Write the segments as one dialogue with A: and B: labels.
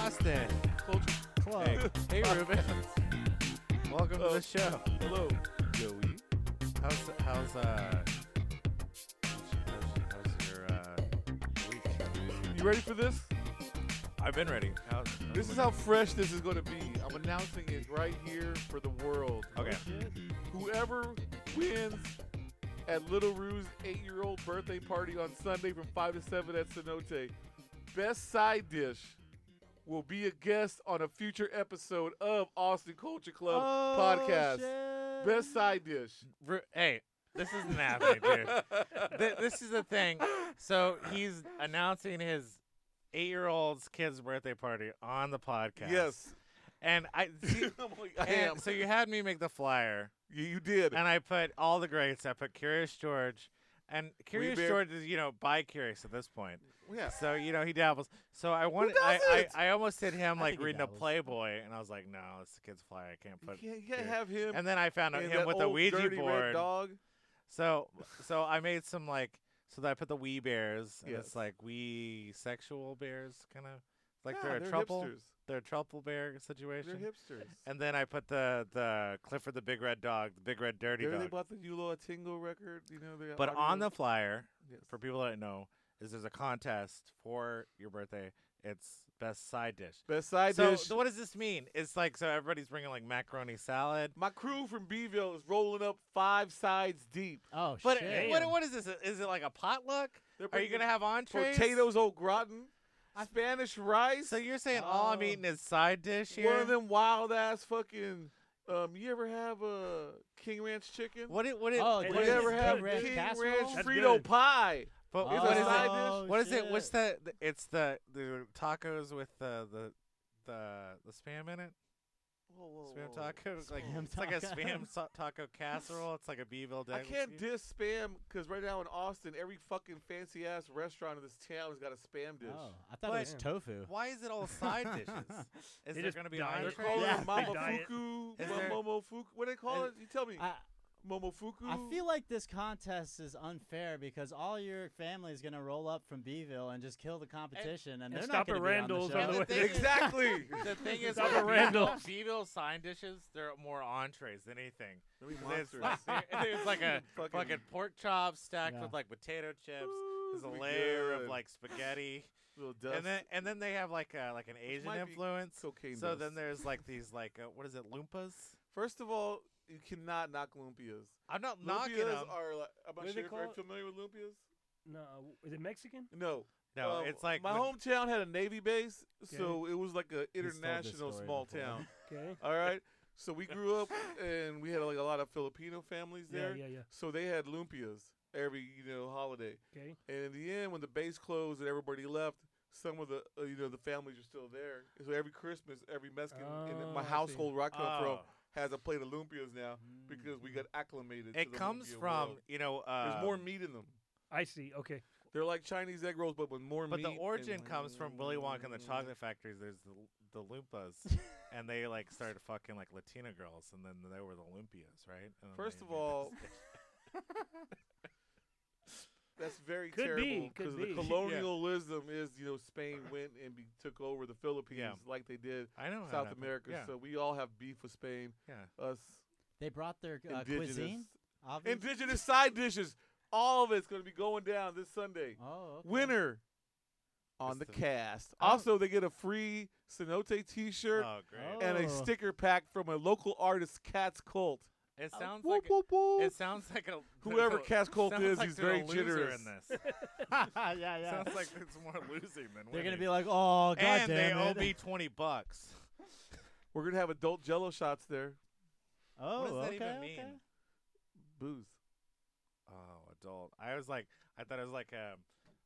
A: Austin.
B: Culture Club.
A: Hey, hey Ruben. Welcome to
B: Oh.
A: the show.
B: Hello, Joey.
A: How's how's uh how's, how's your uh week?
B: You ready for this?
A: I've been ready. How's,
B: This is how fresh this is going to be. I'm announcing it right here for the world.
A: Okay.
B: Whoever wins at Little Roo's eight-year-old birthday party on Sunday from five to seven at Cenote, best side dish will be a guest on a future episode of Austin Culture Club podcast.
A: Oh.
B: Best side dish.
A: Ru- hey, this isn't happening, dude. Th- this is the thing. So he's announcing his eight-year-old's kid's birthday party on the podcast.
B: Yes.
A: and I. See,
B: I'm like, I am.
A: and so you had me make the flyer.
B: You, you did.
A: and I put all the greats. I put Curious George, and Curious
B: bear-
A: George is you know bi curious at this point.
B: Yeah.
A: So you know he dabbles. So I wanted, I,
B: doesn't?
A: I, I almost did him like
C: think he
A: reading a
C: dabbles.
A: Playboy, and I was like, no, it's a kid's flyer. I can't
B: You
A: put.
B: can't, you
A: Curious-
B: can't have him.
A: and then I found out
B: in
A: him
B: that
A: with a
B: old
A: Ouija
B: dirty Red
A: board.
B: dog.
A: So so I made some like so that I put the wee bears. And
B: Yes.
A: It's like wee sexual bears kind of like
B: Yeah,
A: they're a
B: they're
A: trouble.
B: hipsters.
A: They're a trouble bear
B: They're
A: situation.
B: hipsters.
A: and then I put the the Clifford the Big Red Dog, the Big Red Dirty
B: Remember
A: Dog.
B: they bought the Eula Tingle record, you know. They
A: But
B: audio-
A: on the flyer,
B: Yes.
A: for people that know, is there's a contest for your birthday. It's best side dish.
B: best side
A: so,
B: dish,
A: so what does this mean? It's like so everybody's bringing like macaroni salad.
B: my crew from Beeville is rolling up five sides deep.
C: Oh
A: But
C: shit!
A: what, what is this? Is it like a potluck?
B: They're
A: Are you
B: bringing
A: gonna have entrees?
B: Potatoes au gratin, Spanish rice.
A: So you're saying all I'm
C: Oh.
A: eating is side dish here?
B: one of them wild ass fucking. Um, you ever have a King Ranch chicken?
A: What it? What it?
C: Oh,
A: what
B: you
C: is
A: is
B: ever
C: it?
B: have
C: King Ranch
B: King Ranch,
C: casserole?
D: That's
B: Frito
D: good.
B: pie?
A: But
C: Oh,
B: It's
A: what
B: a
A: is
B: side
A: it?
B: dish?
A: What is it? What's
C: that?
A: the? the- It's the the tacos with the the the the spam in it.
B: Whoa, whoa,
A: Spam
B: whoa.
A: taco. It's Like
C: Spam
A: it's like a
C: taco.
A: spam so- taco casserole. It's like a Beeville.
B: I can't
A: delicacy.
B: diss spam because right now in Austin, every fucking fancy ass restaurant in this town has got a spam dish.
C: Oh, I thought
A: But-
C: it was tofu.
A: Why is it all side dishes? Is
D: They
A: there
D: just
A: going to be
D: diet.
B: They're
A: entrees?
B: calling
C: Yeah.
B: it Mama
D: They diet.
B: Fuku,
A: Is
B: Ma-
A: there-
B: Momofuku. What do they call it?
A: Is-
B: You tell me.
C: I,
B: Momofuku.
C: I feel like this contest is unfair because all your family is gonna roll up from Beeville and just kill the competition, and,
D: and
C: they're not
D: stop
C: gonna
D: at
C: be
D: Randall's
C: on
D: on
C: the
D: the
C: show.
D: way.
A: thing is-
B: exactly.
A: The thing is,
D: Papa Randall's.
A: Beeville side dishes, they're more entrees than anything. It's
B: monsters.
A: like, there- there's like a
B: Fucking-
A: fucking, pork chop stacked
C: Yeah.
A: with like potato chips.
B: Ooh,
A: There's a
B: be
A: layer
B: good.
A: of like spaghetti,
B: Little dust.
A: and then and then they have like uh, like an Asian
B: might be
A: influence.
B: cocaine
A: So
B: dust.
A: then there's like these like uh, what is it lumpas?
B: First of all, you cannot knock lumpias.
A: I'm not knocking
B: Lumpias
A: them.
B: are like. I'm not
D: What do
B: sure
D: they
B: if you're
D: call it?
B: familiar with lumpias.
D: No, uh, is it Mexican?
B: No.
A: no,
B: Um,
A: it's like
B: my
A: when-
B: hometown had a navy base, so it was like an
C: this
B: international
C: story
B: small
C: before.
B: town.
D: Okay.
B: All right. So we grew up and we had like a lot of Filipino families
D: Yeah,
B: there.
D: yeah, yeah.
B: So they had lumpias every you know holiday.
D: Okay.
B: And in the end, when the base closed and everybody left, some of the uh, you know the families are still there. So every Christmas, every Mexican in
D: Oh,
B: my
D: I see.
B: household where I come
A: Oh.
B: from has a plate of lumpias now because we got acclimated. to
A: it
B: the
A: comes
B: lumpia
A: from
B: world.
A: you know uh,
B: There's more meat in them.
D: I see. Okay.
B: They're like Chinese egg rolls, but with more
A: But
B: meat.
A: the
B: and-
A: origin comes from Willy Wonka and the Chocolate Factory. There's the, the Loompas, and they like started fucking like Latina girls, and then they were the Olympias, right? And then
B: Mm. First
A: they
B: of
A: made
B: all,
A: this-
B: that's very
D: Could be,
B: terrible
D: could
B: the
D: be.
B: colonialism is you know Spain went and be, took over the Philippines
A: Yeah.
B: like they did
A: I know how it
B: South
A: happened.
B: America.
A: Yeah,
B: So we all have beef with Spain.
A: yeah.
B: Us
C: They brought their uh,
B: indigenous
C: cuisine. Obviously.
B: indigenous side dishes. All of it's going to be going down this Sunday.
C: oh, okay.
B: Winner on
A: It's
B: the
A: the- Oh.
B: cast.
A: I don't-
B: Also, they get a free Cenote T-shirt
A: Oh, great!
C: Oh.
B: and a
C: Oh.
B: sticker pack from a local artist, Cats Colt.
C: Uh,
A: It sounds
B: Whoop,
A: like
B: whoop, whoop.
A: it sounds like a
B: Whoever
A: there's a-
B: Cass Colt
A: sounds
B: is,
A: like
B: he's
A: there's
B: very
A: a loser
B: generous.
A: in this.
C: yeah, yeah.
A: sounds like it's more losing than
C: they're gonna
A: winning.
C: be like, oh god
A: and they
C: damn
A: owe
C: it.
A: me twenty bucks.
B: We're gonna have adult Jello shots there.
C: oh,
A: what does that
C: okay,
A: even
C: okay.
A: mean?
B: Booze.
A: Oh, adult. I was like, I thought it was like a,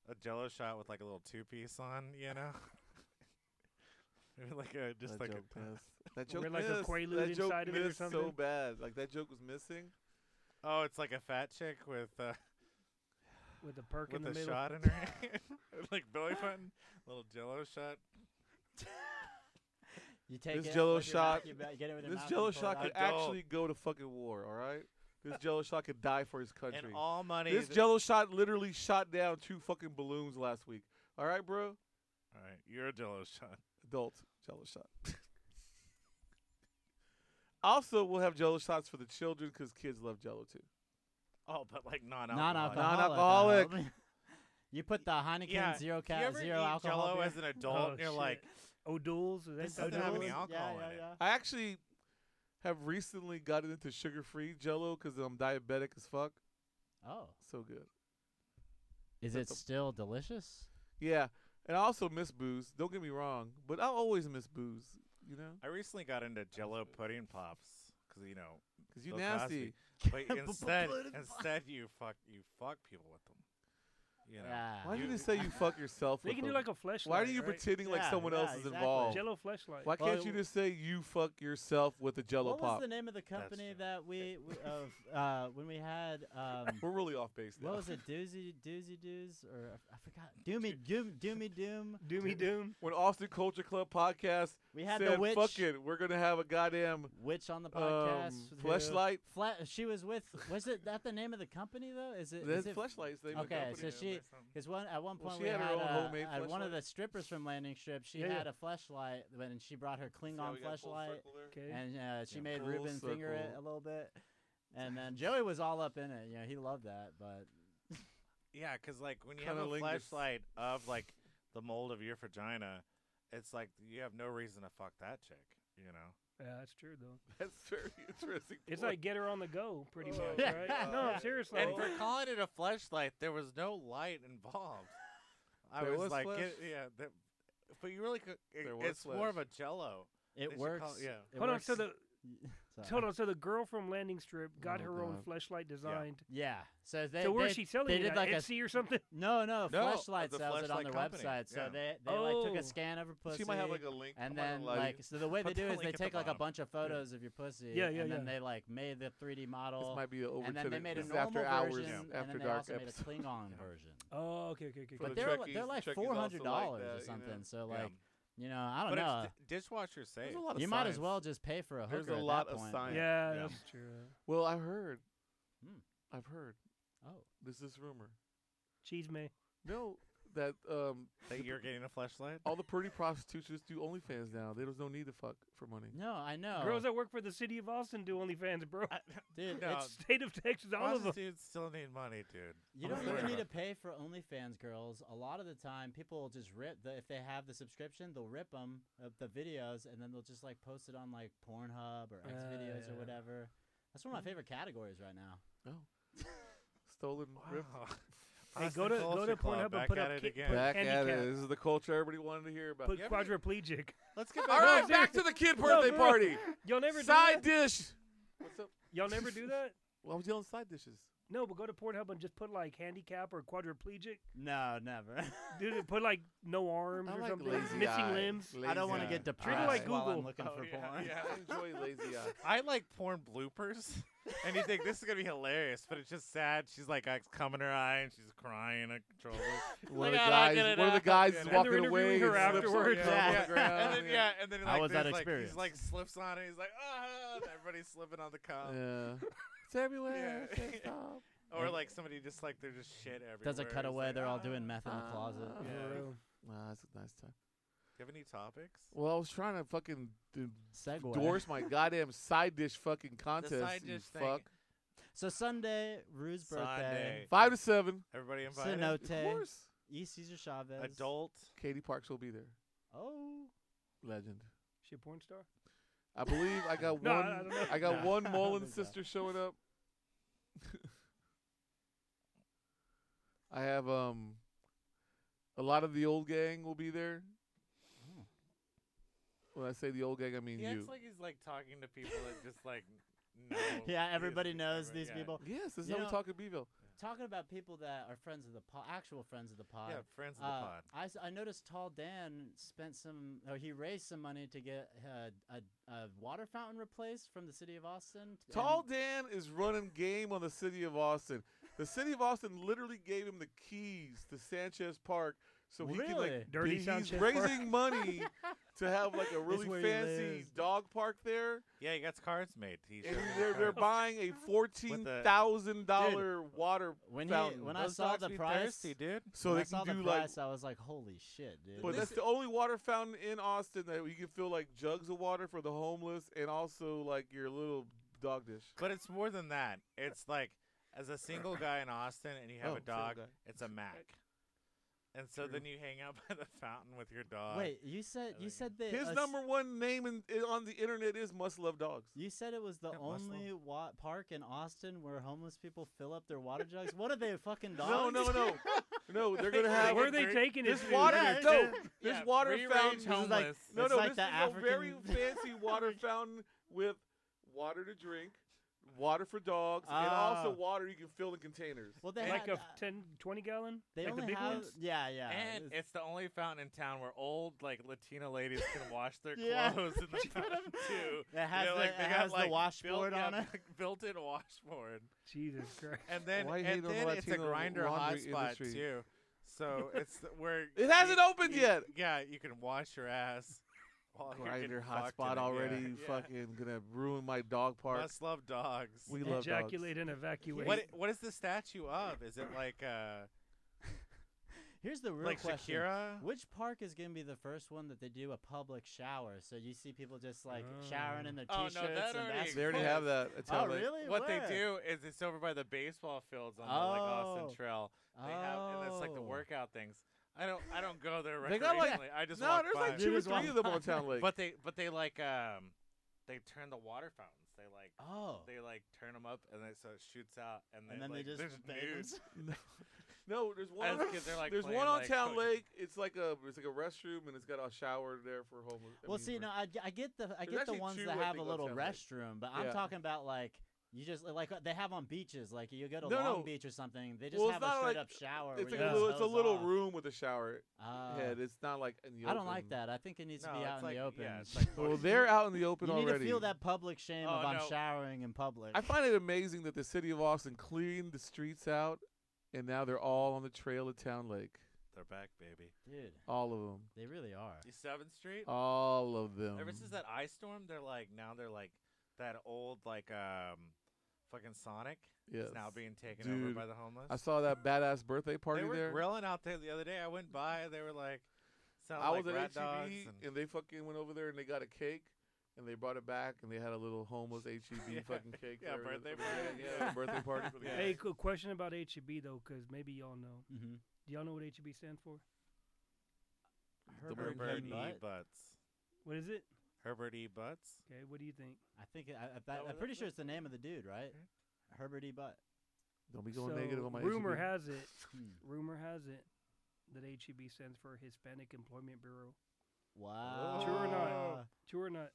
A: a jello shot with like a little two piece on, you know? Maybe like a, just
B: that
A: like
B: joke
A: a.
B: missed. That
D: We're
B: joke
D: like a
B: missed.
D: Quaalude
B: that joke
D: inside of it or
B: missed so
D: something?
B: bad. Like that joke was missing.
A: Oh, it's like a fat chick with uh,
D: With the perk
A: with
D: in the
A: a
D: middle.
A: shot in her hand, like belly button, little jello shot.
C: You take
B: This
C: it
B: Jell-O
C: with your mouth,
B: shot-
C: you ba- get it with your
B: This
C: mouth, you
B: Jello
C: pull it
B: shot
C: out.
B: could
A: Adult.
B: actually go to fucking war. All right. This Jello shot could die for his country.
A: And all money.
B: this
A: that-
B: Jello shot literally shot down two fucking balloons last week. All right, bro.
A: all right, you're a jello shot.
B: adult jello shot. also, we'll have jello shots for the children because kids love jello too.
A: Oh, but like non alcohol.
C: Non-alcoholic.
B: Non-alcoholic.
C: though. you put the Heineken
A: Yeah,
C: zero
A: Do you
C: cat,
A: ever
C: zero
A: eat
C: alcohol.
A: Jello
C: beer?
A: as an adult? and you're
D: shit.
A: like,
D: O'Doul's. Is that
A: This doesn't have any
D: O'Doul's?
A: alcohol in
C: yeah,
A: it.
C: yeah,
B: I actually have recently gotten into sugar free jello because I'm diabetic as fuck.
C: yeah. Oh,
B: So good.
C: is it
B: That's a-
C: still delicious?
B: Yeah. And I also miss booze. Don't get me wrong, but I always miss booze, you know?
A: I recently got into Jello pudding pops because you know,
B: Because you
A: Bill
B: nasty.
A: Cosby. But instead,
C: Pudding pop.
A: instead you fuck you fuck people with them. You know,
C: Yeah.
B: Why
A: You-
B: did you say you fuck yourself?
D: They
B: with
D: can do
B: them?
D: like a fleshlight.
B: Why are you Oh.
D: right?
B: pretending like
C: Yeah,
B: someone
C: yeah,
B: else is
C: exactly.
B: involved?
D: Jello fleshlight.
B: Why
C: Well,
B: can't you
C: it-
B: just say you fuck yourself with a jello
C: what
B: pop?
C: was the name of the company
A: true.
C: that we w- of uh, when we had um,
B: We're really off base now.
C: what was it doozy doozy doos or I f- I forgot doomy doom doomy doom
D: Doomy Doom.
B: when Austin Culture Club podcast
C: we had
B: said,
C: the witch
B: "Fuck it, we're gonna have a goddamn
C: witch on the podcast
B: um,
C: who-
B: fleshlight."
C: Fla- she was with was it that the name of the company though is it is
B: That's
C: it
B: fleshlight's name. of
C: okay,
B: the
C: so
B: company.
C: she- Because one at one
B: Well,
C: point
B: she
C: we
B: had
C: had,
B: her own
C: uh,
B: homemade
C: uh, one
B: fleshlight.
C: of the strippers from Landing Strip. She
D: Yeah, yeah.
C: had a fleshlight, but- and she brought her Klingon fleshlight,
D: Okay.
C: and uh, she
B: Yeah.
C: made
B: Full
C: Ruben finger it
B: circle.
C: a little bit. And then Joey was all up in it. You know, he loved that. But
A: yeah, because like when you have a
B: Cunnilingus.
A: flashlight of like the mold of your vagina, it's like you have no reason to fuck that chick. You know,
D: yeah, that's true though.
B: That's very interesting.
D: It's
B: point.
D: like get her on the go, pretty
B: Oh,
D: much,
C: yeah.
D: right? No,
B: Yeah.
D: seriously.
A: and for calling it a flashlight, there was no light involved. I
B: There
A: was,
B: was
A: like,
B: flesh.
A: it- yeah, that, but you really could. It,
B: There was
A: it's more of a
B: flesh.
A: Jello. They
C: it
A: should call-
C: works.
A: yeah.
C: it
D: hold on,
C: works.
D: so the
C: Sorry.
D: hold on, so the girl from Landing Strip got
B: Oh,
D: her own
B: God.
D: fleshlight designed.
C: Yeah. So they.
D: so where
C: they-
D: is she selling
C: They
D: it?
C: did
D: at
C: like a.
D: Etsy or something?
C: No, no,
A: No, of
C: fleshlight
A: the
C: sells it on
A: fleshlight
C: their
A: company,
C: website. So
A: yeah.
C: they they like took
D: Oh.
C: a scan of her pussy.
B: She might have like a link.
C: And
B: I'm not
C: then,
B: gonna lie to you.
C: like, so the way they
A: Put the
C: do is
A: link
C: they
A: at the
C: take like a
A: bottom.
C: bunch of photos of your pussy,
D: Yeah, yeah,
C: and then
D: yeah.
C: they like made the 3D
B: this
C: model,
B: might be an over
C: and then
B: to
C: they
B: the-
C: made a
B: this is
C: normal
B: after hours,
C: version,
B: after
C: and then they
B: dark
C: also
B: episode.
C: made a Klingon version.
D: Oh, okay, okay, okay.
B: For
C: But
D: okay.
B: the E,
C: they're li-
B: Trekkies,
C: they're
B: the
C: like
B: Trekkies also
C: four
B: like
C: hundred dollars
B: that, you
C: or
B: know.
C: something. So
A: Yeah.
C: like, you know,
D: oh,
C: I
A: but
C: don't know.
A: it's d- dishwasher safe.
B: There's a lot of
C: You might as
B: science.
C: well just pay for a hooker.
B: There's a
C: at
B: lot
C: that
B: of
C: point.
D: yeah,
B: science.
A: Yeah.
D: that's true.
B: Well, I heard.
C: Hmm.
B: I've heard.
C: Oh,
B: This is rumor.
D: Cheese may.
B: No, that um,
A: that you're getting a flashlight.
D: Oh,
B: all the pretty prostitutes do OnlyFans now. There's no need to fuck for money.
C: no, I know.
D: Girls that work for the city of Austin do OnlyFans, bro.
C: Dude,
A: No,
C: it's,
D: State of Texas, all of them.
A: Prostitutes still need money, dude.
C: you
A: I'm
C: don't
A: aware.
C: even need to pay for OnlyFans, girls. A lot of the time, people will just rip the if they have the subscription, they'll rip them of the videos, and then they'll just like post it on like Pornhub or
D: Yeah,
B: Uh,
C: X videos
D: yeah.
C: or whatever. That's
B: Hmm.
C: one of my favorite categories right now.
B: No. Stolen rip.
A: Wow.
D: Hey,
A: Austin
D: go to go
A: Culture
D: to
A: Club,
D: Pornhub and
A: back
D: put
A: at
D: up
A: it
D: ki-
A: again.
D: put
B: Back at
D: handicap,
B: it. This is the culture everybody wanted to hear about.
D: Put
A: You ever-
D: quadriplegic.
A: Let's get
B: All
A: back.
B: right,
D: No,
B: back to the
D: seriously.
B: kid
D: No,
B: birthday
D: for real.
B: party.
D: Y'all never
B: Side
D: do that?
B: dish. What's up?
D: Y'all never do that?
B: Well, I was yelling side dishes.
D: No, but go to Pornhub and just put like handicap or quadriplegic.
C: No, never.
D: Dude, it put like no arms
B: I
D: or
B: like
D: something.
B: lazy
D: Missing
B: eye.
D: limbs.
B: Lazy
C: I don't want
B: eye.
C: to get
D: her
C: depressed
D: like
C: while I'm
D: Google.
C: looking
A: Oh,
C: for
A: yeah,
C: porn.
B: Yeah, I enjoy lazy uh, eye.
A: I like porn bloopers, and you think this is gonna be hilarious, but it's just sad. She's like uh, cum in her eye, and she's crying uncontrollably.
B: One of the
A: Look at it,
B: guys,
A: get it
B: one of the
A: out.
B: guys
A: And
B: is
A: they're
B: walking away.
D: interviewing her
B: and slips on
D: afterwards.
B: the
C: Yeah.
B: ground,
A: and then yeah, and then
C: I
A: like,
C: was that
A: there's, like
C: experience.
A: he's like slips on it. He's like, ah, and everybody's slipping on the cum,
B: Yeah. It's everywhere.
A: Yeah.
B: Can't stop.
A: or like somebody just like they're just shit everywhere.
C: Does a
A: It's
C: cutaway?
A: like,
C: They're all
A: "Ah."
C: doing meth in the closet.
B: Yeah.
D: For real.
B: Nah, that's a nice time.
A: Do you have any topics?
B: Well, I was trying to fucking d-
C: Segway.
B: endorse my goddamn side dish fucking contest.
A: side
B: you
A: dish thing.
B: fuck.
C: So Sunday, Rue's birthday.
A: Sunday.
B: Five to seven.
A: Everybody invited.
B: Of
C: Cenote.
B: course.
C: E. Cesar Chavez.
A: Adult.
B: Katie Parks will be there.
C: Oh.
B: Legend.
D: She a porn star?
B: I believe I got
D: No, I-
B: one.
D: I don't know.
B: I got
C: No.
B: one
C: I don't
B: Mullen
C: think so.
B: sister showing up. I have um. A lot of the old gang will be there. Hmm.
C: Oh.
B: When I say the old gang, I mean
A: He
B: you.
A: acts like he's like talking to people that just like know.
C: Yeah,
A: he is
C: everybody
A: the
C: knows
A: camera.
C: these
A: Yeah.
C: people.
B: yes, this is
C: You
B: how we
C: know-
B: talk at Beeville.
C: Talking about people that are friends of the pod, actual friends of the pod.
A: Yeah, friends of the
C: uh,
A: pod.
C: I, s- I noticed Tall Dan spent some, or he raised some money to get uh, a, a water fountain replaced from the city of Austin. t-
B: Tall
C: and-
B: Dan is running game on the city of Austin. The city of Austin literally gave him the keys to Sanchez Park So he can like
C: Really?
D: Dirty
B: he's
D: sound check work.
B: raising money to have like a really
C: where he
B: fancy
C: lives.
B: dog park there,
A: Yeah, he got cards made. He
B: and
A: showed me
B: they're, they're
A: cards.
B: buying a fourteen thousand dollar water
C: When
B: fountain.
C: he when I
A: Those
C: saw
A: dogs
C: the
A: be
C: price,
A: thirsty, dude.
B: so
C: when
B: they
C: I saw
B: can
C: the
B: do like,
C: price, I was like, holy shit, dude.
B: but that's the only water fountain in Austin that you can fill like jugs of water for the homeless, and also like your little dog dish.
A: But it's more than that. It's like as a single guy in Austin and you have
B: Oh,
A: a
B: single
A: dog,
B: guy.
A: it's a Mac. And so
B: True.
A: then you hang out by the fountain with your dog.
C: Wait, you said
A: I
C: you
A: like
C: said that
B: His
C: a s-
B: number one name in, i- on the internet is Must Love Dogs.
C: You said it was the
A: Yeah, Muslim.
C: only wa- park in Austin where homeless people fill up their water jugs. What are they fucking dogs?
B: No, no, no, no. They're gonna have
D: Where are they
A: Dirty-
D: taking
B: this
D: it to?
B: water.
C: Yeah,
B: no,
A: yeah.
B: this
A: Yeah,
B: water
A: free-range
B: fountain.
C: This is like-
A: homeless.
B: No,
C: It's
B: no,
C: like
B: this
C: the
B: is a very
C: African-
B: fancy water fountain with water to drink, water for dogs, and also
C: Ah.
B: water you can fill in containers.
C: Well, they
D: Like
C: had,
D: a
C: uh,
D: 10, 20 gallon?
C: they
D: like the
C: only
D: big
C: have
D: ones?
C: yeah, yeah.
A: And
C: it's-
A: it's the only fountain in town where old like Latina ladies can wash their
C: Yeah.
A: clothes in the
C: That's what
A: fountain
C: I'm-
A: too.
C: it has
A: They're
C: the,
A: like,
C: it
A: they got,
C: has
A: like,
C: the
A: built-
C: washboard
A: yeah,
C: on it.
A: Built-in washboard.
D: Jesus Christ.
A: And then
B: Why hate on
A: and
B: the
A: then it's a
B: Latino
A: grinder hotspot
B: laundry industry?
A: too. So it's th- where
B: It hasn't
A: you-
B: opened
A: you-
B: yet.
A: Yeah, you can wash your ass. while you're
B: Grinder
A: getting fucked in
B: hotspot
A: it, yeah,
B: already.
A: yeah.
B: Fucking gonna ruin my dog park.
A: Must love dogs.
B: we love
D: Ejaculate and evacuate.
A: what i- what is the statue of? Is it like uh
C: Here's the real
A: like
C: question.
A: Shakira?
C: Which park is gonna be the first one that they do a public shower? So you see people just like showering in their
A: Oh, no,
C: t-shirts
A: that
C: and
A: already
C: basketball.
B: dogs. They already have that. It's
C: Oh,
B: how they-
C: really?
A: What
C: Where?
A: they do is it's over by the baseball fields on the like Austin
C: Oh.
A: Trail. They have and it's like the
C: Oh.
A: workout things. I don't I don't go there
B: They
A: recreationally.
B: got, like-
A: I just
B: No,
A: walk
B: there's
A: by.
B: like
C: They
B: two or
C: just walk
B: three of them on
C: by.
B: Town Lake.
A: But they but they like um they turn the water fountains. They like
C: Oh,
A: they like turn them up and then so it shoots out and then,
C: and then
A: like,
C: they just
A: there's
C: bathe
A: nudes.
C: themselves.
B: No, there's one.
A: As kids, they're, like,
B: there's
A: playing,
B: one on
A: like,
B: Town
A: fucking-
B: Lake. It's like a it's like a restroom and it's got a shower there for homeless. I
C: Well,
B: mean,
C: see,
B: for-
C: no, I, g- I get the I
B: There's
C: get the
B: actually
C: ones
B: two,
C: that
B: I
C: have a
B: think, on
C: little
B: Sound Lake.
C: restroom, but I'm
B: Yeah.
C: talking about like you just like uh, they have on beaches, like you go to
B: No,
C: Long
B: no.
C: Beach or something. They just
B: Well, it's
C: have a
B: not like-
C: straight up shower.
B: It's
C: where
B: like
C: you
B: a
C: just
B: little, it's a
C: hose
B: little
C: off.
B: room with a shower
C: Ah,
B: head. It's not like in the
C: I don't like
B: open.
C: that. I think it needs to
A: No,
C: be
A: it's
C: out in
A: like-
C: the open.
A: yeah, it's like
B: Well, they're out in the open
C: you need
B: already.
C: to feel that public shame
A: Oh,
C: of I'm
A: no.
C: showering in public.
B: I find it amazing that the city of Austin cleaned the streets out, and now they're all on the trail of Town Lake.
A: They're back, baby.
C: Dude,
B: All of them.
C: they really are.
A: You Seventh Street.
B: Oh. All of them.
A: Ever since that ice storm, they're like now they're like that old like um fucking Sonic
B: Yes.
A: is now being taken over
B: Dude,
A: by the homeless.
B: I saw that badass birthday party
A: they were
B: there.
A: grilling out there the other day. I went by. They were like, sounded
B: I
A: like
B: was at E
A: rat
B: HEB
A: dogs
B: and,
A: and
B: they fucking went over there and they got a cake and they brought it back and they had a little homeless HEB
A: Yeah.
B: fucking cake.
A: Yeah,
B: there and
A: birthday
B: it was-
A: party.
B: Yeah, birthday party for the
A: Yeah.
D: Hey,
B: kids.
D: cool question about HEB though, because maybe y'all know.
C: Mm-hmm.
D: Do y'all know what HEB stands for?
B: The
A: Herbert,
B: Herbert
A: E.
C: Butt?
A: Butts.
D: What is it?
A: Herbert E. Butts.
D: Okay, what do you think?
C: I think I, I, that,
A: what
C: I'm
A: it
C: pretty sure
A: is?
C: it's the name of the dude, right? Herbert E. Butt.
B: Don't be going negative
D: So,
B: on my E
D: rumor
B: HEB.
D: has it.
C: Hmm.
D: Rumor has it that HEB stands for Hispanic Employment Bureau.
C: Wow.
D: True or not? True or not?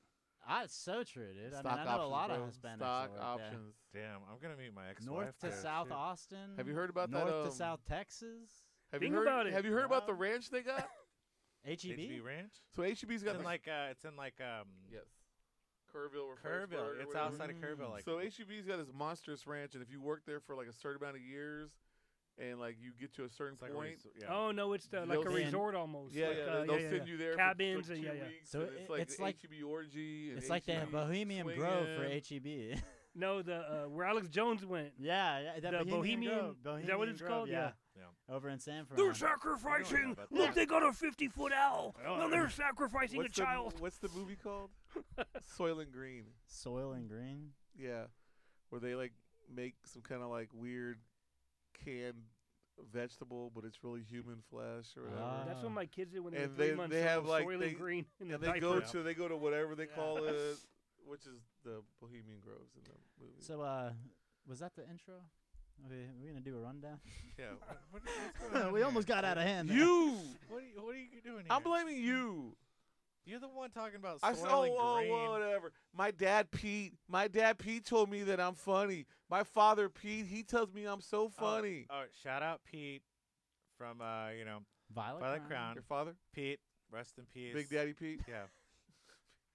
C: Ah, it's so true, dude.
B: Stock
C: I mean, I know
B: options,
C: a lot
B: bro.
C: of Hispanics. that
B: Stock
C: work there.
B: options.
A: Damn, I'm gonna meet my ex.
C: North to South
B: shit.
C: Austin.
B: Have you heard about that,
C: North
B: um,
C: to South Texas.
B: Have
D: Think
B: you heard
D: about it.
B: Have you heard about the
C: Wow.
B: ranch they got?
C: HEB.
A: HB E Ranch.
B: So HEB's
A: It's
B: E got
A: in
B: the-
A: like uh, it's in like um
B: yes, Kerrville or Ferrisburg
A: Kerrville.
B: or
A: It's
B: whatever.
A: outside of Kerrville. Like
B: so E HEB's got this monstrous ranch, and if you work there for like a certain amount of years, and like you get to a certain
A: it's like a
B: point,
A: res- yeah.
D: Oh no, it's the, like
B: They'll
D: a
C: send-
D: resort almost.
B: yeah,
D: like,
B: yeah,
D: uh,
B: they'll
D: yeah,
B: send
D: yeah.
B: you there
D: Cabins
B: for like
D: and
B: two
D: yeah, yeah.
B: weeks,
C: So
B: and
C: it-
B: it's like
C: it's
B: the
C: like-
B: HEB orgy. And
C: It's like they have
B: HEB
C: Bohemian Grove for E
B: swinging.
C: HEB.
D: No, the uh, where Alex Jones went.
C: yeah, yeah, that
D: The Bohemian-
C: Grove,
D: is that what
C: Bohemian
D: it's
C: Grove,
D: called?
C: Yeah.
A: Yeah.
C: Over in San Fran.
D: They're sacrificing.
A: about
D: Look,
A: that.
D: they got a fifty-foot owl. and they're sacrificing
B: What's
D: a
B: the,
D: child.
B: what's the movie called? Soil and Green.
C: Soil and green.
B: Yeah, where they like make some kind of like weird canned vegetable, but it's really human flesh or whatever.
C: Ah.
D: Uh, That's what my kids did when they
B: And
D: were three
B: they-
D: months
B: they have,
D: old.
B: like,
D: soil
B: they-
D: and green in the
B: and they go
D: diaper.
B: to they go to whatever they
A: Yeah.
B: call it, which is the Bohemian Groves in the movie.
C: So, uh, was that the intro? Okay, we're gonna do a rundown.
A: yeah. What, what- what's going on
C: we
A: here?
C: almost got out of hand. there.
B: you,
A: What are you, what are you doing here?
B: I'm blaming you.
A: You're the one talking about
B: I
A: soil
B: said, oh,
A: and
B: oh,
A: green.
B: whatever. My dad Pete, my dad Pete told me that I'm funny. My father Pete, he tells me I'm so
A: Oh,
B: funny.
A: Oh, shout out Pete from uh, you know
C: Violet,
A: Violet
C: Crown.
A: Crown.
B: Your father,
A: Pete, rest in peace.
B: Big Daddy Pete.
A: Yeah.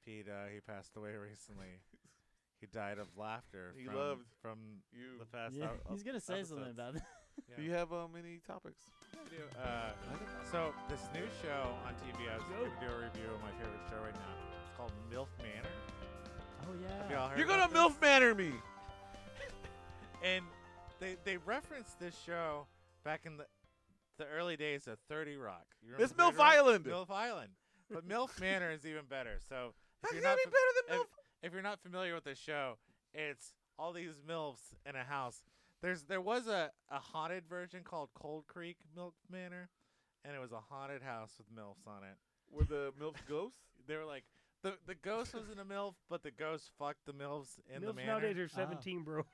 A: Pete, uh, he passed away recently. He died of laughter.
B: He
A: from,
B: loved
A: from
B: You.
A: the past.
C: Yeah,
A: out-
C: he's gonna say something
A: episodes.
C: about that.
A: Yeah. Yeah.
B: Do you have um, any topics?
A: Uh,
B: I think-
A: so this new show on TV, I was
D: Yo.
A: going to do a review of my favorite show right now. It's called MILF Manor.
C: Oh
A: Have
C: yeah.
A: y'all heard
B: You're gonna
A: about
B: milf manner me.
A: this? And they they referenced this show back in the the early days of Thirty Rock. You remember
B: It's
A: 30
B: Milf
A: Rock?
B: Island.
A: MILF Island. But MILF Manor is even better. So if
B: How's
A: you're,
B: that
A: not
B: any
A: fa-
B: better than
A: if,
B: milf?
A: if you're not familiar with the show, it's all these MILFs in a house. There's there was a, a haunted version called Cold Creek Milk Manor, and it was a haunted house with MILFs on it.
B: Were the milf ghosts?
A: They were like the the ghost wasn't a MILF, but the ghost fucked the MILFs in the
D: Milfs
A: manor.
D: nowadays are
C: Ah.
D: 17, bro.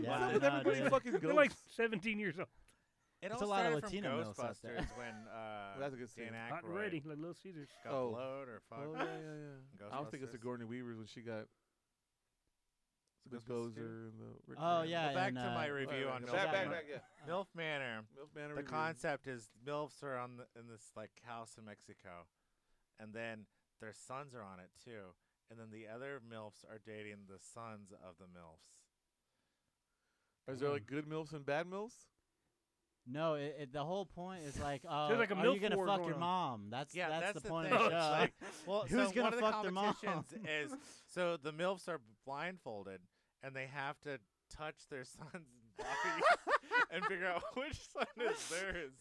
C: Yeah,
A: What's up
C: I
B: Some of
C: know,
B: everybody
C: dude.
B: fucking
D: They're like
B: ghosts.
D: 17 years old.
A: It
C: It's
A: all
C: a lot
A: started
C: of
A: from
C: Latino MILFs out there.
A: Ghostbusters when uh,
B: That's a good
A: Dan
B: scene.
D: Hot and
A: Aykroyd
D: ready, like Little Caesars.
A: got
B: Oh.
A: blowed or fucked.
B: Oh yeah, yeah, yeah. I don't think it's the
A: Ghostbusters.
B: Gordon Weavers when she got the
A: Ghostbusters
B: Gozer
A: too.
B: and the. Rick
C: Oh,
B: Moranis.
C: yeah,
A: Well, back
C: and,
A: to my
C: uh,
A: review
B: Back,
A: on
B: back,
A: MILF,
E: Back, back,
A: Manor.
E: back, yeah.
A: MILF Manor.
B: Milf Manor.
A: the
B: review.
A: concept is milfs are on the, in this like house in Mexico, and then their sons are on it too, and then the other milfs are dating the sons of the milfs.
B: Is there
A: Mm.
B: like good milfs and bad milfs?
C: No, it, it, the whole point is like, oh,
D: like a
C: are you
D: MILF
C: gonna
D: war
C: fuck
D: going
C: your
D: on.
C: mom? That's
A: Yeah,
C: that's,
A: that's
C: the,
A: the
C: point
A: thing.
C: of
A: It's
C: the show.
A: like, Well,
C: Who's
A: so
C: gonna
A: one of the
C: fuck their mom?
A: competitions is so the milfs are blindfolded and they have to touch their son's body and figure out which son is theirs,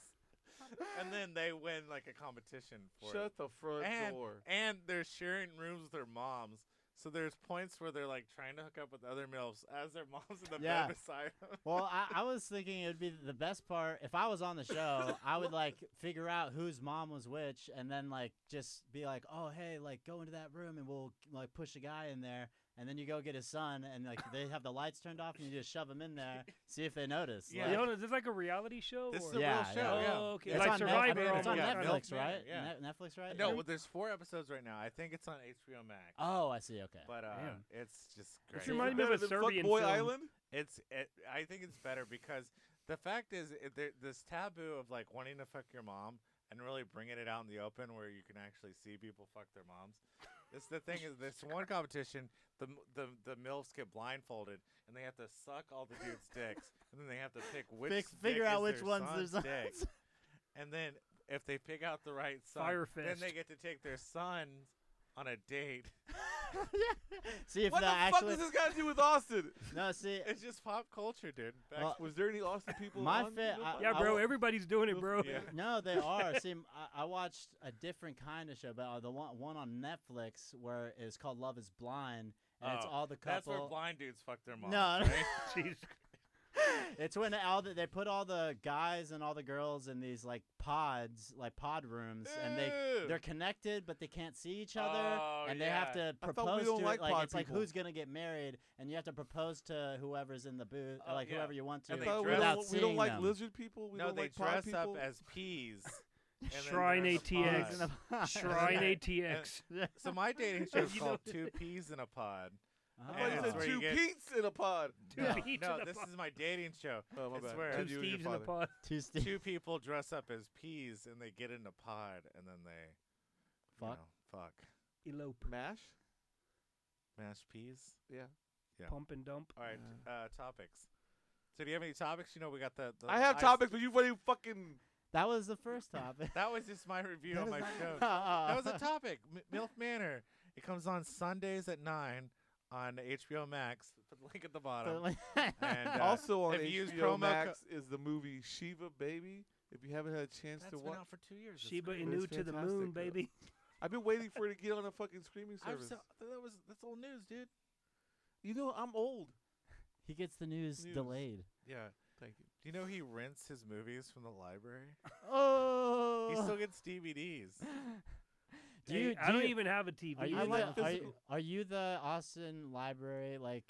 A: and then they win like a competition for it.
B: Shut the front
A: And-
B: door.
A: and they're sharing rooms with their moms. So there's points where they're like trying to hook up with other milfs as their moms in the
C: Yeah.
A: bed beside them.
C: well, I, I was thinking it would be the best part if I was on the show. I would like figure out whose mom was which, and then like just be like, "Oh, hey, like go into that room, and we'll like push a guy in there, and then you go get his son, and like they have the lights turned off, and you just shove him in there, see if they notice."
A: Yeah.
C: like-
D: Yo, is this like a reality show?
A: This is
D: or-
A: a real
C: Yeah,
A: show.
C: yeah.
A: yeah.
D: Oh, okay.
C: it's,
D: like
C: on Net- I
D: Survivor.
C: mean, it's
A: almost.
C: on
A: Yeah,
C: Netflix,
A: Milk
C: right?
A: Man, yeah.
C: Ne- Netflix, right?
A: No,
C: Yeah.
A: well, there's four episodes right now. I think it's on HBO Max.
C: Oh, I see. Okay.
A: but uh,
D: Damn.
A: it's just
D: This
A: great.
D: reminds me of
B: Better
D: a
B: than
D: Serbian
B: Fuckboy
D: film.
B: Island.
A: It's it, I think it's better because the fact is it, there, this taboo of like wanting to fuck your mom and really bringing it out in the open where you can actually see people fuck their moms. It's the thing is this one competition the m- the the milfs get blindfolded and they have to suck all the dudes' dicks and then they have to pick which
C: Fig-
A: dick
C: figure out
A: is
C: which
A: their
C: one's their
A: son's dick.
C: sons.
A: And then if they pick out the right son,
D: Fire
A: then they
D: fist.
A: get to take their son on a date.
C: see if
B: What the
C: that
B: fuck
C: actually.
B: does this got to do with Austin?
C: No, see.
A: It's just pop culture, dude. Back
C: Well,
B: Uh, Was there any Austin people?
C: My
B: on
C: fa-
B: Milf
C: I-
B: Island?
D: Yeah,
C: I
D: bro,
C: will-
D: everybody's doing it, bro.
A: Yeah.
C: No, they are. See, m- I, I watched a different kind of show, but uh, the one one on Netflix where it's called Love Is Blind, and it's
A: Oh,
C: all the
A: That's where
C: couple.
A: blind dudes fuck their moms.
C: No, no.
A: right?
D: Jeez.
C: it's when all the, they put all the guys and all the girls in these like pods, like pod rooms, and they
A: Ew.
C: they're connected, but they can't see each other,
A: Oh,
C: and they have
A: yeah.
C: to
B: we
C: propose
B: don't
C: to
B: like
C: it. Like
B: pod
C: it's like
B: people.
C: who's gonna get married, and you have to propose to whoever's in the booth, or
A: Oh,
C: like
A: yeah.
C: whoever you want to,
A: And
B: I
A: they
B: thought we
A: dress-
C: without
B: don't, we
C: seeing
B: don't like
C: them.
B: lizard people. We
A: no,
B: don't
A: they
B: like pod
A: dress
B: people.
A: up as peas. and then
D: Shrine
A: they're in a
D: ATX.
A: pod.
C: Pigs in a pod.
D: Shrine
A: Yeah.
D: ATX.
A: So my dating show is
D: You
A: called
D: know-
A: Two Peas in a Pod.
C: Uh-huh.
B: I thought you
A: That's
B: said
A: where
B: two
A: you get-
B: Pete's in a pod.
D: Two
A: no,
D: peas
A: no,
D: in a
A: this
D: pod.
A: is my dating show.
B: Oh, my
A: It's
B: bad.
A: where
B: Had
D: Two
B: you and your
D: Steves in
B: father.
D: a pod.
C: Two Steve.
A: Two people dress up as peas and they get in a pod and then they you
C: Fuck.
A: know, fuck
D: Elope.
B: Mash?
A: mashed peas.
B: Yeah.
A: Yeah.
D: Pump and dump.
A: All right, uh, topics. So do you have any topics? You know, we got the. the
B: I have
A: s-
B: topics, but you've already fucking.
C: That was the first topic.
A: That was just my review
C: That
A: on
C: is
A: my
C: not-
A: show.
C: Uh,
A: that was a topic. M- Milf Manor. It comes on Sundays at nine on HBO Max. Put the link at the bottom. And, uh,
B: also on
A: if you use
B: HBO
A: promo
B: Max
A: co-
B: is the movie Shiva Baby. If you haven't had a chance
A: That's
B: to
A: been
B: watch,
A: out for two years. It's
D: Sheba
B: It
A: great.
B: is
D: Inu to the
B: fantastic,
D: moon,
B: though.
D: baby.
B: I've been waiting for it to get on a fucking streaming
A: I'm
B: service.
A: so, that was that's old news, dude.
B: you know, I'm old.
C: he gets the news,
B: News.
C: delayed.
A: Yeah.
B: Thank you.
A: Do you know he rents his movies from the library?
C: Oh.
A: he still gets DVDs.
C: do you?
D: Hey,
C: Do
D: I don't
C: you,
D: even have a TV.
C: Are you,
B: I
C: the,
B: like
C: are,
B: physical-
C: are you the Austin library like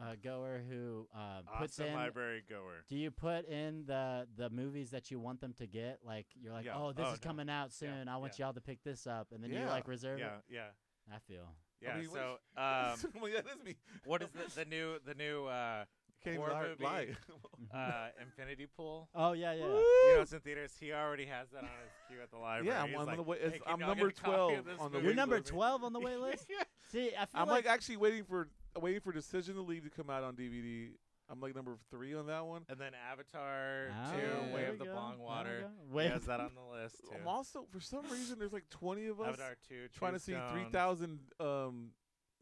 C: uh, goer who uh, puts
A: Awesome
C: in?
A: library goer.
C: Do you put in the the movies that you want them to get? Like you're like,
A: Yeah.
C: oh, this
A: Oh,
C: is
A: no.
C: coming out soon. I want y'all to pick this up, and then you like
B: Yeah.
C: reserve
A: Yeah,
C: it.
A: yeah,
C: I feel.
A: yeah.
B: mean, what
A: so,
B: Um,
A: um,
B: yeah, that's me.
A: what is the, the new the new uh,
B: Can't even
A: horror
B: lie.
A: movie?
B: lie.
A: uh, Infinity Pool?
C: Oh yeah, yeah.
A: You know, it's in theaters. He already has that on his queue at the library.
B: yeah, I'm,
A: He's
B: I'm
A: like,
B: on the way.
A: "Hey,
B: It's,
A: can
B: I'm
A: y'all get a
B: number
A: copy of
B: twelve
A: this
B: on the.
A: movie?"
C: You're
B: wait
C: number
B: list.
C: twelve on the wait list.
A: Yeah.
C: See, I feel
B: I'm
C: like,
B: like actually waiting for waiting for Decision to Leave to come out on DVD. I'm like number three on that one.
A: And then Avatar
C: Ah,
A: 2, Way
C: there
A: of the
C: we go. There
A: Bong
C: we
A: Water.
C: go.
A: He
C: Way
A: has
C: of-
A: that on the list too.
B: I'm also for some reason there's like 20 of us
A: Avatar 2,
B: trying
A: Two
B: to see
A: Stone.
B: 3,000 um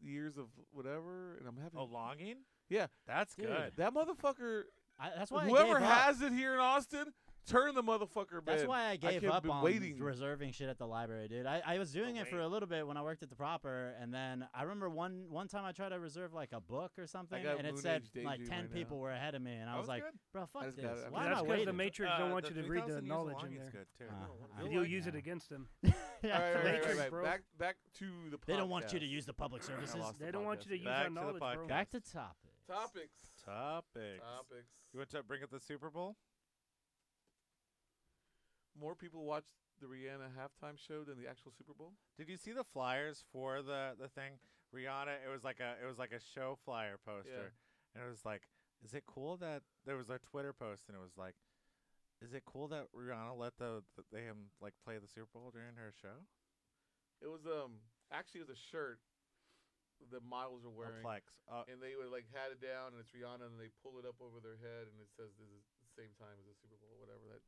B: years of whatever, and I'm having
A: Oh, Longing?
B: Yeah.
A: That's
C: Dude.
A: good.
B: that motherfucker.
C: I, that's why I
B: Whoever
C: gave up.
B: has it here in Austin, turn the motherfucker
C: That's
B: bed.
C: why I gave
B: can't
C: up
B: be
C: on
B: waiting.
C: reserving shit at the library, dude. I, I was doing
A: Oh,
C: it for
A: wait.
C: a little bit when I worked at the proper, and then I remember one one time I tried to reserve like a book or something,
B: got
C: and it
B: Moon
C: said
B: Age
C: like
B: Daydream
C: ten
B: right now.
C: people were ahead of me, and I
A: That
C: was like,
A: good.
C: "Bro, fuck
B: just
C: this!
B: got it. I mean,
C: Why am
D: That's
C: I
D: because the
C: waiting?"
D: Matrix
A: Uh,
D: don't want
A: the
D: you to read
A: 3,000
D: the
A: Years
D: knowledge in
A: Longing's
D: there.
A: good too.
C: Uh, I
D: You'll
C: don't
D: use it
C: know.
D: against them.
C: Yeah,
B: All right, all right, all right,
D: Matrix,
B: all right.
D: bro.
B: Back, back to the podcast.
C: They don't want you to use the public
B: I
C: services.
B: lost the
D: They don't want you to
B: podcast.
D: use
A: Back
D: our
A: to the
D: knowledge, bro.
A: podcast.
C: Back to topics.
B: Topics.
A: Topics.
B: Topics.
A: You want to bring up the Super Bowl?
B: More people watch the Rihanna halftime show than the actual Super Bowl.
A: Did you see the flyers for the the thing? Rihanna. It was like a it was like a show flyer poster, and it was like, is it cool that there was a Twitter post and it was like, is it cool that Rihanna let the, the they him like play the Super Bowl during her show?
B: It was um actually it was a shirt that Miles were
A: Or
B: wearing,
A: Plex. Uh,
B: and they would like had it down, and it's Rihanna, and they pull it up over their head, and it says this is the same time as the Super Bowl, whatever that.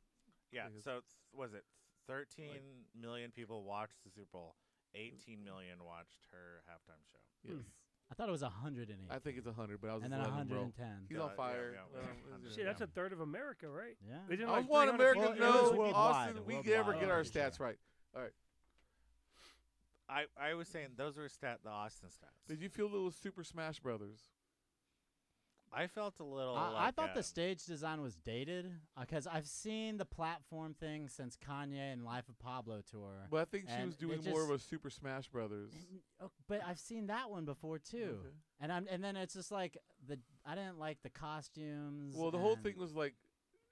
A: yeah.
B: think it's-
A: So it's- was it thirteen million people watched the Super Bowl? 18 million watched her halftime show.
D: Hmm.
B: Yes,
C: I thought it was hundred and
B: I
C: eight,
B: think it's hundred, but I was
C: and
B: just
C: then
B: eleven,
C: hundred
B: bro.
C: and ten.
B: He's
A: Yeah,
B: on
A: yeah,
B: fire.
A: yeah,
B: Um,
A: yeah.
B: it's-
A: Shit,
D: Shit, that's
B: yeah.
D: a third of America, right?
C: Yeah.
D: They didn't
B: I
D: like
B: want
D: 300
B: America to
C: Well, it was
B: know
C: worldwide,
B: Austin.
C: the
B: We
C: worldwide
B: ever get our
C: audience, yeah.
B: stats right.
A: I, I was saying those were stat the Austin stats.
B: Did you feel little Super Smash Brothers?
A: I felt a little.
C: I, I
A: like,
C: thought
A: um,
C: the stage design was dated because I've seen the platform thing since Kanye and Life of Pablo tour.
B: But I think she
C: And
B: was
C: it
B: doing more of a Super Smash Brothers.
C: N- oh, But I've seen that one before too,
B: Okay.
C: and I'm and then it's just like the I didn't like the costumes.
B: Well, the whole
C: and
B: thing was like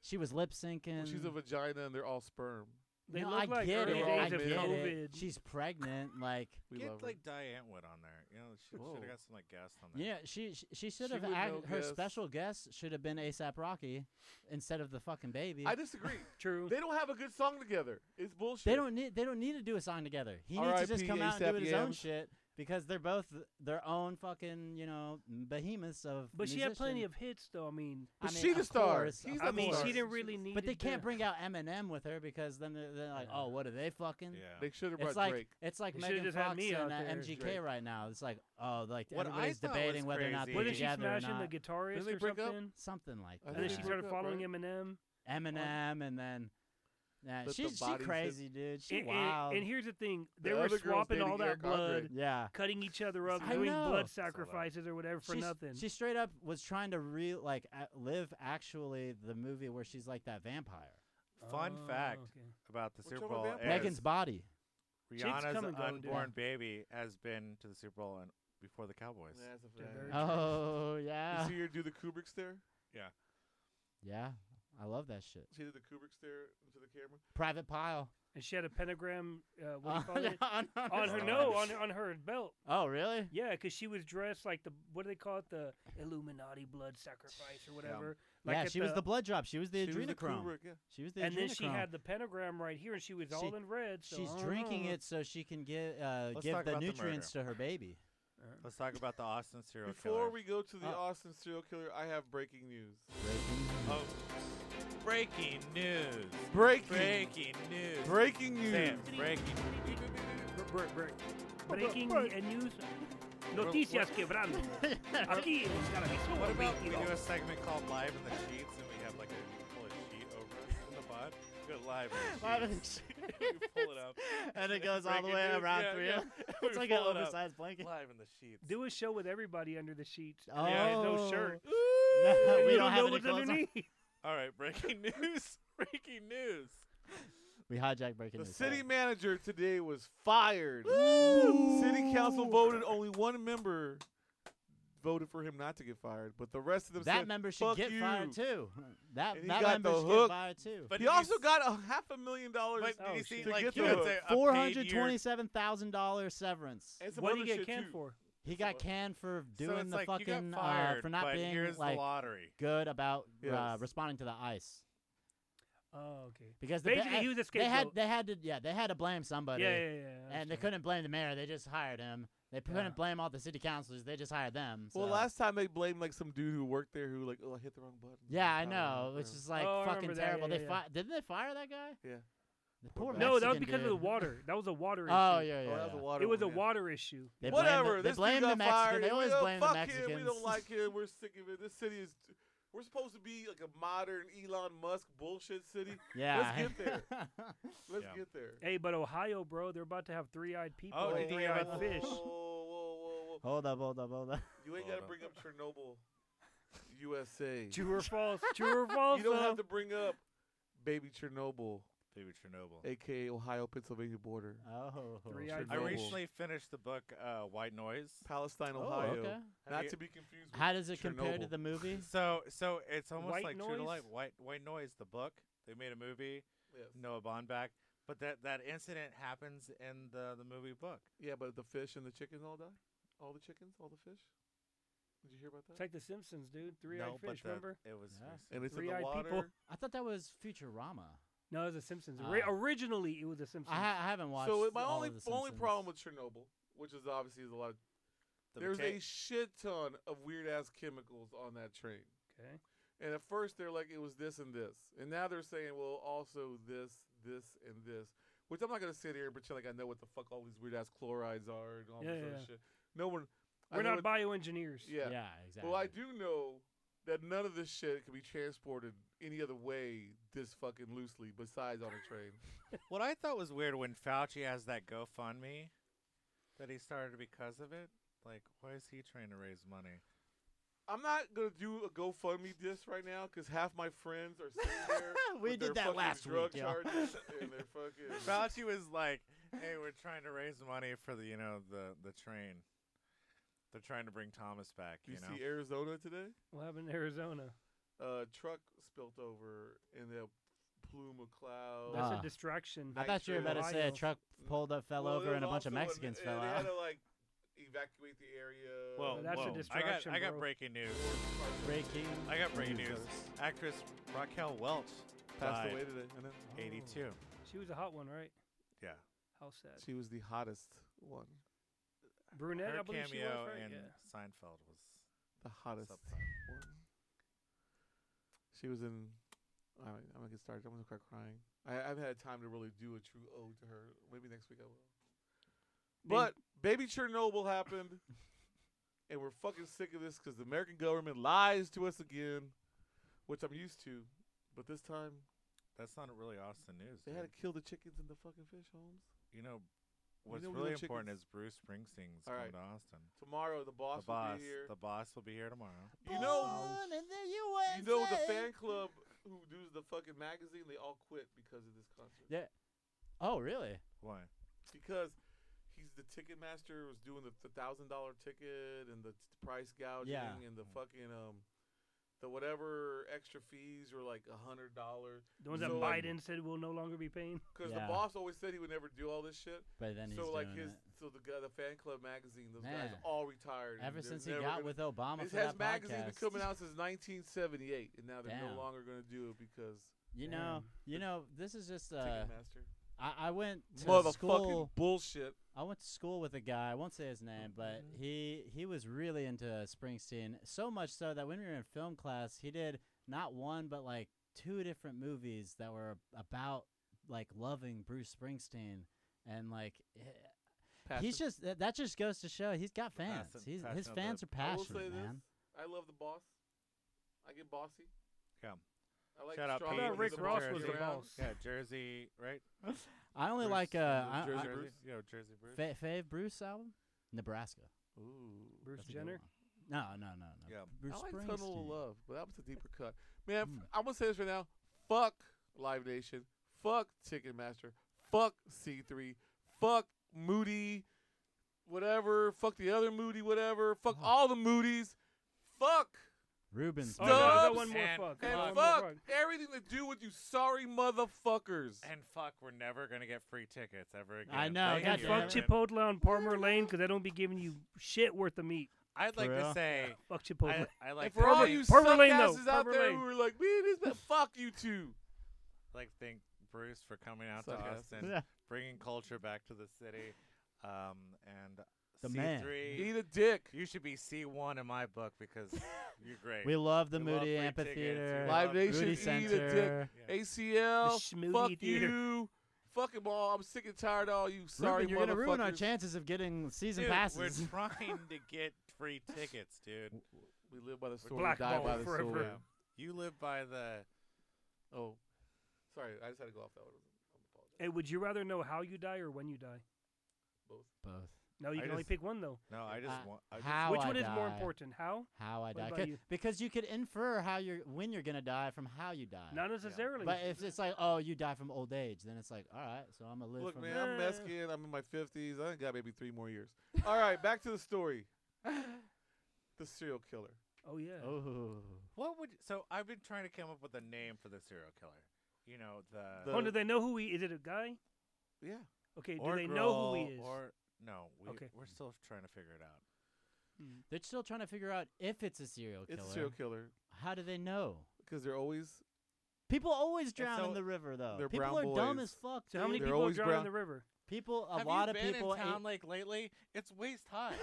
C: she was lip
B: well,
C: syncing.
B: she's a vagina and they're all sperm.
D: They
C: no,
D: look
C: I
D: like
C: get
B: early
C: it.
B: days
C: I
B: of
C: get it.
D: COVID.
C: She's pregnant. Like
B: We
A: Get
B: love her.
A: like Diane Wood on there. You know, she should
B: Whoa.
A: have got some like guest on there.
C: yeah, she she, she should
B: She
C: have
B: would
C: act,
B: know
C: her
B: guess.
C: special guest should have been ASAP Rocky instead of the fucking baby.
B: I disagree.
D: True.
B: they don't have a good song together. It's bullshit.
C: They don't need. They don't need to do a song together. He needs to just
B: R.I.P.
C: come out and do
B: A$AP
C: his own
B: Yams.
C: shit because they're both their own fucking you know behemoths of.
D: But she had plenty
C: musician-
D: of hits, though. I mean,
C: I
B: But
C: mean,
B: she
C: of
B: the star.
C: course,
B: He's
C: of
B: the
D: I mean,
B: stars.
C: course.
D: she didn't really need.
C: But they
D: it
C: can't
D: to-
C: bring out Eminem with her because then they're, they're like,
A: Yeah.
C: oh, what are they fucking?
A: Yeah.
B: They should have brought
C: It's like
B: Drake.
C: it's like
D: They should've
C: Megan
D: just had
C: Fox
D: me
C: and
D: out
C: uh,
D: there.
C: MGK
B: Drake.
C: right now. It's like oh, like
A: What I
C: everybody's
A: thought was
C: debating whether or not
A: crazy-
C: they're
D: Wasn't she
C: together or
D: smashing the
C: not.
D: guitarist
B: Didn't they
D: or
B: break up?
D: something?
C: Something like
B: I
C: that.
D: And then
B: they
D: she
B: broke
D: started
B: up,
D: following
B: right?
D: Eminem.
C: Eminem and then. Nah,
B: But the
C: she's she
B: bodies that-
C: crazy, dude. She
D: And, and-
C: wild.
D: and here's the thing:
B: The
D: they were
B: other girl's
D: swapping all
B: dating
D: that
B: Eric
D: blood,
B: Andre.
C: yeah.
D: cutting each other up,
C: I
D: doing
C: know.
D: blood
A: Saw that.
D: sacrifices or whatever for
C: She's-
D: nothing.
C: She straight up was trying to re like a live actually the movie where she's like that vampire.
A: Fun
D: Oh,
A: fact
D: okay.
A: about the
B: What's
A: Super
B: up with
A: Bowl
B: vampires?
A: is
C: Megan's body.
D: Chicks come
A: Rihanna's
D: and go, dude.
A: unborn baby has been to the Super Bowl and before the Cowboys.
B: Yeah, that's a
D: They're
B: fact.
D: very-
C: Oh
B: You
C: yeah,
B: see her do the Kubrick stare?
C: yeah. I love that shit.
B: She did the Kubrick stare to the camera.
C: Private Pile.
D: And she had a pentagram. Uh, what do you
C: Oh,
D: call it?
C: on- on
D: On her
A: God.
D: no, on on her belt.
C: Oh really?
D: Yeah, because she was dressed like the what do they call it? The Illuminati blood sacrifice or whatever. Like
C: yeah,
D: at
C: she was the blood drop. She was the
B: she was the
C: adrenochrome.
B: Kubrick, yeah.
C: she was the
D: and
C: adrenochrome.
D: then she had the pentagram right here, and she was all
C: She-
D: in red. So
C: She's
D: I don't
C: drinking
D: know.
C: it so she can get uh,
A: Let's
C: give
A: talk
C: the
A: about the
C: nutrients to her baby.
A: Let's talk about the Austin serial
B: Before
A: killer.
B: we go to the
C: Oh.
B: Austin serial killer, I have breaking news.
A: oh, breaking news.
B: Breaking.
A: Breaking news.
B: Breaking news.
A: Sam, breaking.
D: Breaking uh, news. Noticias quebrando. Aquí en Televisión
A: What about we do
D: 22.
A: a segment called Live in the Sheets and we have like a full of sheet over in the pod? Go live in the
C: Live in the
A: sheets. we pull it up.
C: and it goes all the
A: Breaking
C: way
A: news,
C: around
A: yeah,
C: three.
A: yeah.
C: of-
A: We
C: It's like an
A: pull it up.
C: oversized blanket.
A: Live in the sheets.
D: Do a show with everybody under the sheets.
C: Oh,
A: Yeah,
D: no shirt.
C: No,
D: You
C: we don't have
D: know
C: any
D: what's
C: clothes on.
D: underneath.
A: All right, breaking news. breaking news.
C: We hijack breaking
B: The
C: news.
B: city
C: sorry.
B: mity today was fired. City council voted only one member voted for him not to get fired, but the rest of them
C: that
B: said,
C: member
B: "Fuck
C: should get
B: you.
C: fired too. That
B: And he
C: that
B: got
C: member
B: the
C: should
B: hook.
C: get fired too.
A: But
B: he
A: did you
B: also
A: s-
B: got a half a million dollars
A: But
D: Oh,
A: did you see,
D: shit.
B: To
A: like,
B: get
A: you
B: the
A: had a- a
C: Four
A: paid
C: hundred
A: year-
C: twenty-seven thousand dollars severance.
B: and some
D: What
B: other
D: do you get
B: shit
D: canned
B: too.
D: for?
C: He
B: some
C: got
B: other-
C: canned for
A: so
C: doing
A: it's
C: the
A: like you
C: fucking
A: got fired,
C: uh, for not
A: but
C: being
A: here's the
C: like
A: lottery.
C: good about uh,
B: Yes.
C: responding to the ice
D: Oh, okay.
C: because the ba-
D: Basically, he was a
C: they had
D: scapegoat.
C: they had to yeah they had to blame somebody
D: Yeah, yeah, yeah.
C: and they couldn't blame the mayor. They just hired him They p-
D: Yeah.
C: couldn't blame all the city councilors. They just hired them.
B: Well,
C: so-
B: last time they blamed like some dude who worked there who like oh I hit the wrong button.
C: Yeah, I
B: don't
C: know.
B: or-
C: Which is like
D: Oh, I
C: fucking
D: remember that.
C: terrible.
D: Yeah,
C: they
D: yeah, yeah.
C: fi- didn't they fire that guy?
B: Yeah.
C: The poor
D: No, that
C: Mexican
D: was because of the
C: dude.
D: water. That was a water issue.
C: Oh yeah,
B: oh,
C: yeah.
B: that was
C: yeah.
B: a water.
D: It was a
B: one, yeah.
D: water issue.
C: They blame
B: Whatever.
C: The, they
B: this
C: blame
B: dude
C: the
B: got
C: Mexican.
B: fired.
C: They
B: We
C: always
B: don't-
C: blame
B: fuck
C: the Mexicans.
B: Him. We don't like him. We're sick of it. This city is. We're supposed to be like a modern Elon Musk bullshit city.
C: yeah.
B: get there. Let's
A: Yeah.
B: get there.
D: Hey, but Ohio, bro, they're about to have three-eyed people
A: Oh,
D: and
A: did they
D: three-eyed
A: have-
D: fish.
B: Whoa, whoa, whoa, whoa.
C: hold up, hold up, hold up.
B: You ain't
A: Hold
B: got to
A: on.
B: bring up Chernobyl, USA.
D: True or false? True or false?
B: you don't
D: though?
B: have to bring up baby Chernobyl,
A: Baby Chernobyl.
B: aka Ohio Pennsylvania border,
C: Oh.
D: Three-eyed
A: I
B: Chernobyl.
D: fish.
A: recently finished the book uh, White Noise.
B: Palestine,
C: Oh,
B: Ohio.
C: okay.
B: Not
A: you-
B: to be confused. With
C: How does it compare to
B: Chernobyl.
C: the movie?
A: So so it's almost
D: White
A: like True to
D: Noise?
A: Life. White White Noise, the book. They made a movie.
B: Yes.
A: Noah Baumbach. But that, that incident happens in the, the movie book.
B: Yeah, but the fish and the chickens all die. All the chickens, all the fish. Did you hear about
D: It's
B: that?
D: like The Simpsons, dude. Three-eyed
A: no, but
D: fish.
A: the-
D: remember?
A: it was.
C: Yeah.
A: recent.
B: And it's in the
D: three-eyed
B: water.
D: people.
C: I thought that was Futurama.
D: No, it was The Simpsons.
C: Ah.
D: Ori- originally, it was The Simpsons.
C: I, ha- I haven't watched.
B: So it- my
C: all
B: only
C: of the
B: only
C: Simpsons.
B: problem with Chernobyl, which is obviously is a lot. Of,
A: The
B: there's
A: mechanic-
B: a shit ton of weird ass chemicals on that train.
D: Okay.
B: And at first they're like it was this and this, and now they're saying well also this, this and this. Which I'm not gonna sit here and pretend like I know what the fuck all these weird ass chlorides are and all
D: Yeah,
B: this
D: yeah,
B: other
D: yeah.
B: shit. No one. I
D: We're
B: know
D: not
B: what-
D: bioengineers.
B: Yeah.
C: Yeah, exactly.
B: Well, I do know that none of this shit can be transported any other way this fucking loosely besides on a train.
A: What I thought was weird when Fauci has that GoFundMe that he started because of it. Like, why is he trying to raise money?
B: I'm not gonna do a GoFundMe diss right now because half my friends are sitting there.
C: We
B: with
C: did
B: their
C: that
B: fucking
C: last
B: drug
C: week, yo.
B: charges and their fucking.
A: Fauci was like, "Hey, we're trying to raise money for the you know the the train. They're trying to bring Thomas back.
B: You,
A: You, know,
B: see Arizona today?
D: What happened in Arizona?
B: Uh, truck spilt over in the plume of clouds.
D: That's
C: Ah.
D: a distraction.
C: I thought you were
B: Nitrate.
C: about to say a
D: Ohio.
C: truck pulled up, fell
B: Well,
C: over,
B: there
C: and a
B: was
C: bunch of
B: also an-
C: Mexicans
B: uh,
C: fell
B: They
C: out.
B: had to like evacuate the area.
A: Whoa,
D: That's a
A: whoa.
D: distraction,
A: I got I got
D: bro.
A: breaking news.
C: Breaking.
A: I got breaking
C: news.
A: news. Actress Raquel Welch
B: Passed
A: died,
B: away today. I know.
A: 82.
B: Mm.
D: She was a hot one, right?
A: Yeah,
D: How sad.
B: She was the hottest one.
D: Brunette,
A: her
D: I believe she was,
A: cameo
D: right?
A: in
D: Yeah.
A: Seinfeld was
B: The hottest
A: Sub-
B: one. She was in. I mean, I'm gonna get started. I'm gonna start crying. I, I haven't had time to really do a true ode to her. Maybe next week I will. But baby Chernobyl happened, and we're fucking sick of this because the American government lies to us again, which I'm used to. But this time
A: that's not really Austin news.
B: they had
A: dude.
B: to kill the chickens and the fucking fish, Holmes.
A: you know, what's
B: know we
A: really
B: love
A: important
B: chickens.
A: is Bruce Springsteen's
B: All
A: coming
B: right.
A: to Austin.
B: Tomorrow the boss
A: the boss,
B: will be here.
A: the boss will be here tomorrow.
B: you know,
C: Born in the
B: you know the
C: USA.
B: fan club who does the fucking magazine. They all quit because of this concert.
C: Yeah. Oh, really?
A: Why?
B: because he's the Ticketmaster was doing the thousand dollar ticket and the t- price gouging
C: Yeah.
B: and the fucking um the whatever extra fees were like a hundred dollars
D: the ones
B: so,
D: that
B: like-
D: Biden said will no longer be paying.
B: because
C: Yeah.
B: the boss always said he would never do all this shit.
C: But then he's
B: so like
C: doing
B: his
C: it.
B: so the guy, the fan club magazine, those guys
C: Man.
B: all retired. and
C: Ever
B: they're
C: since he
B: never
C: got
B: gonna-
C: with Obama
B: His
C: for
B: has
C: that
B: magazine
C: podcast,
B: been coming out since 1978, and now they're
C: Damn.
B: no longer going to do it because
C: you know, you know, this is just. Uh,
B: Ticketmaster.
C: I, I went to
B: Motherfucking
C: school.
B: bullshit.
C: I went to school with a guy. I won't say his name, but
B: Mm-hmm.
C: he he was really into Springsteen. So much so that when we were in film class, he did not one but like two different movies that were about like loving Bruce Springsteen and like eh, he's
B: Passion.
C: just that, that just goes to show he's got fans.
A: Passion-
C: he's
A: passion
C: his
A: of
C: fans
A: the-
C: are passionate,
B: I will say
C: man.
B: this: I love the boss. I get bossy.
A: Yeah.
B: I like
A: Shout out
B: strong
A: Pete.
D: How about
B: leaders
D: Rick
B: that
D: Ross
B: work
D: was the
B: year round.
D: boss?
A: Yeah, Jersey, right?
C: I only
A: Bruce,
C: like uh I,
B: Jersey
C: I,
A: Jersey,
B: Bruce?
A: yo, Jersey Bruce.
C: fa- fave Bruce album, Nebraska.
B: Ooh.
D: Bruce
C: That's a good
D: Jenner.
C: one. No, no, no, no.
A: Yeah.
C: Bruce
B: I like
C: Springsteen.
B: Tunnel of Love, but that was a deeper cut. Man,
C: Mm.
B: f- I'm gonna say this right now: fuck Live Nation, fuck Ticketmaster, fuck C3, fuck Moody, whatever, fuck the other Moody, whatever, fuck
C: Oh.
B: all the Moody's, fuck
C: Rubens.
D: Oh, no, no,
B: Stubbs
D: one more
A: and-
D: fuck.
B: and
D: one more
B: fuck everything to do with you sorry motherfuckers.
A: And fuck, we're never gonna get free tickets ever again.
C: I know,
A: Thank
D: And
C: goddamn
A: you,
D: fuck
C: it.
A: Aaron.
D: Chipotle on Palmer Lane because they don't be giving you shit worth of meat.
A: I'd like
C: For
A: to
C: real?
A: say,
D: Fuck Chipotle.
A: I, I like
B: and for
A: to
B: all
A: think,
B: you
D: Purple
B: suckasses
D: Lane, though.
B: out
D: Purple
B: there
D: Lane.
B: who are like, man, this man, fuck you too.
A: like to thank Bruce for coming out
B: Suck
A: to
B: ass.
A: Austin,
C: Yeah.
A: bringing culture back to the city, um, and
C: The
A: C3.
C: man.
B: Eat a dick.
A: You should be C1 in my book because you're great.
C: We love the
A: We love free
C: Moody Amphitheater.
A: tickets. We
B: Live
A: love
B: Nation,
C: Moody
B: eat a dick.
C: Center.
A: Yeah.
B: ACL,
D: The Schmoody
B: fuck
D: Theater.
B: you, fuck 'em all. I'm sick and tired of all you sorry
C: Ruben, you're gonna ruin our
B: motherfuckers.
C: chances of getting season
A: Dude,
C: passes.
A: we're trying to get free tickets, dude.
B: We live by the sword, we die
D: blackballed
B: by the
D: forever.
B: sword.
A: Yeah. You live by the.
B: Oh, sorry, I just had to go off that one. I'm apologizing.
D: Hey, would you rather know how you die or when you die?
C: Both.
D: No, you
A: I
D: can only
A: just-
D: pick one though.
A: No, I just
C: Uh,
A: want. I just-
C: How
D: Which
C: I
D: one is more
C: die.
D: important? How?
C: How I
D: What
C: die?
D: about
C: 'Cause-
D: you?
C: Because you could infer how you're when you're gonna die from how you die.
D: Not necessarily.
C: But if it's like, oh, you die from old age, then it's like, all right, so I'm gonna live
B: Look,
C: from
B: man,
C: here.
B: I'm Mexican. I'm in my 50s. I think got maybe three more years. All right, back to the story. The serial killer.
D: oh yeah.
C: Oh,
A: what would so? I've been trying to come up with a name for the serial killer. You know the,
D: Oh, do
B: the-
D: they know who he is? It a guy?
B: Yeah.
D: Okay. Do
A: or
D: they
A: girl,
D: know who he is?
A: Or no, we,
D: Okay.
A: we're still trying to figure it out.
C: they're still trying to figure out if it's a serial killer.
B: It's a serial killer
C: How do they know?
B: because they're always
C: People always drown
A: so
C: in the river, though.
B: they're
C: People are
B: brown
C: dumb
B: boys.
C: as fuck.
D: so how many
B: they're
C: dude.
D: people are
B: always
D: drowning in
B: brown.
D: the river?
C: people? A
A: Have
C: lot
A: you
C: of
A: been
C: people.
A: in town
C: ain't-
A: like lately? It's waist high.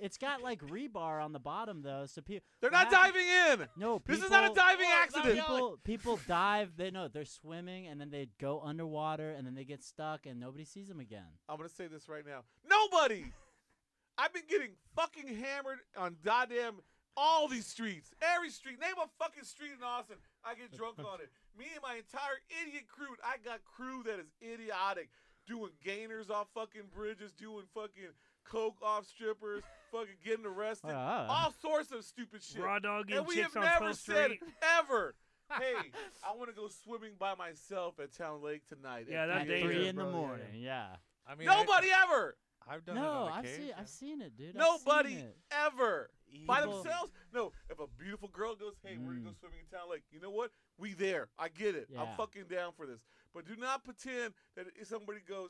C: it's got like rebar on the bottom, though, so people.
B: They're not diving in.
C: No, people,
B: This is not a diving
A: Whoa, it's not
B: accident.
A: diving.
C: People, people dive. They know they're swimming, and then they go underwater, and then they get stuck, and nobody sees them again.
B: I'm gonna say this right now. Nobody. I've been getting fucking hammered on goddamn all these streets. Every street. Name a fucking street in Austin. I get drunk on it. Me and my entire idiot crew. I got crew that is idiotic, doing gainers off fucking bridges, doing fucking coke off strippers, fucking getting arrested,
C: Ah.
B: all sorts of stupid shit.
D: Raw dog and,
B: and we
D: Uh. chicks
B: have
D: on
B: never
D: 12th
B: said
D: Street.
B: ever. hey, I want to go swimming by myself at Town Lake tonight. at
D: Yeah, that
C: At
B: three a.m.
D: dangerous,
C: three in the
D: bro, yeah, yeah.
C: morning. Yeah.
A: I mean,
B: Nobody ever.
A: I, have done it
C: No,
A: on
C: I've
A: occasion.
C: seen. I've seen it, dude. I've
B: Nobody
C: seen it.
B: ever by
C: People-
B: themselves. No, if a beautiful girl goes, "Hey, we're gonna go
C: Mm.
B: swimming in town," like you know what? We there. I get it. I'm
C: Yeah.
B: fucking down for this. But do not pretend that if somebody goes,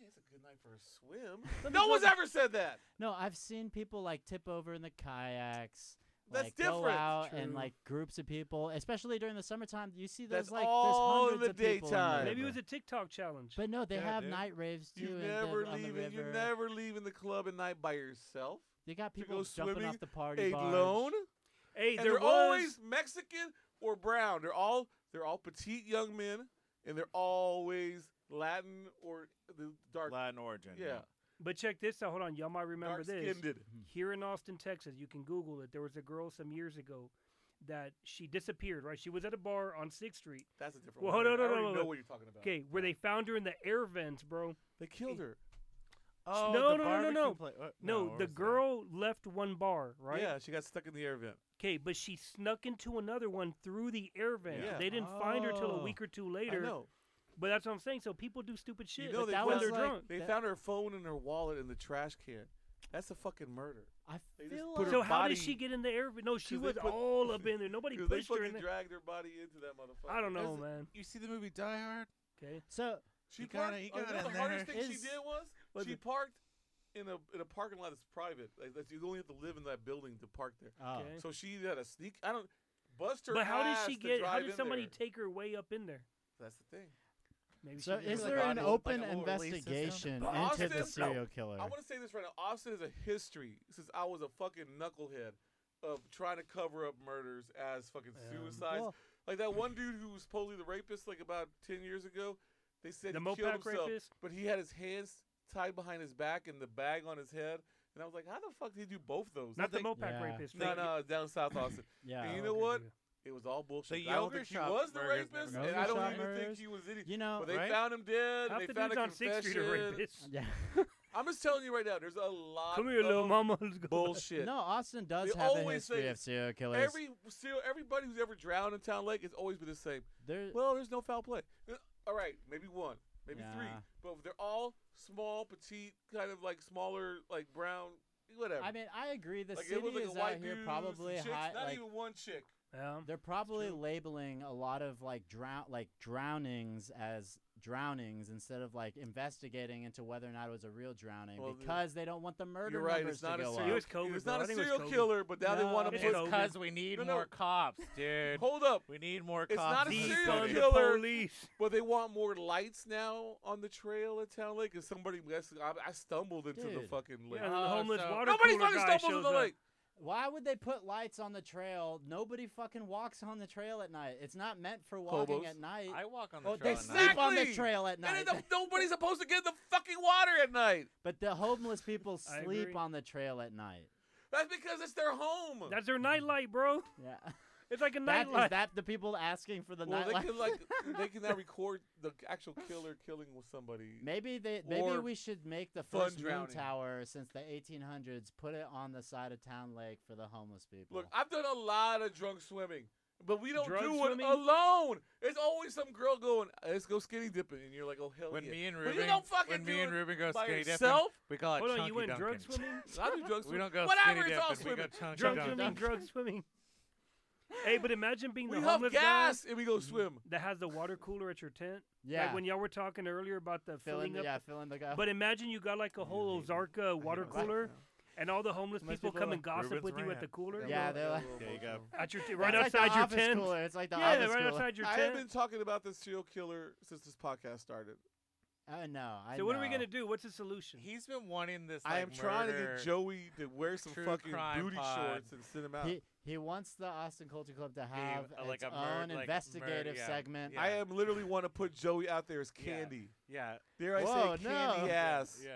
B: "Man, it's a good night for a swim."
C: Let me
B: no
C: go
B: one's
C: to-
B: ever said that.
C: No, I've seen people like tip over in the kayaks.
B: That's
C: like, Go
B: different.
C: out and
D: True.
C: like groups of people, especially during the summertime. You see those
B: That's
C: like
B: all
C: there's
B: in
C: hundreds
B: the
C: of people in
B: daytime.
D: Maybe it
C: river.
D: was a TikTok challenge.
C: But no, they
A: Yeah,
C: have
A: dude.
C: night raves too.
B: You
C: and
B: never
C: on the
B: leaving. You
C: river.
B: never leaving the club at night by yourself.
C: They got
B: to
C: people
B: go
C: jumping
B: swimming
C: off the party barge.
B: Alone.
D: hey,
B: and
D: there
B: they're
D: was
B: always Mexican or brown. They're all they're all petite young men, and they're always Latin or the dark.
A: Latin origin.
B: Yeah,
D: But check this out. Hold on, y'all might remember
B: dark
D: this.
B: skinned.
D: Here in Austin, Texas, you can Google it. There was a girl some years ago that she disappeared. Right, she was at a bar on Sixth Street.
B: That's a different.
D: Well,
B: one.
D: hold
B: I
D: on, hold on,
B: already
D: hold
B: know
D: on.
B: what you're talking about.
D: Okay, where they found her in the air vents, bro.
B: They killed her.
A: Oh,
D: No,
A: the
D: no, no, no,
A: barbecue
D: no.
A: pla- uh,
D: No,
A: where
D: the
A: was that?
D: girl left one bar, right?
B: Yeah, she got stuck in the air vent.
D: Okay, but she snuck into another one through the air vent.
B: Yeah.
D: They didn't find her till a
C: Oh.
D: week or two
B: I
D: later.
B: know.
D: But that's what I'm saying. So people do stupid shit
B: you know
C: but
B: they
C: that
B: found
D: when
C: was
D: they're
B: her,
C: like-
D: drunk.
B: they
C: that-
B: found her phone and her wallet in the trash can. That's a fucking murder.
C: I
B: They just
C: feel
B: put her
C: like
D: So how
B: body-
D: did she get in the air? vent? No, she
B: 'cause they
D: was
B: put-
D: all up in there. Nobody
B: 'Cause they
D: pushed her
B: fucking
D: in there.
B: dragged her body into that motherfucker.
D: I don't
A: There's
D: know,
A: a-
D: man.
A: You see the movie Die Hard?
D: Okay.
C: so.
B: She
A: He got
B: parked.
A: it- he
B: oh, you
A: got
B: know
A: it in
B: the hardest
A: there.
B: thing she
C: Is-
B: did was,
D: was
B: she
D: it-
B: parked in a in a parking lot that's private. Like that's, you only have to live in that building to park there.
C: Oh.
D: Okay.
B: So she had a sneak. I don't bust her.
D: But how did she
B: ass to
D: get? How
B: drive
D: did
B: in
D: somebody
B: there.
D: take her way up in there?
B: That's the thing.
D: Maybe
C: So
D: she
C: is
D: did.
A: like
C: there
A: a
C: an
A: little-
C: open
A: like a little release system?
C: investigation
B: But
C: into
B: Austin-
C: the serial killer?
B: I want to say this right now. Austin has a history since I was a fucking knucklehead of trying to cover up murders as fucking
D: Yeah.
B: suicides.
C: Well-
B: like that one dude who was supposedly the rapist, like about ten years ago. They said
D: The
B: he killed
D: Mopac
B: himself,
D: rapist?
B: but he had his hands tied behind his back and the bag on his head. And I was like, how the fuck did he do both those?
D: Not the
A: Nothing-
D: Mopac
C: Yeah.
D: rapist.
B: No,
D: right?
B: no, uh, down South Austin.
C: yeah.
B: And you
D: Oh,
B: know
D: okay,
B: what?
D: yeah.
B: It was all bullshit.
A: The
B: I don't
A: yogurt
B: think he
A: shop
B: was the
A: burgers
B: rapist,
A: never
B: and I
C: got
B: don't
C: shot.
B: even think
C: Murders.
B: he was any.
C: You know.
B: But they
A: Right?
B: found him dead.
D: Half
B: they
D: the
B: found
D: dudes
B: a
D: on Sixth Street are
B: confession.
D: rapists.
C: yeah.
B: I'm just telling you right now. There's a lot.
D: Come here,
B: of
D: little mama. Let's go.
B: Bullshit.
C: No, Austin does
B: They
C: have a
B: always
C: history
B: say
C: of serial killers.
B: Every still, everybody who's ever drowned in Town Lake has always been the same.
C: There-
B: Well, there's no foul play. Uh, All right, maybe one, maybe three,
C: Yeah.
B: but they're all small, petite, kind of like smaller, like brown, whatever.
C: I mean, I agree. The
B: like
C: city
B: it was like
C: is
B: a white
C: out here
B: dude, some
C: probably
B: chicks,
C: high.
B: not
C: like,
B: even one chick.
D: Yeah.
C: They're probably
D: true.
C: labeling a lot of like drown like drownings as drownings instead of like investigating into whether or not it was a real drowning
B: Well, the-
C: because they don't want the murder
B: You're right.
C: numbers
B: It's not
C: to
B: a
C: go
B: serial.
D: It
C: up.
D: was COVID,
B: it's
D: bro.
B: not
D: I
B: a
D: think it was
B: serial
D: COVID.
B: killer, but now they
C: No,
B: want to
D: it's
B: put.
D: COVID.
A: because we need
B: No, no.
A: more cops, dude.
B: Hold up.
A: we need more
B: It's
A: cops.
B: not a
A: in
D: Defund
A: the
B: serial
A: city.
D: the
B: killer.
D: police.
B: But they want more lights now on the trail at Town Lake. And somebody, that's- I, I stumbled into the
C: Dude. Uh,
B: fucking lake.
D: Yeah, the
A: Oh,
D: homeless
A: so-
D: water
B: Nobody
D: cooler
B: fucking
D: guy
B: stumbled
D: shows
B: into the
D: up.
B: lake.
C: Why would they put lights on the trail? Nobody fucking walks on the trail at night. It's not meant for walking
B: Hobos.
C: at night.
A: I walk on the
C: oh,
A: trail
C: they
A: at
C: sleep
A: night.
C: on the
B: Exactly.
C: trail at night.
B: And then the- nobody's supposed to get in the fucking water at night.
C: but the homeless people
D: I
C: sleep
D: agree.
C: on the trail at night.
B: That's because it's their home.
D: That's their nightlight, bro.
C: Yeah.
D: It's like a
C: That,
D: nightlight.
C: is that the people asking for the
B: well, they
C: nightlife?
B: can like they can now record the actual killer killing with somebody.
C: Maybe they maybe
B: Or
C: we should make the
B: fun
C: first moon
B: drowning.
C: tower since the 1800s. Put it on the side of town lake for the homeless people.
B: Look, I've done a lot of drunk swimming, but we don't
D: Drunk
B: do
D: swimming?
B: it alone. There's always some girl going, "Let's go skinny dipping," and you're like, "Oh hell
A: When
B: yeah!"
A: me and
B: Well, you
A: Ruben,
B: don't fucking
A: when
B: do
A: me and
B: it
A: Ruben go
B: by
A: skinny dipping,
B: yourself.
A: we call it
D: Hold
A: chunky
D: on, you went
A: dunking.
D: drug swimming?
B: I do drunk
A: We
B: swimming.
A: don't go
B: Whatever,
A: skinny
B: it's all
A: dipping. We go
B: swimming.
A: chunky
D: drug
A: dunking.
D: swimming, drug swimming. Hey, but imagine being
B: We
D: the
B: huff
D: homeless guy
B: gas and we go swim.
D: that has the water cooler at your tent.
C: yeah,
D: Like when y'all were talking earlier about the
C: fill in
D: filling
C: the,
D: up.
C: yeah, fill in the guy.
D: But imagine you got like a whole Ozarka water
C: Exactly.
D: cooler, and all the homeless
A: Most
D: people
A: people
D: come
A: are
D: and gossip
A: Reuben's
D: with you at
A: rant.
D: the cooler.
C: Yeah, they're like-
A: There you go.
D: At your t-
C: That's
D: right
C: like the
D: outside your
C: office
D: tent.
C: Cooler. It's like the
D: yeah,
C: office
D: right
C: cooler.
D: outside your
B: I have
D: tent.
B: been talking about this serial killer since this podcast started.
C: Oh no! I
D: so what are we
C: know.
D: gonna do? What's the solution?
A: He's been wanting this.
B: I
A: like,
B: am trying to
A: murder.
B: get Joey to wear some
A: true
B: fucking
A: crime
B: booty
A: pod.
B: shorts and send him out.
C: He he wants the Austin Culture Club to have
A: uh, like
C: its
A: a mur- like
C: own
A: mur-
C: investigative
A: yeah,
C: segment.
A: yeah.
B: I am literally want to put Joey out there as
A: Yeah.
B: candy.
A: Yeah.
B: There I
C: Whoa,
B: say,
C: no.
B: candy
C: Yeah,
B: ass.
A: Yeah.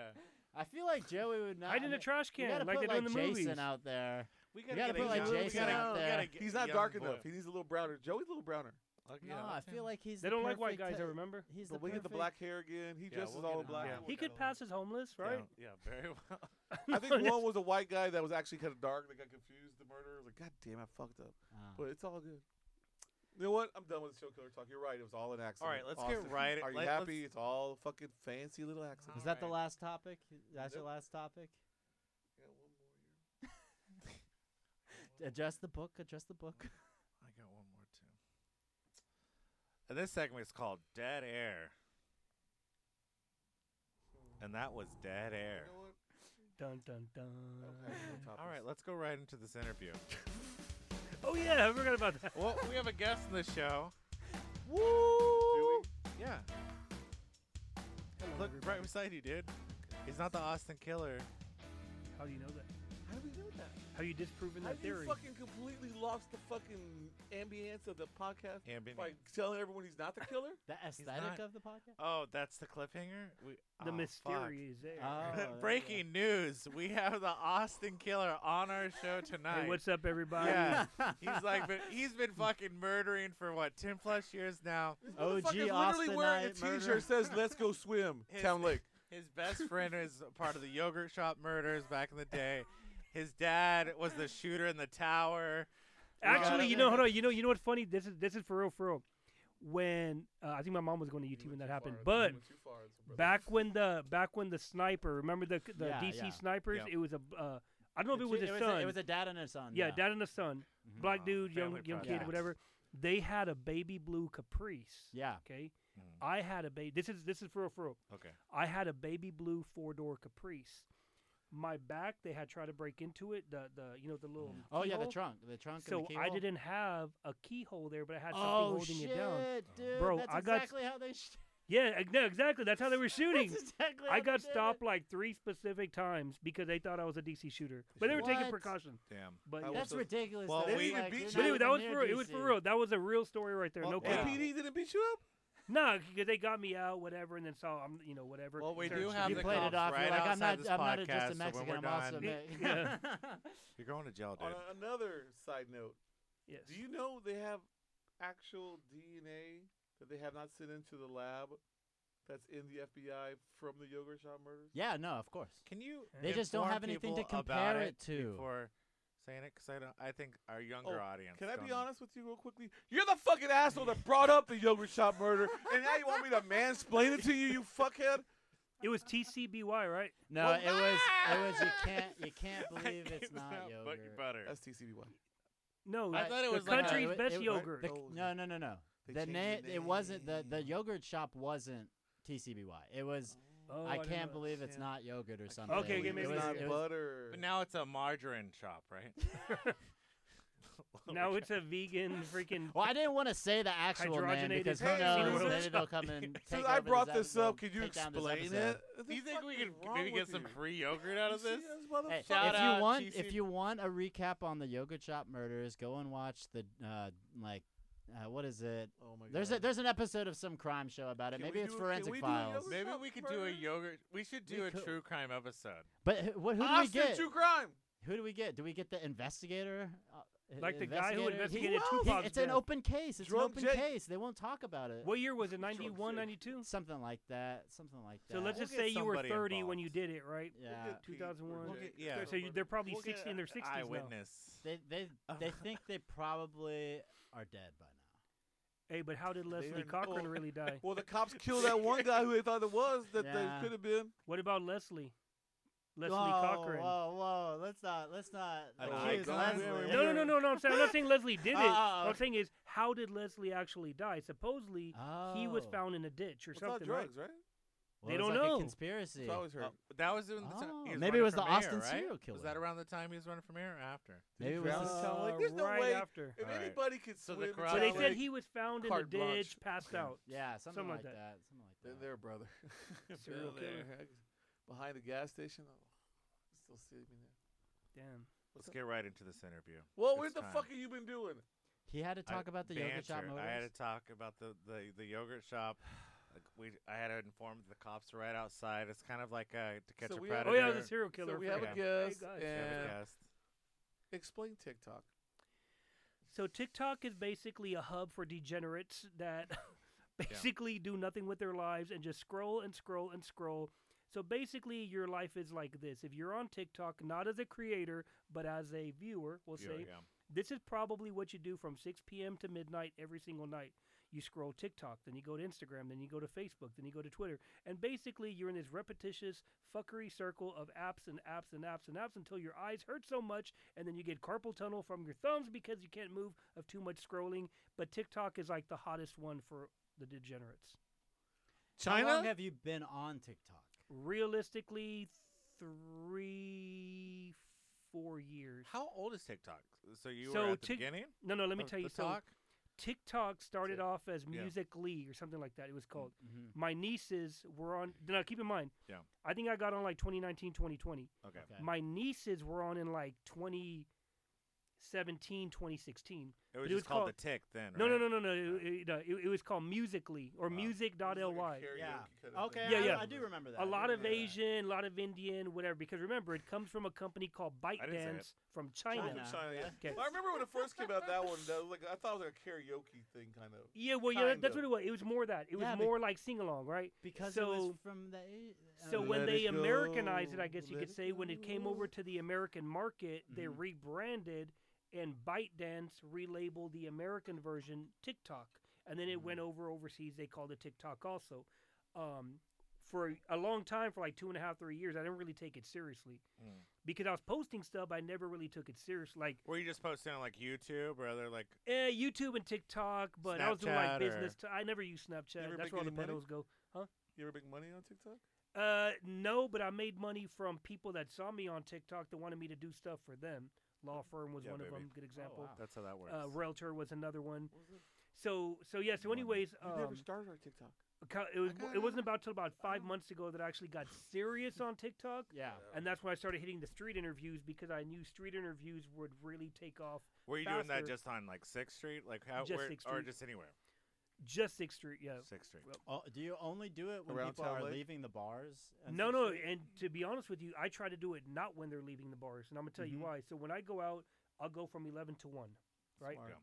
C: I feel like Joey would not.
D: Hide in a trash
C: you gotta
D: can like they
C: put
D: do
C: like
D: in the
C: Jason
D: movies.
C: out there.
A: We
C: gotta
A: get a
C: put, like,
A: young- we
C: Jason
A: gotta-
C: out
A: we
C: there.
A: gotta get
B: He's not
A: young
B: dark
A: boy.
B: enough. He needs a little browner. Joey's a little browner.
A: Like,
C: No,
A: yeah,
C: I
A: let's
C: feel
A: him.
C: like he's. the
D: They don't like white
C: perfect
D: guys. I
C: t-
D: remember.
C: He's the
B: But we get the
C: perfect-
B: black hair again. He
A: Yeah,
B: dresses
A: we'll
B: all
A: get
B: in
A: him.
B: black.
A: Yeah.
B: We'll
D: He
B: get him.
D: could pass as homeless, right?
A: Yeah, yeah, very well.
B: I think one was a white guy that was actually kind of dark that got confused. The murderer was like, God damn, I fucked up.
C: Ah.
B: But it's all good. You know what? I'm done with the show killer talk. You're right. It was all an accident.
A: All right, let's get
B: Austin,
A: right-
B: Are you
A: let-
B: happy?
A: let's-
B: It's all fucking fancy little accidents.
C: Is that the
A: Alright.
C: last topic? That's your
B: Nope.
C: last topic?
B: Yeah, one more year.
C: Adjust the book. Adjust the book.
A: I got one more too. And this segment is called Dead Air. And that was Dead Air.
B: You know what?
D: Dun dun dun.
B: Okay, no topics.
A: All right, let's go right into this interview.
D: Oh yeah, I forgot about that.
A: well, we have a guest in the show.
B: Do
A: Yeah. Look right beside you, dude. He's not the Austin killer.
D: How do you know that?
B: we? How do we know that?
D: How you disproven
B: How
D: that
B: do you
D: theory?
B: fucking completely lost the fucking ambience of the podcast
A: Ambient.
B: by telling everyone he's not the killer?
C: The aesthetic
A: not-
C: of the podcast.
A: Oh, that's the cliffhanger. We
D: The
A: oh, fuck.
D: mystery is there.
C: Oh, there we go.
A: Breaking news: We have the Austin Killer on our show tonight.
D: Hey, what's up, everybody?
A: yeah, he's like, been, he's been fucking murdering for what ten plus years now.
B: This
C: OG
B: motherfucker's literally wearing a
C: Austinite murderer.
B: t-shirt says "Let's go swim,
A: His-
B: Town Lake."
A: His best friend is a part of the yogurt shop murders back in the day. His dad was the shooter in the tower. We got
D: Actually,
A: him.
D: you know, hold on. You know, you know what's funny? This is this is for real, for real. When uh, I think my mom was going to
B: You
D: UT
B: went
D: when that
B: too
D: happened,
B: far.
D: but
B: You went too far. It's a brother.
D: back when the back when the sniper, remember the the
C: Yeah,
D: DC
C: yeah.
D: snipers?
A: Yep.
D: It was a uh, I don't know if it was
C: ju-
D: his
C: a-
D: son.
C: it was a dad and a son.
D: yeah, dad and a son,
C: Mhm.
A: Oh,
D: black dude, young
A: family
D: young
A: project.
D: kid,
C: Yeah.
D: whatever. They had a baby blue Caprice.
C: Yeah.
D: Okay,
A: Mm.
D: I had a baby. This is this is for real, for real.
A: Okay.
D: I had a baby blue four door Caprice. My back, they had tried to break into it. The the you know the little
C: Oh yeah, the
D: keyhole.
C: trunk. The trunk. and
D: So
C: the
D: I
C: keyhole.
D: didn't have a keyhole there, but I had something
C: Oh
D: holding
C: shit,
D: it down.
C: dude!
D: Bro,
C: that's
D: I got-
C: exactly how they. Sh-
D: Yeah, ex- no, exactly. That's how they were shooting.
C: that's exactly how
D: I
C: they
D: got
C: did it.
D: stopped like three specific times because they thought I was a DC shooter, but they were taking
C: What?
D: precaution.
A: Damn.
D: But
B: How
D: yeah.
C: That's
B: was it?
C: ridiculous.
A: Well,
C: though.
A: they
C: It's
B: even
C: like,
B: beat
C: you're
B: you.
C: not
D: But dude,
C: even
D: that was
C: near
D: for real. It was
C: DC.
D: for real. That was a real story right there.
A: Well,
D: no
A: Yeah.
D: cap.
B: APD didn't beat you up.
D: No, because they got me out, whatever, and then saw I'm, you know, whatever.
A: Well, we
D: Search
A: do have
C: You
A: the
C: played
A: cops
C: it off.
A: right
C: you're like, I'm
A: outside
C: not.
A: this
C: I'm not a- just a
A: podcast, so when
C: Mexican.
A: we're
C: I'm also.
A: done-
C: Mexican.
A: You're going to jail, dude.
B: On a- Uh, another side note,
D: Yes.
B: do you know they have actual DNA that they have not sent into the lab that's in the FBI from the yogurt shop murders?
C: Yeah, no, of course.
A: Can you?
C: They just don't
A: inform
C: have anything to
A: people about
C: compare
A: it
C: it to.
A: Before saying it, because I don't. I think our younger
B: Oh,
A: audience.
B: Can I be
A: don't-
B: honest with you real quickly? You're the fucking asshole that brought up the yogurt shop murder, and now you want me to mansplain it to you, you fuckhead?
D: It was TCBY, right?
C: No,
B: Well,
C: it was. It was. You
B: nah!
C: ah! can't. You can't
A: I
C: believe it's
A: can't
C: not
A: help but
C: yogurt.
A: butter.
B: That's TCBY.
D: No,
A: I
D: the-
A: thought it
D: the
A: was like a-
D: country's
C: it-
D: best
C: it-
D: yogurt.
C: The,
E: Those-
C: no, no, no, no.
E: They
C: The,
E: changed
C: na-
E: the
C: it wasn't the the
E: name.
C: yogurt shop wasn't TCBY. It was
D: Oh,
C: I
D: didn't
C: can't
D: know.
C: believe it's
E: Yeah.
C: not yogurt or
E: I
C: something.
D: Okay,
E: believe
D: give me
C: it
D: a
E: it's
C: was,
E: not
D: second.
C: it was-
E: butter.
A: But now it's a margarine shop, right?
D: Now it's a vegan freaking.
C: well, I didn't want to say the actual name
D: Hydrogenated
C: because who
E: Hey,
C: knows?
E: bro.
C: Maybe theyll come and
B: Since
C: take
B: I
C: over
B: brought this up,
C: episode-
B: could you
C: take down this
B: explain
C: episode.
B: it?
A: Do you think we could maybe get some free yogurt out of this?
C: Hey,
A: Shout
C: if
A: out
C: you want,
A: TC
C: if you want a recap on the yogurt shop murders, go and watch the uh, like, uh, what is it?
E: Oh my god.
C: There's a there's an episode of some crime show about it.
E: Can we
C: Maybe it's
E: do- can
C: Forensic
E: we do a
C: Files.
E: yogurt-
A: Maybe
E: shop
A: we could do a
E: murder?
A: yogurt. We should
C: We
A: do a
C: could.
A: true crime episode.
C: But who, what, who do we
E: Austin
C: get?
E: True Crime.
C: Who do we get? Do we get the investigator? Uh, i-
D: Like the guy who
C: investigator?
D: investigated
C: He-
D: Tupac's
C: he- It's an
D: death.
C: open case. It's
E: Drunk
C: an open
E: Jake.
C: case. They won't talk about it.
D: What year was it?
E: Drunk
D: 91,
E: shit.
D: 92?
C: Something like that. Something like that.
D: So let's
A: We'll
D: just
A: get
D: say you were 30
A: somebody
D: when
A: involved.
D: you did it, right?
C: yeah.
E: We'll get Pete
D: 2001.
E: or
A: We'll
E: Jake
A: get- yeah.
E: or
D: So you, they're
E: somebody.
D: probably
A: We'll get
D: 60 in their
A: a
D: 60s now.
A: Eyewitness.
C: They they they think they probably are dead by now.
D: Hey, but how did Leslie
E: went-
D: Cochran
E: oh.
D: really die?
B: Well, the cops killed that one guy who they thought it was that
C: Yeah.
B: they could have been.
D: What about Leslie? Leslie
C: whoa,
D: Cochran.
C: Whoa, whoa! Let's not let's not
A: An
C: accuse
A: icon.
C: Leslie.
D: No, no, no, no, no. I'm saying I'm not saying Leslie did it.
C: Ah,
D: What I'm saying is, how did Leslie actually die? Supposedly, he was
C: Oh.
D: found in a ditch or
B: It's not
D: something. right?
B: drugs, right?
C: Well,
D: They
C: it was
D: don't
C: like
D: know.
C: A conspiracy.
B: It's always her.
A: Uh, that was in the time.
C: Oh,
A: he was
C: maybe it
A: running
C: was
A: for
C: the
A: mayor,
C: Austin
A: right?
C: serial
A: Was
C: killer.
A: that around the time he was running for mayor or after?
C: Maybe it was
B: Drown
C: just-
B: in Salt Lake? There's no
D: right
B: way.
D: after.
B: If
A: Alright.
B: anybody could
A: So
B: swim,
A: the
B: in
A: crowd-
D: But they
B: Salt
D: said
B: Lake,
D: he was found in a
B: carte
D: ditch,
B: blanche.
D: passed
A: Okay.
D: out.
C: Yeah, something,
D: Something
C: like
D: like
C: that.
D: that.
C: Something like
B: They're
C: that.
B: there, brother. They're
D: Serial killer.
B: there. Behind the gas station. Oh, still see me there.
D: Damn.
A: Let's get right into this interview.
B: Well,
A: It's
B: what the
A: time.
B: fuck have you been doing?
C: He had to
A: I-
C: talk about the yogurt shop
A: banter.
C: murders.
A: I had to talk about the, the, the yogurt shop. Like we, I had to inform the cops are right outside. It's kind of like uh, to catch
B: So
A: a
B: we have-
A: predator.
D: Oh yeah, it was a serial killer.
B: so we
D: I
B: have
D: forgot.
B: a guest
D: guys. We
A: You have a
B: and
A: guest.
B: explain TikTok.
D: So TikTok is basically a hub for degenerates that basically do nothing with their lives and just scroll and scroll and scroll. So basically, your life is like this. If you're on TikTok, not as a creator, but as a viewer, we'll
A: You
D: say,
A: are, yeah.
D: This is probably what you do from 6 p.m. to midnight every single night. You scroll TikTok, then you go to Instagram, then you go to Facebook, then you go to Twitter. And basically, you're in this repetitious, fuckery circle of apps and apps and apps and apps until your eyes hurt so much, and then you get carpal tunnel from your thumbs because you can't move of too much scrolling. But TikTok is like the hottest one for the degenerates.
C: How long have you been on TikTok?
D: Realistically, three, four years.
A: How old is TikTok? So you
D: So
A: were at the
D: Tik-
A: beginning.
D: No, no, let me
A: of
D: tell you
A: the
D: so
A: talk.
D: TikTok started
A: Tik-
D: off as
A: yeah. Mm.
D: Music Lee or something like that. It was called.
C: Mhm.
D: My nieces were on. Now keep in mind.
A: Yeah.
D: I think I got on like 2019, 2020.
A: Okay.
C: Okay.
D: My nieces were on in like 2017, 2016.
A: It was
D: it was
A: just called,
D: called-
A: the tick then.
D: No, no,
A: right? Oh.
D: no, no, no. It, it, no, it- it was called Musically or
A: Wow.
D: Music.ly.
C: Yeah.
B: Okay.
C: Okay.
D: Yeah,
C: I,
D: yeah.
C: I do remember that. I
D: a
C: do
D: lot of
C: remember that.
D: Asian, a lot of Indian, whatever. Because remember, it comes from a company called
A: I didn't say it.
D: ByteDance from China.
C: China.
B: yeah.
D: Okay.
B: Well, I remember when it first came out, that one, that was like, I thought it was like a karaoke thing, kind of.
D: Yeah, well, yeah,
B: Kind
D: that's
B: of.
D: what it was. It was more that. It was
C: Yeah, bec-
D: more like sing along, right?
C: Because it was
D: So-
C: from the. A-
D: So
C: uh,
D: when
B: Let
D: they
B: it go,
D: Americanized it, I guess you
B: let
D: could
B: it Mm-hmm.
D: say, when it came over
B: go.
D: to the American market, they
C: Mhm.
D: rebranded and ByteDance relabeled the American version TikTok, and then it went
B: Mm-hmm.
D: over overseas. They called it TikTok also. Um, for a long time, for like two and a half, three years, I didn't really take it seriously
A: Mm.
D: because I was posting stuff. I never really took it serious, like
A: Were you just posting on like YouTube or other like?
D: eh, YouTube and TikTok. But I was doing
A: Snapchat
D: like
A: or-
D: business. T- I never used Snapchat.
B: ever
D: That's
B: make
D: where all the
B: any money?
D: pedos go.
B: You ever make money on TikTok?
D: Uh, no, but I made money from people that saw me on TikTok that wanted me to do stuff for them. Law firm was
A: Yeah,
D: one
A: baby.
D: of them. Good example.
C: wow.
A: That's how that works.
D: Uh, realtor was another one.
B: Was it?
D: So, so yeah. So,
A: Money.
D: anyways,
B: You
D: um,
B: never started on TikTok.
D: co- it was
B: got
D: it wasn't
B: it.
D: about till about five months ago that I actually got serious on TikTok,
C: Yeah.
D: and that's when I started hitting the street interviews because I knew street interviews would really take off.
A: Were you doing that
D: faster.
A: just on like Sixth Street, like how,
D: Just
A: where,
D: Sixth
A: or
D: Street.
A: just anywhere?
D: Just Sixth Street, yeah.
A: Sixth Street.
C: Oh, do you only do it when
B: Around
C: people
B: Town
C: are
B: Lake?
C: leaving the bars? and
D: No,
C: such
D: no,
C: shit?
D: and to be honest with you, I try to do it not when they're leaving the bars, and I'm gonna tell
C: Mhm.
D: you why. So when I go out, I'll go from eleven to one, right?
B: Smart.
A: Yeah.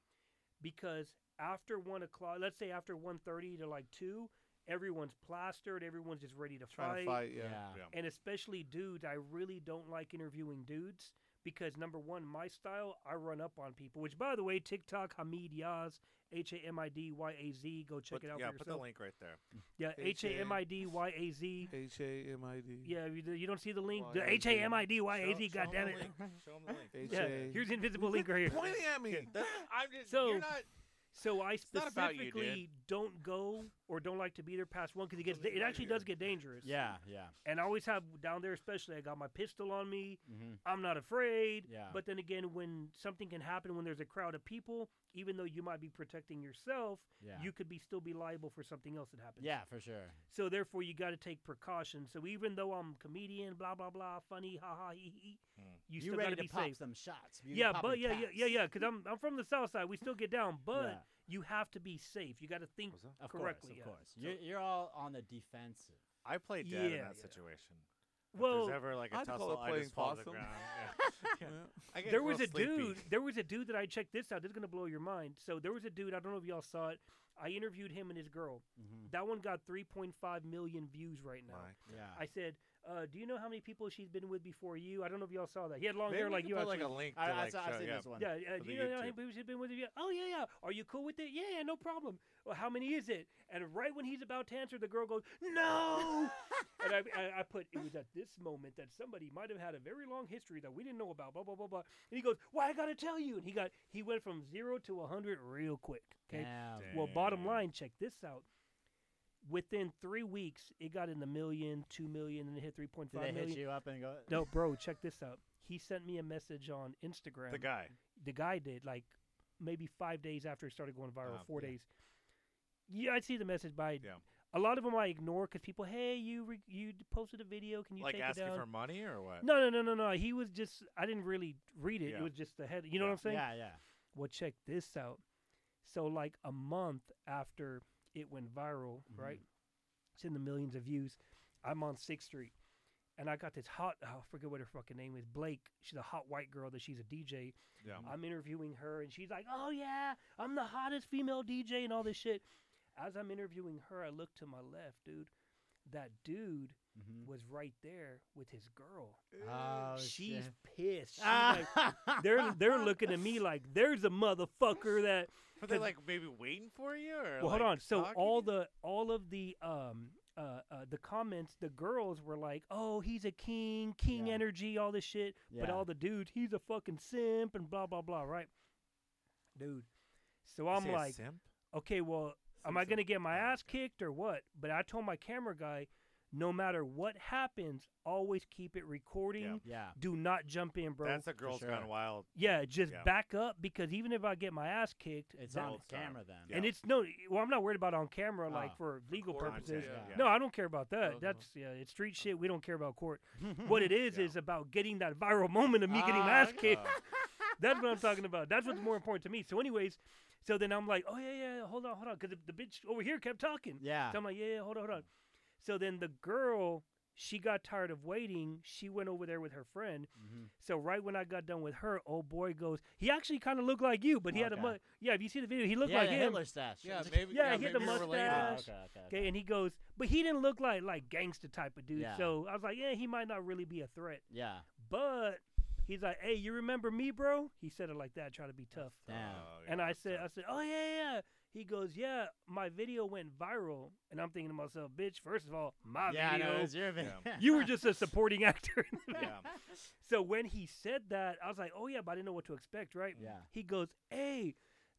D: because after one o'clock, let's say after one thirty to like two, everyone's plastered, everyone's just ready to
B: Trying
D: fight.
B: to fight, yeah.
C: Yeah.
A: Yeah.
D: and especially dudes. I really don't like interviewing dudes because number one, my style, I run up on people. Which, by the way, TikTok Hamid Yaz, H A M I D Y A Z. Go check
A: Put-
D: it out
A: yeah,
D: for
A: put the
D: yourself.
A: link right there.
D: Yeah, H
B: H
D: A
B: A-
D: M I D Y A Z.
B: H A M I D.
D: Yeah, you, you don't see the link.
B: Y
D: The
B: A Z.
D: H A M I D Y A
A: Show-
D: Z.
A: show 'em
D: God damn
A: the
D: it.
A: link. Show 'em the
B: H
A: link.
D: Yeah,
B: A.
D: here's the invisible link right here.
B: pointing at me.
A: That's- I'm just.
D: So-
A: you're not.
D: So I
B: not about you, dude.
D: specifically don't go or don't like to be there past one because it gets
B: Totally
D: it
B: about
D: actually
B: you.
D: does get dangerous.
C: Yeah, yeah.
D: and I always have down there, especially I got my pistol on me.
C: hmm
D: I'm not afraid.
C: Yeah.
D: But then again, when something can happen when there's a crowd of people, even though you might be protecting yourself,
C: Yeah.
D: you could be still be liable for something else that happens.
C: yeah, for sure.
D: So therefore, you got to take precautions. So even though I'm comedian, blah blah blah, funny, ha ha hee hee,
A: Mm.
D: you
C: Hmm. You
D: still got
C: ready
D: to
C: to
D: be
C: pop
D: safe.
C: some shots? You
D: Yeah,
C: popping
D: but yeah, yeah,
C: caps.
D: yeah, yeah. Because I'm I'm from the south side. We still get down, but
C: Yeah,
D: you have to be safe. You got to think.
C: of course,
D: correctly, yeah.
C: of course. You're, you're all on the defensive.
A: I play dead in
D: Yeah.
A: that situation. if
D: Well,
A: there's ever like a
B: I'd call
A: tussle,
B: it
A: I
B: playing
A: just fall to the
B: possum.
A: ground. Yeah. Yeah.
B: Well,
A: I get
D: there
A: real
D: was a
A: sleepy.
D: dude. There was a dude that I checked this out. This is gonna blow your mind. So there was a dude. I don't know if y'all saw it. I interviewed him and his girl.
C: hmm
D: That one got 3.5 million views right now.
A: My-
C: Yeah.
D: I said, uh, "Do you know how many people she's been with before you?" I don't know if y'all saw that. He had long
A: Maybe
D: hair
A: we
D: like
A: could
D: you.
A: put like
D: actually.
A: a link. To
C: I, I,
A: like,
C: saw,
A: show,
C: I've seen
A: yeah.
C: this one.
D: Yeah, uh,
A: For
D: do
A: the
D: you know how many
A: YouTube.
D: people she's been with? You? Oh yeah, yeah. Are you cool with it? Yeah, yeah, no problem. Well, how many is it? And right when he's about to answer, the girl goes, "No." and I, I, I put it was at this moment that somebody might have had a very long history that we didn't know about. Blah blah blah blah. And he goes, "Why I gotta tell you?" And he got he went from zero to a hundred real quick. Okay.
C: Damn.
A: Damn.
D: Well, bottom
A: Damn.
D: line, check this out. Within three weeks, it got in the million, two million, and it hit three point
C: Did
D: five
C: they hit
D: million.
C: you up and go?
D: No, bro, check this out. He sent me a message on Instagram
A: The guy.
D: the guy did like maybe five days after it started going viral,
A: Oh,
D: four
A: yeah.
D: days. Yeah, I see the message by
A: Yeah.
D: a lot of them I ignore because people, hey, you re- you d- posted a video, can you
A: Like
D: take it
A: asking
D: down?
A: for money or what?
D: no, no, no, no, no. He was just I didn't really read it.
A: Yeah.
D: It was just the head. You know what I'm saying?
C: Yeah, yeah.
D: Well, check this out. So like a month after it went viral,
A: Mm-hmm.
C: Mhm.
D: right? It's in the millions of views. I'm on Sixth Street, and I got this hot. oh, I forget what her fucking name is. Blake. She's a hot white girl that she's a DJ.
A: Yeah.
D: I'm interviewing her, and she's like, "Oh yeah, I'm the hottest female DJ and all this shit." As I'm interviewing her, I look to my left, dude. That dude
C: Mhm.
D: was right there with his girl.
B: Uh,
C: Oh,
D: she's
C: shit.
D: pissed. She's like,
C: Ah.
D: they're they're looking at me like there's a motherfucker that.
A: But they're
D: 'cause-
A: like maybe waiting for you or.
D: Well, hold
A: like,
D: on. So
A: stalking
D: all
A: you?
D: the all of the um. Uh, uh, the comments, the girls were like, "Oh, he's a king, king
C: Yeah.
D: energy, all this shit." but
C: Yeah.
D: all the dudes, he's a fucking simp and blah blah blah, right? Dude. So
A: Is
D: I'm
A: he a
D: like,
A: simp?
D: okay, well, am I
B: Simp,
D: gonna get my
A: Oh,
D: ass kicked or what? But I told my camera guy, no matter what happens, always keep it recording.
C: yeah.
D: Do not jump in, bro.
A: That's a girl's
C: sure.
A: gone wild.
D: yeah, just
A: yeah.
D: back up because even if I get my ass kicked,
C: It's
D: that-
C: on
A: old style.
C: camera then.
A: Yeah.
D: and it's no. Well, I'm not worried about on camera,
C: Oh.
D: like for legal
B: Recording,
D: purposes.
A: yeah,
C: yeah.
D: No, I don't care about that.
B: no.
D: That's yeah, it's street shit. We don't care about court. What it is
A: Yeah.
D: is about getting that viral moment of me getting my
C: Ah,
D: ass kicked.
A: Uh,
D: That's what I'm talking about. That's what's more important to me. So, anyways, so then I'm like, oh yeah, yeah, hold on, hold on, because the, the bitch over here kept talking.
C: Yeah.
D: So I'm like, yeah, yeah, hold on, hold on. So then the girl, she got tired of waiting. She went over there with her friend.
C: Mhm.
D: So right when I got done with her, old boy goes, he actually kind of looked like you, but he had a
C: Okay.
D: mu- yeah. If you see the video, he looked
C: yeah,
D: like
C: the
D: him.
C: Hitler stash.
A: yeah, maybe.
D: Yeah, he
A: maybe
D: had the
A: you're related.
C: Oh,
D: mustache.
C: okay, okay, okay.
D: Okay, and he goes, but he didn't look like like gangster type of dude.
C: Yeah.
D: So I was like, yeah, he might not really be a threat,
C: yeah.
D: but he's like, hey, you remember me, bro? He said it like that, trying to be tough.
C: Damn.
A: Oh,
D: And
A: yeah,
D: I said,
A: so-
D: I said, oh yeah, yeah. yeah." He goes, yeah, my video went viral, and I'm thinking to myself, bitch. First of all, my
C: yeah, I know,
D: video.
C: it was your video.
D: you were just a supporting actor.
A: Yeah.
D: so when he said that, I was like, oh yeah, but I didn't know what to expect, right?
C: Yeah.
D: He goes, hey,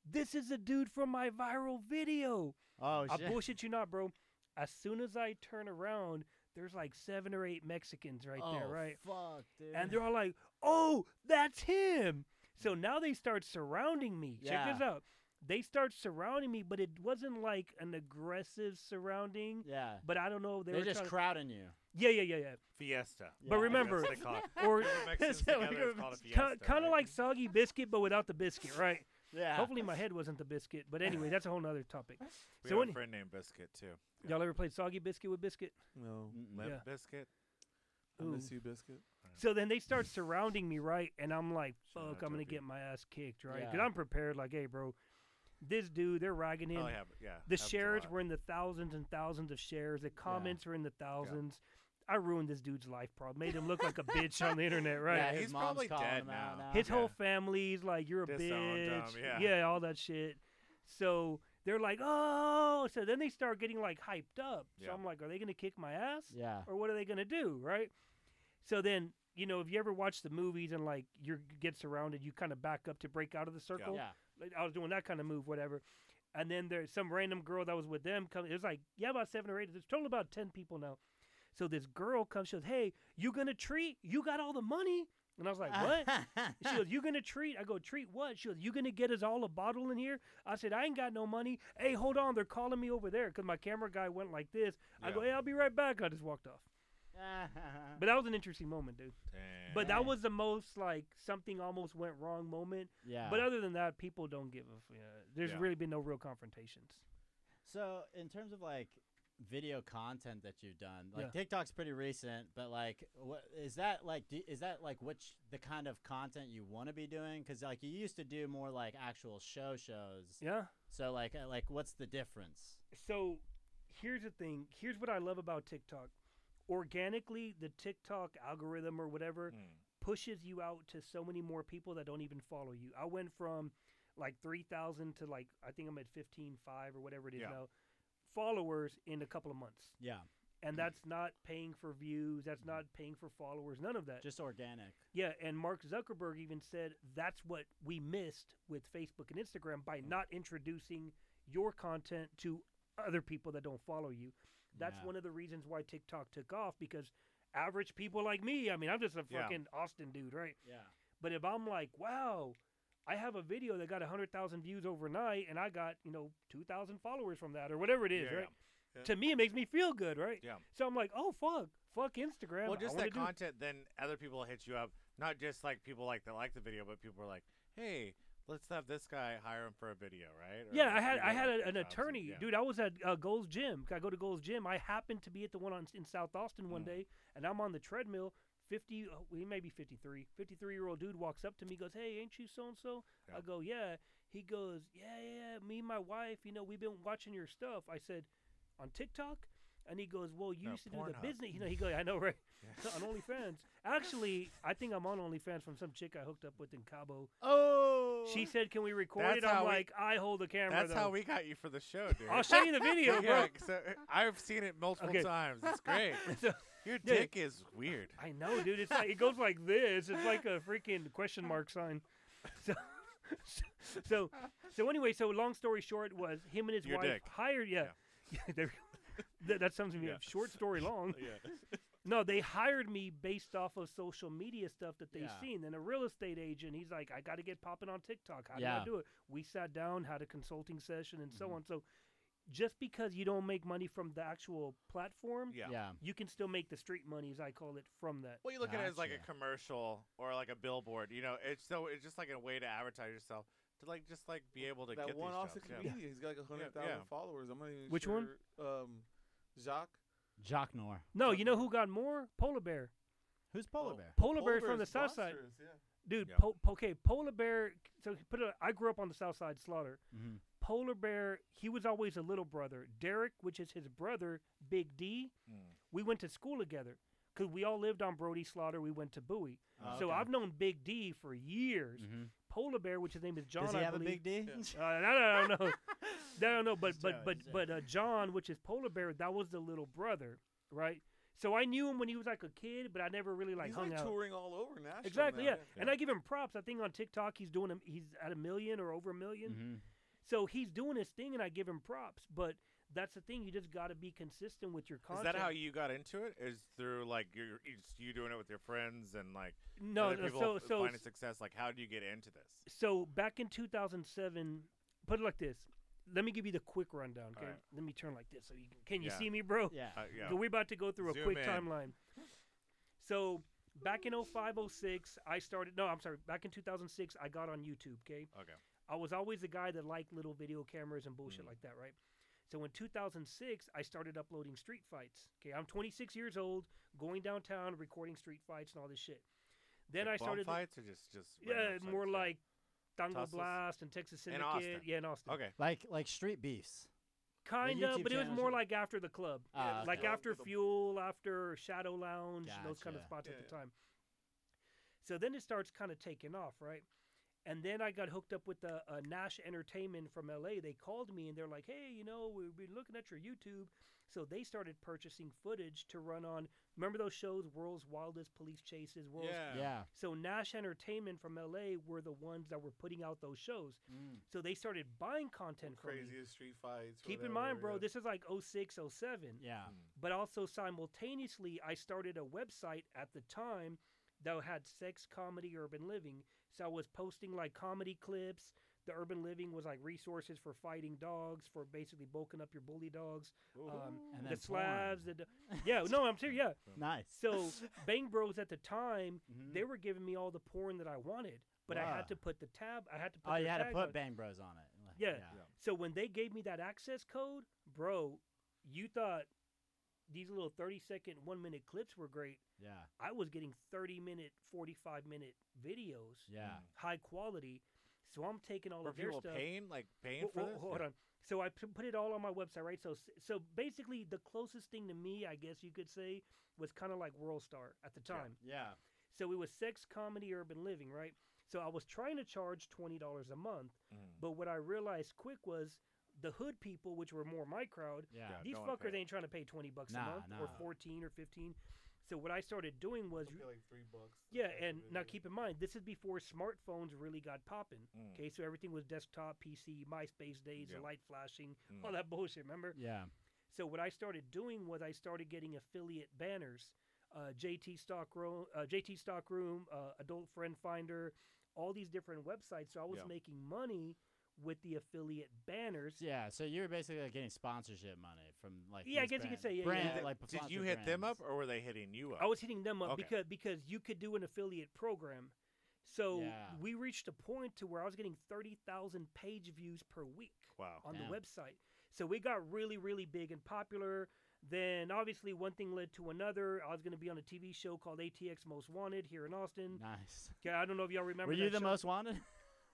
D: this is a dude from my viral video.
C: Oh
D: I
C: shit.
D: bullshit you not, bro. As soon as I turn around, there's like seven or eight Mexicans right there,
C: Oh,
D: right?
C: Fuck, dude.
D: And they're all like, "Oh, that's him." So now they start surrounding me. Check this
C: Yeah.
D: out. They start surrounding me, but it wasn't like an aggressive surrounding.
C: yeah.
D: But I don't know. They
C: They are
D: were
C: just
D: trying to-
C: crowding you.
D: yeah, yeah, yeah, yeah.
A: Fiesta.
C: Yeah.
D: But remember,
A: That's what they call it.
D: or
A: Put the Mexicans
C: Is that what
A: together,
C: you
A: it's called a
D: kind
A: fiesta,
D: of
A: right?
D: like soggy biscuit, but without the biscuit, right?
C: Yeah.
D: Hopefully, my head wasn't the biscuit. But anyway, that's a whole nother topic.
A: We
D: so
A: have
D: any-
A: a friend named Biscuit too.
D: Y'all ever played soggy biscuit with biscuit?
B: No.
C: Mm-mm.
A: Limp
D: Yeah.
A: Biscuit.
B: I
D: Ooh.
B: miss you, biscuit.
D: So then they start surrounding me, right? And I'm like,
A: Shout
D: fuck,
A: out
D: I'm gonna
A: Toby.
D: get my ass kicked, right? Because
C: Yeah.
D: I'm prepared. Like, hey, bro, this dude, they're ragging him.
A: Oh yeah, but- yeah.
D: The
A: happens a
D: shares
A: lot.
D: were in the thousands and thousands of shares. The comments were in the thousands. I ruined this dude's life, probably made him look like a bitch on the internet, right?
C: Yeah,
A: he's
C: his mom's
A: probably
C: calling
A: dead
C: him out
A: now.
C: now.
D: His
A: Yeah.
D: whole family's like, "You're a
A: Disowned him,
D: bitch,"
A: yeah.
D: all that shit. So they're like, "Oh!" So then they start getting like hyped up. So
A: Yeah.
D: I'm like, "Are they gonna kick my ass?"
C: Yeah.
D: or what are they going to do, right? So then, you know, if you ever watch the movies and like you get surrounded, you kind of back up to break out of the circle.
C: Yeah.
D: Like, I was doing that kind of move, whatever. And then there's some random girl that was with them. Come, it was like yeah, about seven or eight. There's total about ten people now. So this girl comes, she goes, "Hey, you gonna treat? You got all the money?" And I was like,
C: Uh,
D: "What?" She goes, "You gonna treat?" I go, "Treat what?" She goes, "You gonna get us all a bottle in here?" I said, "I ain't got no money." Hey, hold on, they're calling me over there because my camera guy went like this. I
A: Yeah.
D: go, "Hey, I'll be right back." I just walked off. But that was an interesting moment, dude.
A: Damn.
D: But that
C: Yeah.
D: was the most like something almost went wrong moment.
C: yeah.
D: But other than that, people don't give a. F- yeah. There's
A: Yeah.
D: really been no real confrontations.
C: So in terms of like video content that you've done, like
D: Yeah.
C: TikTok's pretty recent, but like what is that like do, is that like which the kind of content you want to be doing cuz like you used to do more like actual show shows.
D: Yeah.
C: So like uh, like what's the difference?
D: So here's the thing. Here's what I love about TikTok. Organically, the TikTok algorithm or whatever
A: Hmm.
D: pushes you out to so many more people that don't even follow you. I went from like 3,000 to like, I think I'm at 15,5 or whatever it is
A: Yeah.
D: now, followers in a couple of months.
C: Yeah,
A: Mm.
D: And that's not paying for views, that's not paying for followers, none of that.
C: just organic.
D: Yeah, and Mark Zuckerberg even said that's what we missed with Facebook and Instagram by not introducing your content to other people that don't follow you. That's
C: Yeah.
D: one of the reasons why TikTok took off because average people like me, I mean, I'm just a
A: Yeah.
D: fucking Austin dude, right?
C: Yeah.
D: But if I'm like, wow, I have a video that got 100,000 views overnight and I got, you know, 2,000 followers from that or whatever it is,
A: Yeah,
D: right?
A: yeah.
D: To me, it makes me feel good, right?
A: Yeah.
D: So I'm like, oh, fuck, fuck Instagram.
A: Well,
D: I
A: just
D: wanna
A: that
D: do-
A: content, then other people hit you up. Not just like people like that like the video, but people are like, "Hey, let's have this guy hire him for a video, right?" Or,
D: Yeah,
A: like,
D: I had
A: you
D: I
A: know,
D: had
A: like
D: a,
A: the jobs
D: an
A: that-
D: attorney,
A: yeah.
D: dude. I was at uh, Gold's Gym. I go to Gold's Gym. I happened to be at the one on, in South Austin one
A: Mm.
D: day, and I'm on the treadmill. Fifty, uh, he may be 53, 53 year old dude walks up to me, goes, "Hey, ain't you so and so?"
A: Yeah.
D: I go, "Yeah." He goes, "Yeah, yeah, yeah, me, and my wife. You know, we've been watching your stuff." I said, "On TikTok." And he goes, "Well, you
A: No,
D: used to do
A: Pornhub.
D: the business." You know, he goes, "I know, right?"
A: Yeah.
D: on OnlyFans. Actually, I think I'm on OnlyFans from some chick I hooked up with in Cabo.
C: Oh.
D: She said, "Can we record
A: That's
D: it?" I'm
A: how we-
D: like, "I hold the Oh, camera."
A: That's
D: though.
A: how we got you for the show, dude.
D: I'll show you the video, bro.
A: yeah, so I've seen it multiple
D: Okay.
A: times. It's great.
D: So-
A: Your
D: Yeah.
A: dick is weird.
D: I know, dude. It's like it goes like this. It's like a freaking question mark sign. So, so, so anyway, so long story short, was him and his
A: Your
D: wife
A: dick.
D: hired. Yeah, yeah. there we go. that, that sums me
A: Yeah.
D: up. Short story long.
A: Yeah.
D: No, they hired me based off of social media stuff that they
C: Yeah.
D: seen. And a real estate agent, he's like, I got to get popping on TikTok. How do
C: Yeah.
D: I do it? We sat down, had a consulting session, and
A: Mm-hmm.
D: so on. So, just because you don't make money from the actual platform,
A: Yeah.
C: Yeah.
D: you can still make the street money, as I call it, from that.
A: Well, you look at it as like a
C: Gotcha.
A: commercial or like a billboard. You know, it's so it's just like a way to advertise yourself to like just like be able to
B: that
A: get
B: one
A: these
B: Austin
A: jobs. Yeah.
B: comedian. He's got like a hundred thousand
A: yeah.
B: followers. I'm not even
D: Which
B: sure.
D: one?
B: Um, Jacques.
C: Jocknor.
D: No, you know who got more? Polar Bear.
C: Who's Polar
B: Oh.
C: Bear?
D: Polar, Bear from the
B: Bear's
D: South Side.
B: monsters, Yeah.
D: Dude,
A: Yeah.
D: po- okay, Polar Bear. So he put a, I grew up on the South Side Slaughter.
C: Mhm.
D: Polar Bear, he was always a little brother. Derek, which is his brother, Big D,
A: Mm.
D: we went to school together because we all lived on Brody Slaughter. We went to Bowie.
C: Oh,
D: Uh, So
C: okay.
D: I've known Big D for years.
C: Mhm.
D: Polar Bear, which his name is John,
C: Does he
D: I
C: have
D: believe.
C: a big D?
B: Yeah.
D: Uh, I don't know. I don't know, but
C: He's
D: but
C: Joe,
D: but
C: he's Joe.
D: but uh, John, which is Polar Bear, that was the little brother, right? So I knew him when he was like a kid, but I never really like
B: he's
D: hung
B: like
D: out.
B: touring all over national.
D: Exactly,
B: now,
D: yeah. And I give him props. I think on TikTok he's doing him. He's at a million or over a 1000000
A: Mm-hmm.
C: Mhm.
D: So he's doing his thing, and I give him props. But that's the thing. You just got to be consistent with your
A: Is
D: content.
A: that how you got into it? Is through like your it's you doing it with your friends and like
D: No,
A: other
D: no,
A: people
D: so
A: f-
D: so
A: finding success? Like, how do you get into this?
D: so back in 2007. Put it like this. Let me give you the quick rundown. Okay.
A: Alright.
D: Let me turn like this. So you can, can you
A: Yeah.
D: see me, bro?
C: Yeah.
A: Uh, yeah.
D: We're about to go through a
A: Zoom
D: quick
A: in.
D: timeline. So back in 05, 06, I started. No, I'm sorry. Back in 2006, I got on YouTube. Okay.
A: Okay.
D: I was always the guy that liked little video cameras and
A: Mm.
D: bullshit like that, right? So in 2006, I started uploading street fights. Okay, I'm 26 years old, going downtown, recording street fights and all this shit. Then
A: Like
D: I
A: bomb
D: started,
A: fights or just just
D: yeah,
A: random fights?
D: more
A: Yeah.
D: like Tango
A: Tussles?
D: Blast and Texas
A: In
D: Syndicate,
A: Austin.
D: yeah, in Austin.
A: okay.
C: Like like street beefs.
D: Kind of,
C: YouTube
D: but it was
C: channels
D: more
C: are-
D: like after the club,
C: Ah,
D: like
C: okay.
D: after
E: The-
D: Fuel, after Shadow Lounge, those kind of
C: Gotcha.
D: spots
E: Yeah,
D: at the
E: yeah.
D: time. So then it starts kind of taking off, right? And then I got hooked up with uh, uh, Nash Entertainment from LA. They called me and they're like, "Hey, you know, we've been looking at your YouTube." So they started purchasing footage to run on. Remember those shows, World's Wildest Police Chases, World's.
A: Yeah.
C: Yeah.
D: So Nash Entertainment from LA were the ones that were putting out those shows.
C: Mm,
D: So they started buying content from me.
E: Craziest street fights.
D: Keep
E: whatever,
D: in mind, bro,
E: yeah.
D: this is like 06, 07.
C: Yeah.
A: Hmm.
D: But also simultaneously, I started a website at the time that had sex, comedy, urban living. So I was posting like comedy clips. The urban living was like resources for fighting dogs, for basically bulking up your bully dogs.
C: Oh.
D: Um,
C: And
D: the
C: then
D: slabs, the
C: porn.
D: do- yeah, no, I'm serious. Yeah,
C: Nice.
D: so Bang Bros at the time
C: Mhm.
D: they were giving me all the porn that I wanted, but I
C: Wow.
D: had to put the tab. I had to put.
C: oh, you
D: their
C: had to
D: tag
C: put
D: on.
C: Bang Bros on it. Like,
D: Yeah. So when they gave me that access code, bro, you thought these little thirty-second, one-minute clips were great.
C: Yeah.
D: I was getting thirty-minute, forty-five-minute videos,
C: Yeah.
D: high quality. So I'm taking all
A: Hmm. Were
D: of their
A: people
D: stuff.
A: paying like paying
D: Whoa,
A: for
D: whoa,
A: this?
D: Hold on. So I p- put it all on my website, right? So s- so basically, the closest thing to me, I guess you could say, was kind of like World Star at the time.
C: Yeah.
D: So it was sex, comedy, urban living, right? So I was trying to charge $20 a month,
A: Mhm.
D: but what I realized quick was the hood people, which were more my crowd,
C: Yeah.
A: Yeah.
D: these
A: don't wanna pay
D: fuckers
A: it.
D: ain't trying to pay 20 bucks
C: Nah,
D: a month or
C: nah.
D: 14 or 15. So what I started doing was
E: It'll be like three bucks. to
D: yeah,
E: watch the
D: and now
E: video.
D: keep in mind this is before smartphones really got popping.
A: Mm.
D: Okay, so everything was desktop, PC, MySpace days,
A: Yeah.
D: light flashing,
A: Mm.
D: all that bullshit, remember?
C: Yeah.
D: So what I started doing was I started getting affiliate banners, uh, JT Stockroom, uh, JT Stockroom, uh, Adult Friend Finder, all these different websites. So I was
A: Yeah.
D: making money with the affiliate banners.
C: Yeah. So you were basically like, getting sponsorship money from like.
D: Yeah, I
C: these
D: guess you could
C: brand-
D: say, yeah, yeah,
C: brand,
D: yeah.
C: Like,
A: Did you
C: sponsored
A: hit them up
C: brands.
A: or were they hitting you up?
D: I was hitting them up
A: Okay.
D: because because you could do an affiliate program. So
C: Yeah.
D: we reached a point to where I was getting thirty thousand page views per week.
A: wow.
D: on
C: Damn.
D: the website. So we got really, really big and popular. Then obviously one thing led to another. I was going to be on a TV show called ATX Most Wanted here in Austin.
C: Nice.
D: Yeah, I don't know if y'all remember.
C: Were you
D: that
C: the
D: show.
C: most wanted?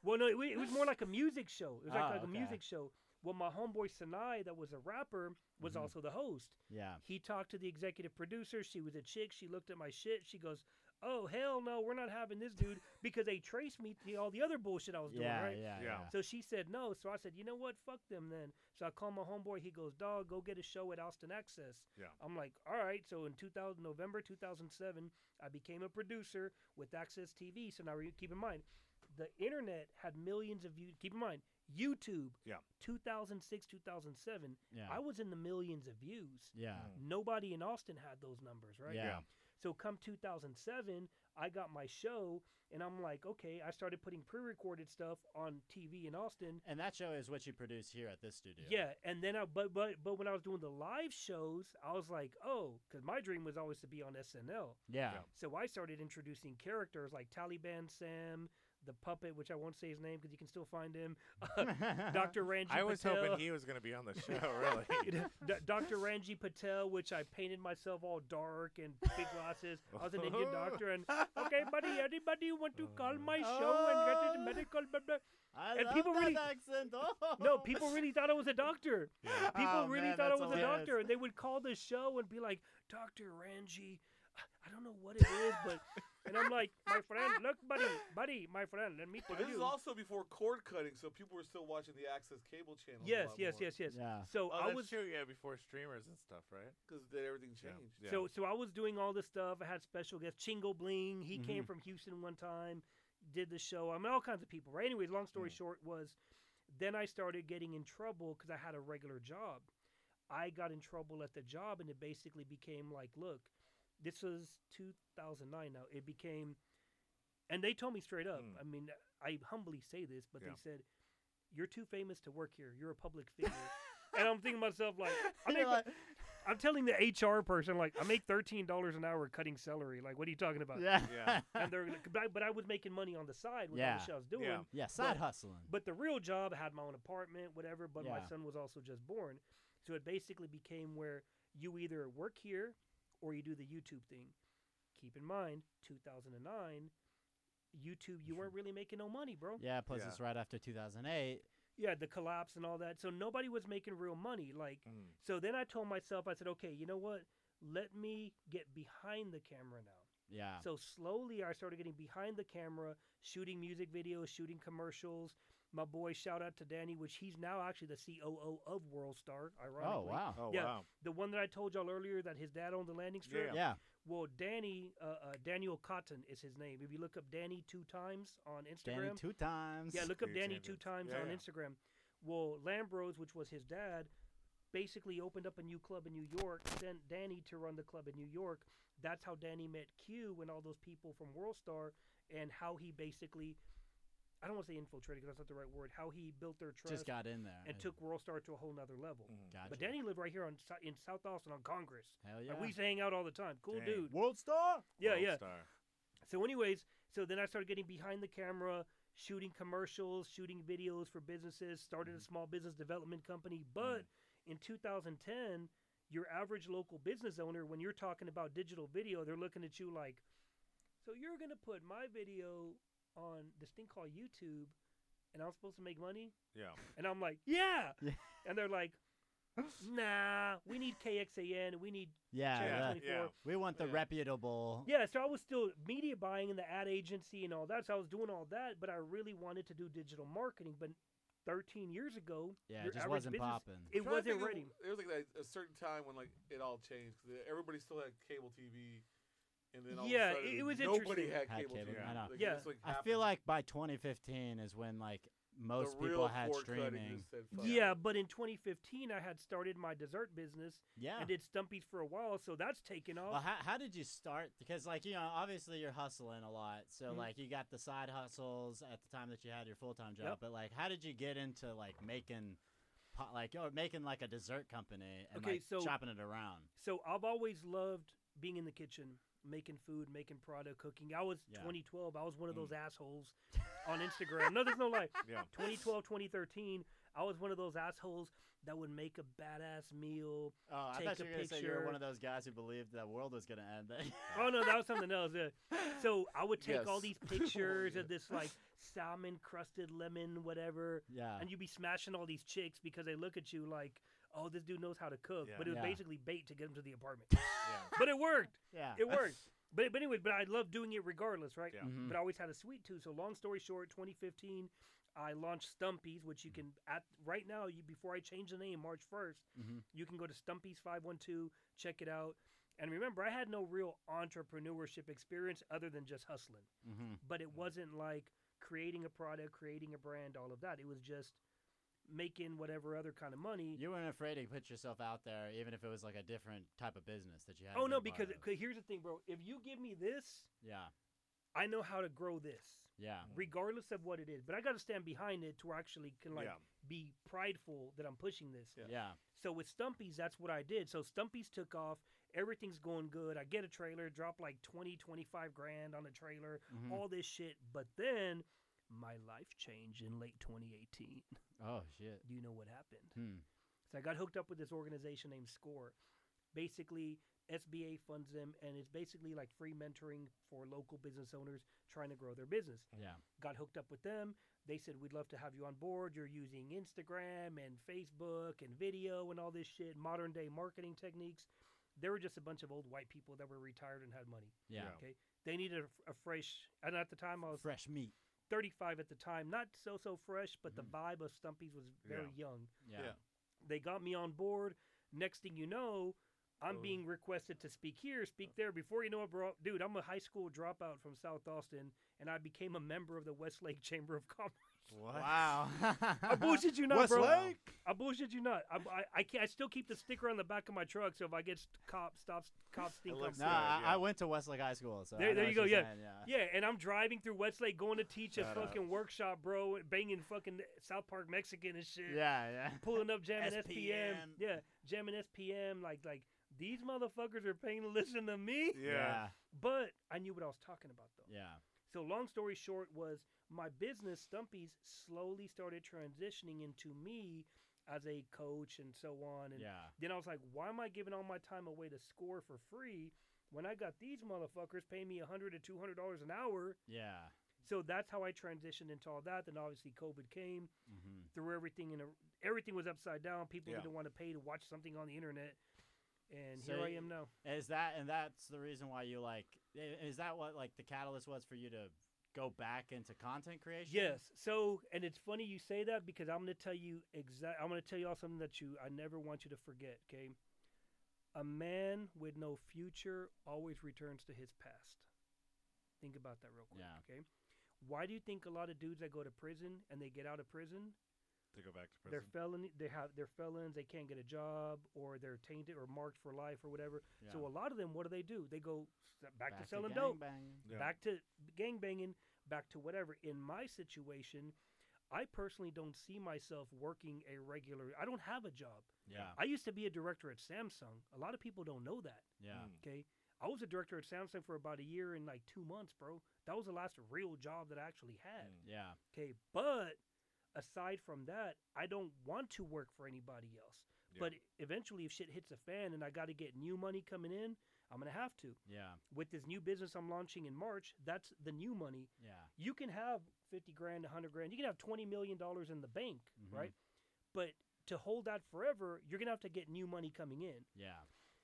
D: Well, no, it, wa- it was more like a music show. It was
C: Ah,
D: like, like a
C: okay.
D: music show. Well, my homeboy Sinai, that was a rapper, was
C: Mhm.
D: also the host.
C: yeah.
D: He talked to the executive producer. She was a chick. She looked at my shit. She goes, "Oh hell no, we're not having this dude because they traced me to all the other bullshit I was doing."
C: Yeah,
D: right?
C: yeah.
A: Yeah.
C: Yeah.
D: So she said no. So I said, you know what? Fuck them then. So I called my homeboy. He goes, dog, go get a show at Austin Access.
A: Yeah.
D: I'm like, all right. So in 2000, November 2007, I became a producer with Access TV. So now re- keep in mind, the internet had millions of views. Keep in mind, YouTube.
A: Yeah.
D: 2006, 2007.
C: Yeah.
D: I was in the millions of views.
C: yeah.
A: Mm.
D: Nobody in Austin had those numbers, right?
C: Yeah.
A: Yeah.
D: So come 2007, I got my show, and I'm like, okay. I started putting pre-recorded stuff on TV in Austin.
C: And that show is what you produce here at this studio.
D: Yeah, and then I but but but when I was doing the live shows, I was like, oh, because my dream was always to be on SNL.
C: Yeah.
A: Yeah.
D: So I started introducing characters like Taliban Sam, the puppet, which I won't say his name because you can still find him, Doctor Ranji.
A: Uh-huh. I was
D: Patel.
A: hoping he was going to be on the show, really.
D: D- Dr. Ranji Patel, which I painted myself all dark and big glasses. I was an Indian doctor, and okay, buddy, anybody want to call my show and get it medical? Blah, blah.
C: I
D: And
C: love
D: people
C: that
D: really-
C: accent. Oh.
D: No, people really thought I was a doctor.
A: Yeah.
D: People
C: Oh,
D: really
C: man,
D: thought I
C: that's
D: was a
C: hilarious.
D: doctor, and they would call the show and be like, Dr. Ranji, I- I don't know what it is, but. And I'm like, my friend, look, buddy, buddy, my friend, let me
E: But
D: tell
E: this is
D: you.
E: also before cord cutting, so people were still watching the Access cable channel.
D: yes, yes, yes, yes.
C: Yeah.
D: So
A: Oh,
D: I
A: that's
D: was
A: true. Yeah, before streamers and stuff, right?
E: Because then everything changed.
A: Yeah.
D: So so I was doing all this stuff. I had special guests. Chingo Bling, he
A: Mm-hmm.
D: came from Houston one time, did the show. I mean, all kinds of people. Right. Anyways, long story
A: Mm.
D: short was, then I started getting in trouble because I had a regular job. I got in trouble at the job, and it basically became like, look, this was 2009. Now it became, and they told me straight up.
A: Mm.
D: I mean, I humbly say this, but
A: Yeah.
D: they said, "You're too famous to work here. You're a public figure." and I'm thinking to myself like, I
C: You're
D: make
C: like-
D: I'm telling the HR person like I make thirteen dollars an hour cutting celery. Like, what are you talking about?
C: yeah.
A: Yeah.
D: And they're like, but I, but I was making money on the side with all
C: Yeah.
D: the shit I was doing.
A: Yeah.
C: yeah. Side hustling.
D: But the real job I had my own apartment, whatever. But my
C: Yeah.
D: son was also just born, so it basically became where you either work here or you do the YouTube thing. Keep in mind, 2009, YouTube, you weren't really making no money, bro.
C: Yeah. Plus,
A: Yeah.
C: it's right after 2008.
D: yeah, the collapse and all that. So nobody was making real money. Like,
A: Mm.
D: so then I told myself, I said, okay, you know what? Let me get behind the camera now.
C: Yeah.
D: So slowly, I started getting behind the camera, shooting music videos, shooting commercials. My boy, shout out to Danny, which he's now actually the COO of Worldstar. Ironically,
C: oh wow.
A: Oh
D: Yeah.
A: wow.
D: the one that I told y'all earlier that his dad owned the landing strip.
A: Yeah.
C: Yeah.
D: Well, Danny, uh, uh, Daniel Cotton is his name. If you look up Danny two times on Instagram,
C: Danny two times.
D: yeah, look up
A: Two
D: Danny
A: times.
D: two times
A: Yeah,
D: on
A: yeah.
D: Instagram. Well, Lambros, which was his dad, basically opened up a new club in New York, sent Danny to run the club in New York. That's how Danny met Q and all those people from Worldstar, and how he basically, I don't want to say infiltrated because that's not the right word, how he built their trust
C: Just got in there.
D: and took Worldstar to a whole nother level.
A: Mm.
C: Gotcha.
D: But Danny lived right here on Sou- in South Austin on Congress.
C: Hell yeah.
D: Like, we used to hang out all the time. Cool
A: Dang.
D: dude.
C: World star.
D: Yeah,
A: World
D: yeah.
A: Star.
D: So, anyways, so then I started getting behind the camera, shooting commercials, shooting videos for businesses, started a small business development company. But in 2010, your average local business owner, when you're talking about digital video, they're looking at you like, so you're going to put my video on this thing called YouTube and I'm supposed to make money?
A: Yeah.
D: And I'm like, yeah.
C: Yeah.
D: And they're like, nah, we need KXAN and we need
C: Yeah.
A: Yeah.
D: Channel
C: that-
D: 24.
C: We want the
E: Yeah.
C: reputable.
D: Yeah, so I was still media buying and the ad agency and all that. So I was doing all that, but I really wanted to do digital marketing. But 13 years ago,
C: Yeah,
D: your
C: it just
D: average
C: wasn't
D: business-
C: popping.
D: It
E: Trying to
D: wasn't
E: think of-
D: ready.
E: There was like that, a certain time when like it all changed 'cause everybody still had cable TV, and then all of
D: Yeah,
E: a sudden,
D: it- it was
E: nobody
D: interesting.
E: had
C: Had
E: cable,
C: cable,
E: TV.
A: I
C: know.
E: Like,
D: Yeah.
E: it's, like,
C: I
E: happened.
C: feel like by 2015 is when like
E: The
C: most
E: real
C: people had
E: cord cutting
C: streaming.
E: just said,
D: Yeah.
E: "Fuck it."
D: but in 2015, I had started my dessert business
C: Yeah.
D: and did Stumpy's for a while, so that's taken off.
C: Well, how, how did you start? Because like you know, obviously you're hustling a lot, so
D: Mhm.
C: like you got the side hustles at the time that you had your full time job.
D: Yep.
C: But like, how did you get into like making, po- like or making like a dessert company and
D: Okay,
C: like
D: so-
C: chopping it around?
D: So I've always loved being in the kitchen, making food, making product, cooking. I was
C: Yeah. Mm.
D: 2012. I was one of those assholes on Instagram. No, there's no lie.
A: Yeah.
D: 2012, 2013, I was one of those assholes that would make a badass meal.
C: Oh, I
D: Take
C: thought you
D: a
C: were gonna say you were
D: picture.
C: one of those guys who believed the world was gonna end.
D: Oh no, that was something else. yeah. So I would take all
B: Yes.
D: these pictures
B: yeah.
D: of this like salmon crusted lemon whatever,
C: yeah.
D: and you'd be smashing all these chicks because they look at you like, oh, this dude knows how to cook.
A: Yeah.
D: But it was
C: Yeah.
D: basically bait to get him to the apartment.
A: Yeah.
D: but it worked.
C: yeah.
D: It worked. But but anyway, but I love doing it regardless, right?
A: Yeah.
C: Mhm.
D: But I always had a sweet tooth. So long story short, 2015, I launched Stumpy's, which you can at right now. You before I change the name, March 1st,
C: Mhm.
D: you can go to Stumpy's 512, check it out. And remember, I had no real entrepreneurship experience other than just hustling.
C: Mhm.
D: But it wasn't like creating a product, creating a brand, all of that. It was just making whatever other kind of money.
C: You weren't afraid to put yourself out there, even if it was like a different type of business that you had.
D: oh
C: to
D: no,
C: be a part
D: because
C: of.
D: 'cause here's the thing, bro. If you give me this,
C: yeah,
D: I know how to grow this.
C: yeah,
D: regardless of what it is. But I got to stand behind it to actually can like
A: Yeah.
D: be prideful that I'm pushing this.
E: Yeah.
C: yeah.
D: So with Stumpy's, that's what I did. So Stumpy's took off. Everything's going good. I get a trailer, drop like 20, 25 grand on the trailer,
C: Mhm.
D: all this shit. But then my life changed in late 2018.
C: Oh shit.
D: Do you know what happened?
C: Hmm.
D: So I got hooked up with this organization named Score. Basically, SBA funds them, and it's basically like free mentoring for local business owners trying to grow their business
C: Yeah.
D: got hooked up with them. They said, We'd love to have you on board. You're using Instagram and Facebook and video and all this shit, modern day marketing techniques. They were just a bunch of old white people that were retired and had money.
C: Yeah.
A: Yeah.
D: Okay. They needed a, a fresh, and at the time I was
C: Fresh meat.
D: 35 at the time, not so, so fresh, but
C: Mhm.
D: the vibe of Stumpy's was very young.
C: Yeah.
E: Yeah.
D: They got me on board. Next thing you know, I'm
E: Oh.
D: being requested to speak here, speak there. Before you know it, bro, dude, I'm a high school dropout from South Austin, and I became a member of the Westlake Chamber of Commerce.
A: What?
C: Wow.
D: I bullshit you not, bro.
C: Westlake?
D: I bullshit you not. I, I, I can't. I still keep the sticker on the back of my truck, so if I get st- cop stops, cops think I'm.
A: looks
C: No,
A: Yeah,
C: I,
A: yeah.
C: I went to Westlake High School. So I
D: There-
C: know
D: there
C: what
D: you go,
C: you're
D: yeah.
C: saying, yeah.
D: Yeah, and I'm driving through Westlake going to teach
A: Shut
D: a
A: up.
D: fucking workshop, bro, and banging fucking South Park Mexican and shit.
C: Yeah. Yeah.
D: Pulling up jamming SPM.
C: SPM.
D: Yeah, jamming SPM. Like like these motherfuckers are paying to listen to me.
A: Yeah.
D: But I knew what I was talking about though.
C: Yeah. Yeah.
D: So long story short was my business Stumpy's slowly started transitioning into me as a coach and so on and
C: yeah.
D: then I was like, why am I giving all my time away to score for free when I got these motherfuckers paying me $100 to $200 an hour?
C: Yeah.
D: So that's how I transitioned into all that. Then obviously COVID came.
C: hmm
D: threw everything in a everything was upside down. People
A: Yeah.
D: didn't want to pay to watch something on the internet, and
C: So
D: here I
C: y-
D: am now.
C: Is that and that's the reason why you like? i- Is that what like the catalyst was for you to go back into content creation?
D: Yes. So, and it's funny you say that because I'm going to tell you exact. I'm going to tell you all something that you I never want you to forget. Okay. A man with no future always returns to his past. Think about that real quick.
C: Yeah.
D: Okay. Why do you think a lot of dudes that go to prison and they get out of prison,
A: to go back to prison.
D: they're felon, they have they're felons, they can't get a job, or they're tainted or marked for life or whatever.
C: Yeah.
D: So a lot of them, what do they do? They go s- back, to selling dope
C: gangbanging.
A: Yeah.
D: back to gangbanging, back to whatever. In my situation, I personally don't see myself working a regular. I don't have a job.
C: Yeah,
D: I used to be a director at Samsung. A lot of people don't know that.
C: yeah,
A: Mm.
D: Okay, I was a director at Samsung for about a year and like two months, bro. That was the last real job that I actually had.
A: Mm.
C: yeah.
D: Okay, but aside from that, I don't want to work for anybody else.
A: Yeah.
D: But eventually, if shit hits a fan and I got to get new money coming in, I'm gonna have to.
C: Yeah,
D: With this new business I'm launching in March, that's the new money
C: yeah,
D: you can have 50 grand 100 grand you can have 20 million dollars in the bank
A: Mm-hmm.
C: Mhm.
D: right but to hold that forever you're gonna have to get new money coming in
C: yeah,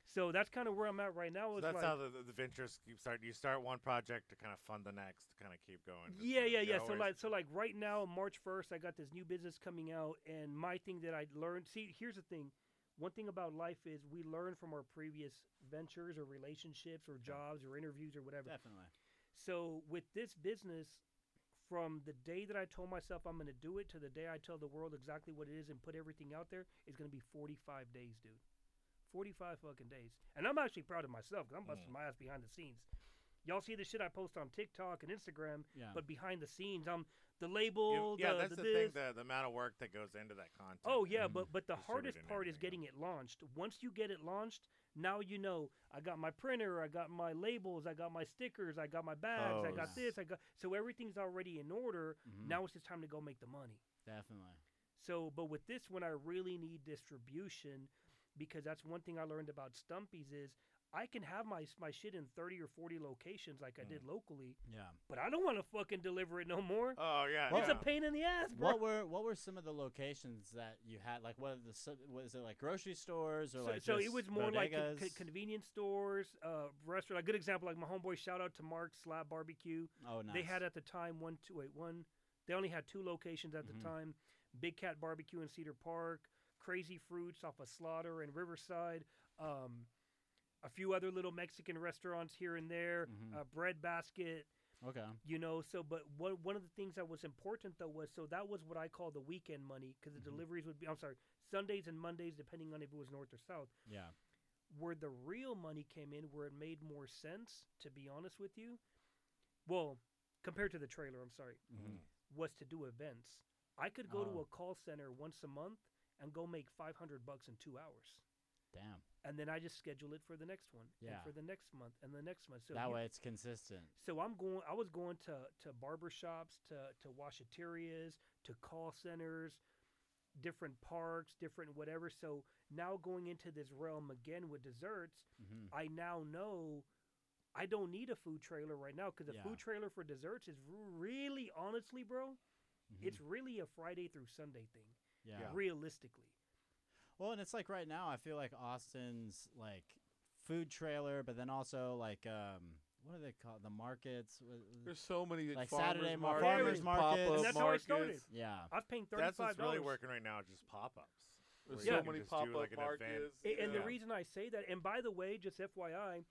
D: so that's kind of where i'm at right now
A: So
D: is
A: that's
D: like,
A: how the, the, the ventures keep start. You start one project to kind of fund the next, to kind of keep going. Just
D: yeah
A: kinda-
D: yeah
A: you
D: yeah so
A: always-
D: like so like right now march 1st i got this new business coming out and my thing that i learned see here's the thing one thing about life is we learn from our previous ventures or relationships or jobs or interviews or whatever
C: definitely.
D: So with this business, from the day that I told myself I'm going to do it to the day I tell the world exactly what it is and put everything out there, it's going to be 45 days, dude. 45 fucking days. And I'm actually proud of myself
A: Mm.
D: because I'm busting my ass behind the scenes. Y'all see the shit I post on TikTok and Instagram,
C: Yeah,
D: but behind the scenes, I'm the
A: you-
D: label,
A: yeah,
D: the,
A: that's the,
D: the this.
A: thing. The, the amount of work that goes into that content. Mm.
D: Oh yeah,
C: Mhm.
D: but but the
A: Distribute
D: hardest
A: and
D: part is
A: everything,
D: getting it launched. Once you get it launched, now you know I got my printer, I got my labels, I got my stickers, I got my bags, I got
C: Those.
D: this, I got so everything's already in order.
C: Mhm.
D: Now it's just time to go make the money.
C: definitely.
D: So, but with this one, I really need distribution because that's one thing I learned about Stumpy's is I can have my my shit in thirty or forty locations like I did locally,
C: Yeah.
D: but I don't want to fucking deliver it no more.
A: Oh yeah.
D: it's
A: yeah.
D: a pain in the ass, bro.
C: What were what were some of the locations that you had? Like, what are the sub- was it like grocery stores or
D: so,
C: like?
D: so it
C: just
D: was more like con- con-
C: bodegas?
D: convenience stores, uh, restaurant. A good example, like my homeboy, shout out to Mark Slab Barbecue.
C: oh, nice.
D: They had at the time one, two, wait, one. They only had two locations at
C: Mhm.
D: the time: Big Cat Barbecue in Cedar Park, Crazy Fruits off of Slaughter and Riverside. Um, a few other little Mexican restaurants here and there.
C: Mhm.
D: Uh, Bread Basket,
C: okay.
D: you know. So, but one one of the things that was important though was so that was what I call the weekend money because the
C: Mhm.
D: deliveries would be. I'm sorry, Sundays and Mondays, depending on if it was north or south
C: Yeah.
D: where the real money came in, where it made more sense, to be honest with you, well, compared to the trailer, I'm sorry,
C: Mhm.
D: was to do events. I could go to
C: Oh.
D: a call center once a month and go make 500 bucks in two hours.
C: Damn.
D: And then I just schedule it for the next one, and
C: Yeah.
D: for the next month, and the next month. So
C: that
D: you-
C: way it's consistent.
D: so I'm going. I was going to to barber shops, to to washaterias, to call centers, different parks, different whatever. So now going into this realm again with desserts,
C: hmm
D: I now know I don't need a food trailer right now because a
C: Yeah.
D: food trailer for desserts is r- really, honestly, bro, it's really a Friday through Sunday thing,
C: Mm-hmm. yeah.
D: realistically.
C: Well, and it's like right now, I feel like Austin's like food trailer, but then also like um, what are they called? The markets. wha- wha-
B: There's so many
C: Like
B: farmers
C: Saturday mar-
B: markets,
D: farmers
C: markets.
B: pop-up
C: And
D: that's how I
B: markets.
D: started.
C: Yeah.
D: I was paying thirty
A: That's
D: five
A: what's really
D: dollars.
A: working right now. is Just pop ups.
B: There's
D: Yeah.
B: so many pop-up markets.
D: And the
A: Yeah.
D: reason I say that, and by the way, just FYI,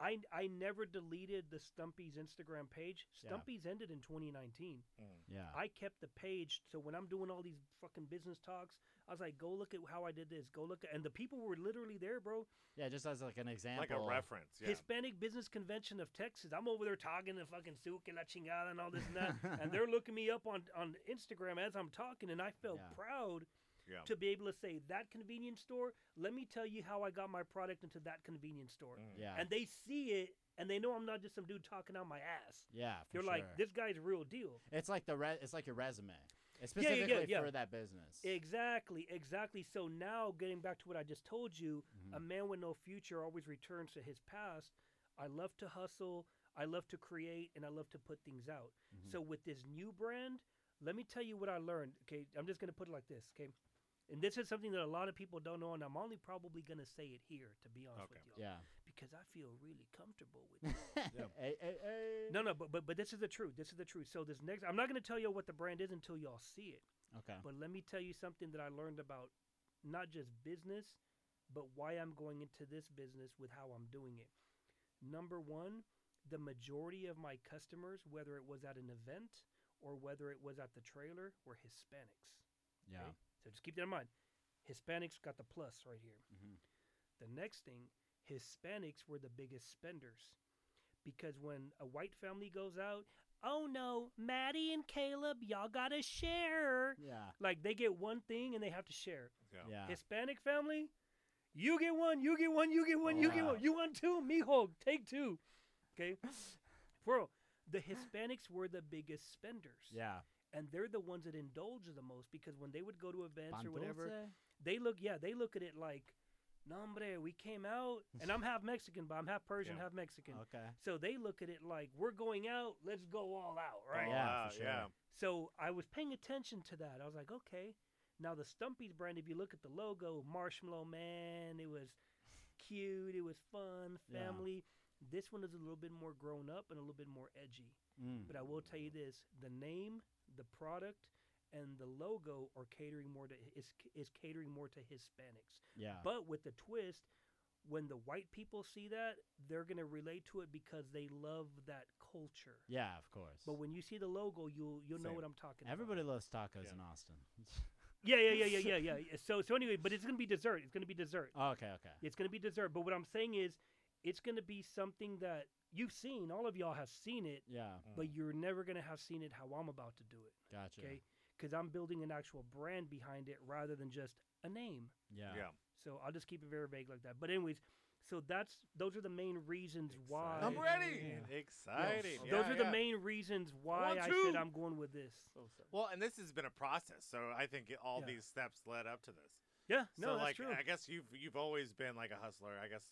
D: I I never deleted the Stumpy's Instagram page.
C: Yeah.
D: Stumpy's ended in 2019.
C: Yeah.
D: I kept the page, so when I'm doing all these fucking business talks, I was like, "Go look at how I did this. Go look." At, and the people were literally there, bro.
C: yeah. Just as like an example.
A: Like a reference. Yeah. Mm,
D: Hispanic Business Convention of Texas. I'm over there talking to fucking Suke La Chingada and all this and that. and they're looking me up on, on Instagram as I'm talking. And I felt
C: Yeah.
D: proud
A: Yeah.
D: to be able to say, that convenience store, let me tell you how I got my product into that convenience store.
A: Mm.
C: Yeah.
D: And they see it and they know I'm not just some dude talking out my ass.
C: yeah. For
D: They're
C: sure.
D: like, this guy's real deal.
C: It's like the re- It's like your resume. It's
D: Yeah, yeah, yeah,
C: specifically
D: yeah.
C: for that business.
D: Exactly, exactly. So now, getting back to what I just told you,
C: Mhm.
D: a man with no future always returns to his past. I love to hustle, I love to create, and I love to put things out.
C: Mhm.
D: So with this new brand, Let me tell you what I learned. Okay, I'm just gonna put it like this. Okay, and this is something that a lot of people don't know, and I'm only probably gonna say it here, to be honest
A: Okay.
D: with y'all,
C: Yeah.
D: because I feel really comfortable with. it.
C: Hey, hey, hey.
D: no, no, but but but this is the truth. This is the truth. So this next, I'm not gonna tell you what the brand is until y'all see it.
C: Okay.
D: But let me tell you something that I learned about not just business, but why I'm going into this business with how I'm doing it. Number one, the majority of my customers, whether it was at an event or whether it was at the trailer, were Hispanics.
C: Yeah.
D: Okay. So just keep that in mind. Hispanics got the plus right here.
C: Mhm.
D: The next thing, Hispanics were the biggest spenders. Because when a white family goes out, oh no, Maddie and Caleb, y'all gotta share.
C: Yeah.
D: Like they get one thing and they have to share. it.
A: Yeah.
C: Yeah.
D: Hispanic family, you get one, you get one, you get one, you get
C: Wow.
D: one. You want two, mijo, take two. Okay, bro. The Hispanics were the biggest spenders.
C: Yeah.
D: and they're the ones that indulge the most because when they would go to events or whatever,
C: Bandulce?
D: they look yeah they look at it like, nombre, we came out, and I'm half Mexican, but I'm half Persian,
A: Yeah.
D: half Mexican.
C: Okay.
D: So they look at it like we're going out, let's go all out, right?
C: Yeah,
A: Wow,
C: for sure.
A: yeah.
D: So I was paying attention to that. I was like, okay. Now the Stumpy's brand, if you look at the logo, Marshmallow Man, it was cute, it was fun,
C: Yeah.
D: family. This one is a little bit more grown up and a little bit more edgy.
C: Mm.
D: But I will tell you this: the name, the product, and the logo are catering more to is is catering more to Hispanics.
C: Yeah.
D: But with the twist, when the white people see that, they're gonna relate to it because they love that culture.
C: Yeah, of course.
D: But when you see the logo, you'll you'll know
A: Same.
D: what I'm talking about.
C: Everybody loves tacos
A: Yeah.
C: in Austin.
D: Yeah, yeah, yeah, yeah, yeah, yeah. So so anyway, but it's gonna be dessert. It's gonna be dessert.
C: Oh, okay, okay.
D: It's going to be dessert. But what I'm saying is, it's going to be something that you've seen. All of y'all have seen it,
C: Yeah,
D: but you're never going to have seen it how I'm about to do it.
C: gotcha.
D: Okay. Because I'm building an actual brand behind it rather than just a name.
C: Yeah.
A: Yeah.
D: So I'll just keep it very vague like that. But, anyways, so that's those are the main reasons why.
A: Exciting.
E: I'm ready.
A: Exciting.
E: Yeah.
D: Those are the
E: yeah.
D: main reasons why
E: want
D: I
E: two.
D: said I'm going with this.
E: Oh, sorry.
A: Well, and this has been a process, so I think it- all
D: Yeah.
A: these steps led up to this.
D: Yeah, no,
A: so,
D: that's
A: like,
D: true.
A: I guess you've you've always been like a hustler. I guess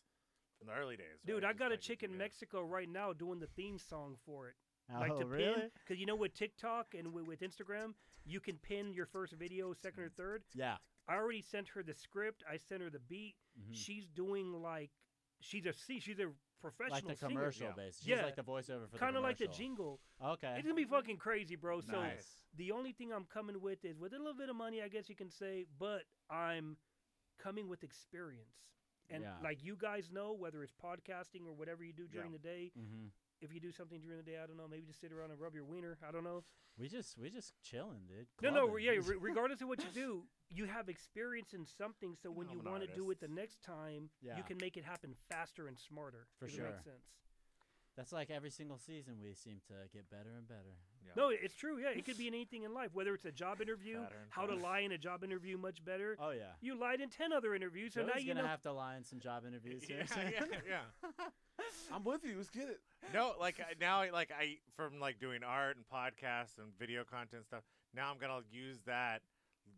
A: from the early days.
D: Dude,
A: right?
D: I
A: Just
D: got a
A: like
D: chick in
A: yeah.
D: Mexico right now doing the theme song for it.
C: Oh,
D: like to
C: really?
D: pin because you know with TikTok and with, with Instagram, you can pin your first video, second
C: Mm.
D: or third.
C: Yeah.
D: I already sent her the script. I sent her the beat.
C: mhm.
D: She's doing like she's a see she's a
C: Like
D: professional
C: the commercial
A: Yeah.
C: base. She's
D: Yeah.
C: like the voiceover for
D: kind
C: the
D: of like the
C: commercial.
D: jingle.
C: Okay.
D: It's gonna be fucking crazy, bro. So
C: nice.
D: the only thing I'm coming with is with a little bit of money, I guess you can say, but I'm coming with experience. And
C: Yeah.
D: like you guys know, whether it's podcasting or whatever you do
A: Yeah.
D: during the day,
C: hmm
D: if you do something during the day, I don't know, maybe just sit around and rub your wiener. I don't know.
C: We just we just chilling, dude.
D: No, no,
C: Clubbing.
D: yeah. Re- regardless of what you do, you have experience in something. So when
A: No,
D: you
A: I'm an
D: want to do it the
A: artist.
D: next time,
C: Yeah.
D: you can make it happen faster and smarter.
C: For
D: if it makes
C: sure.
D: sense.
C: That's like every single season we seem to get better and better.
A: Yeah.
D: No, it's true. Yeah, it could be in anything in life, whether it's a job interview,
A: Fatter and
D: how to
A: fatter.
D: lie in a job interview much better.
C: Oh yeah.
D: You lied in ten other interviews, so
C: Joey's
D: now you
C: gonna
D: know.
C: have to lie in some job interviews here.
A: Yeah, yeah, yeah.
E: I'm with you. Let's get it.
A: No, like I- now, I- like I from like doing art and podcasts and video content and stuff. Now I'm gonna use that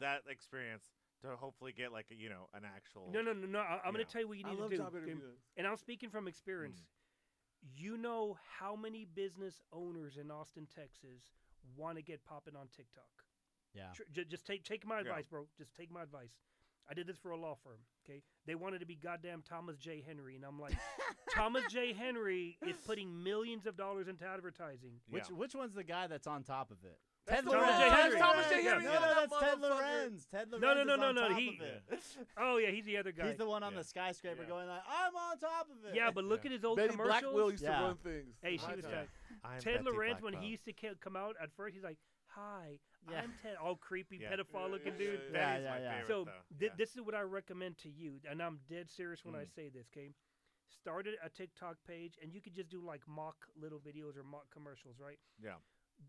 A: that experience to hopefully get like a, you know an actual.
D: No, no, no, no. I, I'm going
A: Yeah.
D: to tell you what you
E: I
D: need
E: love
D: to do.
E: job
D: okay?
E: interviews.
D: And I'm speaking from experience.
C: Mm.
D: You know how many business owners in Austin, Texas, want to get popping on TikTok.
C: Yeah.
D: Tr- ju- just take take my
A: Yeah.
D: advice, bro. Just take my advice. I did this for a law firm. Okay, they wanted to be goddamn Thomas J. Henry, and I'm like, Thomas J. Henry is putting millions of dollars into advertising.
A: Yeah.
C: Which which one's the guy that's on top of it? Ted
D: Thomas J.
C: Lorenz.
D: Henry. Thomas J.
C: Yeah,
D: Henry,
C: No,
D: yeah,
C: no,
E: that
C: that's Ted
E: motherfucker.
C: Lorenz. Ted Lorenz.
D: no, no,
C: is
D: no,
C: on
D: no,
C: top
D: he-
C: of it.
D: Oh yeah, he's the other guy.
C: He's the one on
A: Yeah.
C: the skyscraper
A: Yeah.
C: going like, "I'm on top of it."
D: yeah, but look
A: Yeah.
D: at his old
E: Betty
D: commercials.
E: Blackwell used
C: Yeah.
E: to run things.
D: Hey, she
E: My
D: was
E: time.
D: tight.
A: I'm Betty
D: Ted Lorenz when
A: Blackwell.
D: he used to ca- come out at first, he's like, "Hi,
C: Yeah.
D: I'm Ted." All creepy,
A: Yeah.
D: pedophile looking
E: yeah,
D: dude.
E: yeah,
C: Yeah,
A: Betty's my
C: yeah, yeah.
A: favorite,
D: So
A: though.
D: thi-
A: Yeah. Mm.
D: this is what I recommend to you, and I'm dead serious when I say this. Okay, start a a TikTok page, and you could just do like mock little videos or mock commercials, right?
A: Yeah.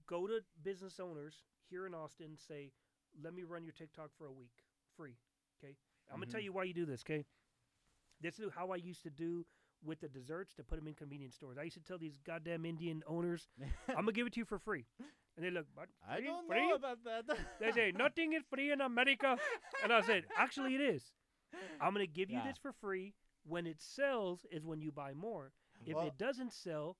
D: Go to business owners here in Austin. Say, let me run your TikTok for a week, free. Okay, I'm gonna tell
A: Mm-hmm.
D: you why you do this. Okay, this is how I used to do with the desserts to put them in convenience stores. I used to tell these goddamn Indian owners, I'm gonna give it to you for free, and they look, but
C: I
D: free,
C: don't
D: free?
C: know about that.
D: They say nothing is free in America, and I said, actually, it is. I'm gonna give you
C: Yeah.
D: this for free. When it sells, is when you buy more. If
C: Well-
D: it doesn't sell,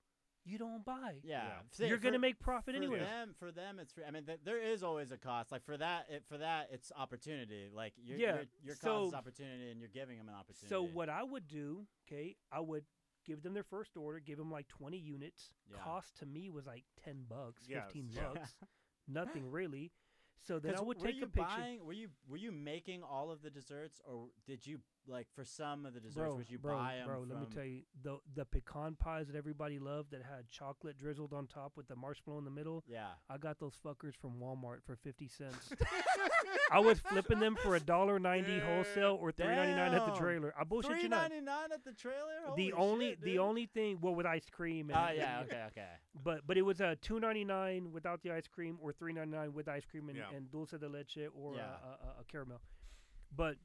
D: you don't buy.
C: Yeah,
A: Yeah.
C: Say
D: You're going to
C: for-
D: make profit
C: for
D: anyway.
C: them. For them, it's free. I mean, th- there is always a cost. Like for that, it, for that, it's opportunity. Like your
D: Yeah,
C: your, your cost is
D: so-
C: opportunity, and you're giving them an opportunity.
D: So what I would do, okay, I would give them their first order, give them like 20 units.
C: Yeah.
D: Cost to me was like 10 bucks,
A: Yes,
D: 15
A: yeah.
D: bucks. Nothing really. So then I
C: 'Cause
D: would
C: were
D: take
C: you
D: a picture.
C: Buying, were you were you making all of the desserts, or did you like for some of the desserts
D: bro,
C: would you
D: bro,
C: buy them?
D: bro, let me tell you the the pecan pies that everybody loved that had chocolate drizzled on top with the marshmallow in the middle.
C: Yeah.
D: I got those fuckers from Walmart for 50 cents. I was flipping them for a dollar ninety wholesale or 3.99 at the
C: Damn.
D: trailer. I bullshit
C: Three
D: you not.
C: ninety nine at the trailer. Holy
D: The only
C: shit,
D: the
C: dude.
D: only thing well with ice cream and
C: Oh yeah. Okay. Okay.
D: but but it was uh, two ninety nine without the ice cream or three ninety nine with ice cream and,
A: Yeah.
D: and dulce de leche or
C: Yeah.
D: uh, a, a caramel. But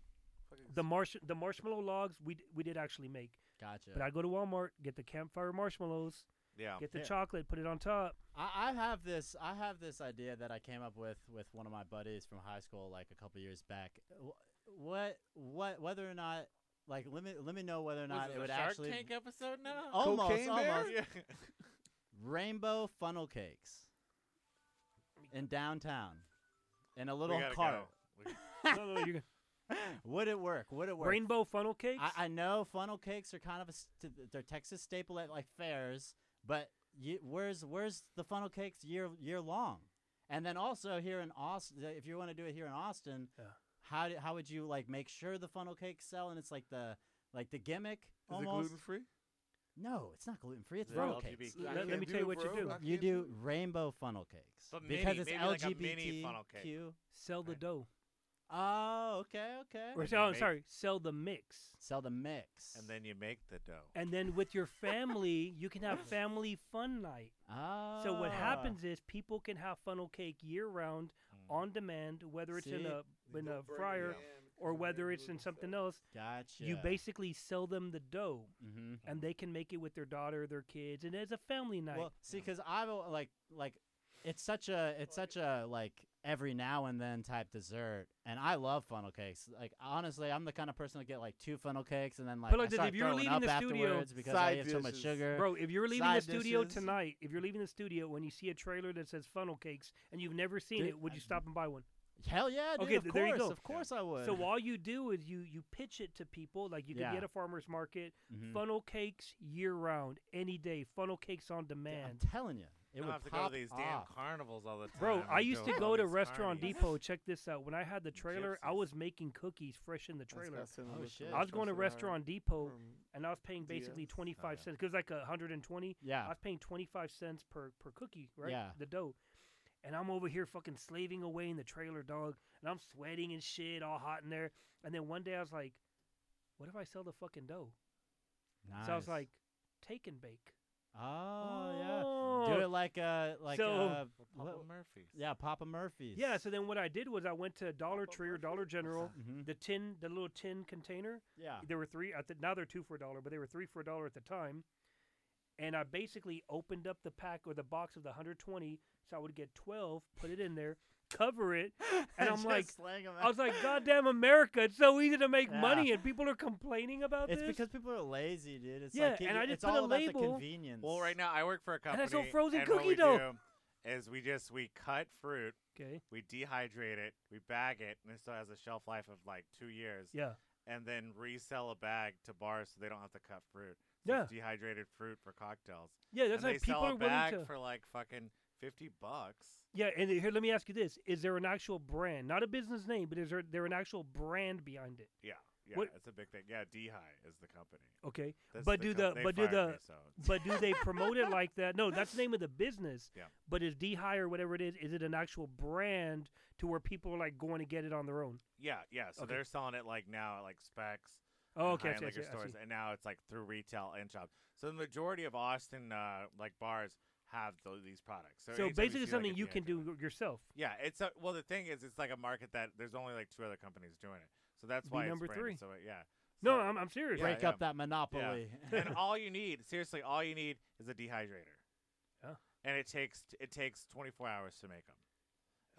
D: the marsh the marshmallow logs we d- we did actually make.
C: Gotcha.
D: But I go to Walmart, get the campfire marshmallows,
A: Yeah.
D: get the
C: Yeah.
D: chocolate, put it on top.
C: I, I have this I have this idea that I came up with with one of my buddies from high school like a couple years back. Wh- What what whether or not like let me let me know whether or
A: Was
C: not it,
A: a
C: would
A: Shark
C: actually
A: Tank episode now?
C: almost
B: Cocaine
C: almost
B: bear?
A: Yeah.
C: rainbow funnel cakes in downtown in a
A: We
C: little
A: gotta
C: cart.
A: go. We-
D: no, no, you're,
C: Would it work? Would it work?
D: rainbow funnel cakes.
C: I, I know funnel cakes are kind of a st- they're Texas staple at like fairs, but you, where's where's the funnel cakes year year long? And then also here in Austin, if you want to do it here in Austin,
D: Yeah.
C: how do, how would you like make sure the funnel cakes sell? And it's like the like the gimmick
B: Is it
C: almost.
B: gluten free?
C: no, it's not gluten free. It's
A: Is it
C: funnel
A: LGBT?
C: cakes.
D: Let- let me tell you what you do.
C: You do rainbow funnel cakes
A: But
C: because
A: mini-
C: it's
A: maybe like a mini
C: LGBTQ.
A: funnel cake.
D: sell the
A: Right.
D: dough.
C: oh, okay, okay.
D: Or
A: And
D: sell,
A: make-
D: sorry, sell the mix.
C: Sell the mix.
A: And then you make the dough.
D: And then with your family, you can have family fun night.
C: oh.
D: So what happens is people can have funnel cake year round
A: Mm.
D: on demand, whether it's in
C: See?
D: a in a fryer or whether it's in something else.
C: Gotcha.
D: You basically sell them the dough,
C: hmm
D: and they can make it with their daughter, their kids, and as a family night.
C: Well, see, because I've al- like like it's such a it's such a like every now and then type dessert, and I love funnel cakes. Like honestly, I'm the kind of person to get like two funnel cakes and then like,
D: like,
C: I
D: if
C: start
D: you're
C: throwing
D: leaving
C: up
D: the studio-
C: afterwards because I
B: Side
C: have so much
B: dishes.
C: sugar.
D: Bro, if you're leaving the
C: side
D: studio
C: dishes.
D: tonight, if you're leaving the studio when you see a trailer that says funnel cakes and you've never seen
C: Dude,
D: it, would you
C: I-
D: stop and buy one?
C: Hell yeah, dude,
D: Okay,
C: of
D: th-
C: course,
D: there you go.
C: of course I would.
D: So all you do is you you pitch it to people like you could
C: Yeah.
D: be at a farmer's market,
C: Mhm.
D: funnel cakes year round, any day, funnel cakes on
C: Yeah,
D: demand.
C: I'm telling you, it
A: You
C: would
A: don't have to go
C: pop
A: to these damn
C: off.
A: carnivals all the time.
D: Bro, I
A: and
D: used to
A: all
D: go to
A: these
D: Restaurant
A: parties.
D: Depot. Check this out. When I had the trailer, I
A: gypsies.
D: was making cookies fresh in the trailer.
C: Oh, shit.
D: I was going to Restaurant Depot
B: From
D: and I was paying basically
B: DS.
D: 25
A: yeah.
D: cents because like a 120.
C: yeah,
D: I was paying 25 cents per per cookie, right?
C: Yeah.
D: The dough. And I'm over here fucking slaving away in the trailer, dog, and I'm sweating and shit, all hot in there. And then one day I was like, what if I sell the fucking dough? So I
C: Nice.
D: was like, take and bake.
C: oh yeah, do it like uh like
D: So-
C: uh,
A: Papa
C: what-
A: Murphy's.
C: yeah, Papa Murphy's.
D: Yeah, so then what I did was I went to Dollar
B: Papa
D: Tree or Ah. Dollar General,
C: hmm
D: the tin, the little tin container.
C: yeah,
D: There were three. At the, now they're two for a dollar, but they were three for a dollar at the time. And I basically opened up the pack or the box of the 120, so I would get 12, put it in there, cover it, and I'm
C: Just
D: like,
C: slang 'em
D: I
C: out.
D: was like, goddamn America, it's so easy to make
C: Yeah.
D: money, and people are complaining about
C: It's
D: this.
C: because people are lazy, dude. It's
D: Yeah,
C: like,
D: and I just
C: it's
D: put a
C: all about the
D: label.
C: convenience.
A: Well, right now I work for a
D: And
A: company.
D: I sell frozen
A: and what
D: cookie
A: we
D: dough.
A: do Is we just we cut fruit,
D: okay,
A: we dehydrate it, we bag it, and it still has a shelf life of like two years,
D: yeah,
A: and then resell a bag to bars so they don't have to cut fruit. So
D: Yeah.
A: it's dehydrated fruit for cocktails.
D: yeah. That's
A: and they
D: like people
A: sell
D: are
A: a bag
D: willing to.
A: for like fucking fifty bucks.
D: Yeah, and here, let me ask you this: Is there an actual brand, not a business name, but is there there an actual brand behind it?
A: Yeah, yeah,
D: What-
A: it's a big thing. Yeah, Dehy is the company.
D: Okay,
A: That's
D: But
A: the
D: do
A: com-
D: the-
A: they
D: but do
A: fired me,
D: the-
A: so
D: but do they promote it like that? No, that's the name of the business.
A: Yeah.
D: But is Dehi or whatever it is, is it an actual brand to where people are like going to get it on their own?
A: Yeah, yeah. So
D: Okay.
A: they're selling it like now at like Specs.
D: Oh,
A: and
D: okay, I
A: high-end
D: see, I
A: liquor
D: see, I
A: stores,
D: see.
A: and now it's like through retail and shops. So the majority of Austin uh, like bars have tho- these products. So,
D: So,
A: anytime
D: basically,
A: see, like,
D: something
A: a
D: you can
A: dehydrator-
D: do yourself.
A: Yeah, it's a, well. The thing is, it's like a market that there's only like two other companies doing it. So that's
D: Be
A: why it's
D: number
A: branded
D: three.
A: So it- yeah.
D: No,
A: So-
D: I'm, I'm serious.
A: Yeah,
C: break
A: yeah.
C: up that monopoly.
A: and all you need, seriously, all you need is a dehydrator.
D: Yeah.
A: And it takes it takes 24 hours to make them.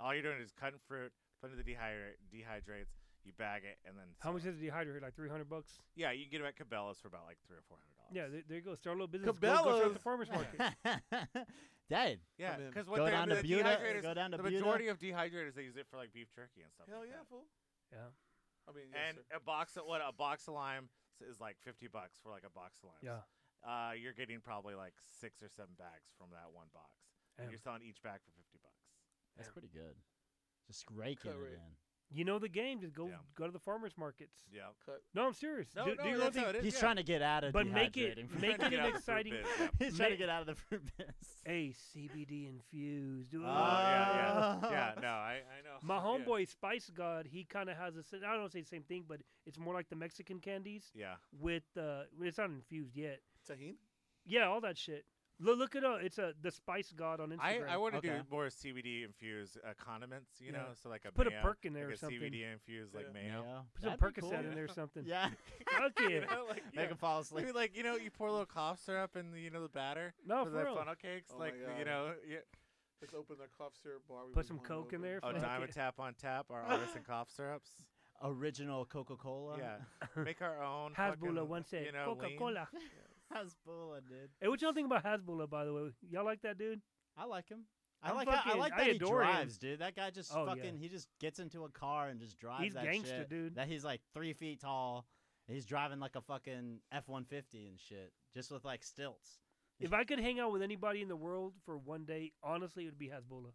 A: All you're doing is cutting fruit, putting the dehydrate dehydrates. you bag it, and then
D: How
A: sell
D: much
A: it.
D: is a dehydrator? Like 300 bucks?
A: Yeah, you can get them at Cabela's for about like three or four hundred dollars.
D: Yeah, there, there you go. Start a little business. Go, go start at the
B: Cabela's.
D: farmer's market.
C: Dad,
A: yeah,
B: I'm in.
A: because what
C: go
A: they're-
C: down, to
A: the
C: Buda,
A: dehydrators,
C: go down to
A: the
C: Buda.
A: majority of dehydrators they use it for like beef jerky and stuff.
B: Hell
A: like
B: yeah,
A: that.
B: fool.
D: yeah.
B: I mean, yes,
A: And
B: sir.
A: a box of what a box of lime is like fifty bucks for like a box of limes.
D: Yeah.
A: Uh, you're getting probably like six or seven bags from that one box, and
D: Damn.
A: you're selling each bag for fifty bucks.
C: that's pretty good. Just raking it
B: rate.
C: in.
D: You know the game. Just go
A: Yeah.
D: go to the farmer's markets.
A: Yeah.
D: No, I'm serious.
A: No,
D: do,
A: no,
D: do your own
A: that's
D: thing.
A: how it is.
C: He's
A: yeah.
C: trying to get out of
D: But make
C: dehydrating.
D: it-
A: You're
D: make
A: trying to get
D: it
A: out
D: an
A: of the fruit
D: exciting-
A: biz, yeah.
C: He's trying to
D: make-
C: get out of the fruit biz.
D: Hey, CBD infused. Ah. Ooh.
A: Oh, yeah, yeah, yeah.
C: Oh.
A: No, I, I know.
D: My
A: Yeah.
D: homeboy Spice God, he kind of has a. s- I don't say the same thing, but it's more like the Mexican candies
A: Yeah.
D: with uh, it's not infused yet.
B: Tahini?
D: Yeah, all that shit. Look, look it up. It's a the Spice God on
A: I,
D: Instagram.
A: I want to
C: Okay.
A: do more CBD infused uh, condiments, you
D: Yeah.
A: know, so like a
D: Put a
A: mayo,
D: perk in there
A: like
D: or
A: a
D: something.
A: CBD infused like
B: Yeah.
A: mayo.
D: Put some
C: That'd be
D: Percocet
C: cool.
D: in there or something.
C: Yeah,
D: Fuck
A: You
D: yeah.
A: know, like, yeah.
C: make him fall asleep.
A: Maybe like you know, you pour a little cough syrup in the you know the batter
D: No,
A: for
D: for
A: the
D: real.
A: funnel cakes,
B: Oh my
A: like the-
B: God.
A: you know. Yeah.
B: Let's open the cough syrup bar. we
D: Put
B: would
D: some
B: want
D: Coke in
B: open.
D: there.
A: Oh,
D: Fuck
A: diamond
D: it.
A: tap on tap, our artisan cough syrups.
C: Original Coca Cola.
A: Yeah, make our own.
D: Hasbula
A: fucking,
D: once
A: you
D: it.
A: know,
D: Coca
A: lean.
D: Cola.
C: Hasbulla, dude.
D: Hey, what y'all think about Hasbula, by the way? Y'all like that dude?
C: I like him. I
D: I'm
C: like that. I
D: fucking-
C: like
D: I
C: that he
D: adore him.
C: drives, dude. That guy just
D: Oh, yeah.
C: fucking. He just gets into a car and just drives.
D: He's
C: that
D: gangster,
C: shit.
D: dude.
C: That he's like three feet tall. and He's driving like a fucking F one fifty and shit, just with like stilts.
D: If I could hang out with anybody in the world for one day, honestly, it would be Hasbula.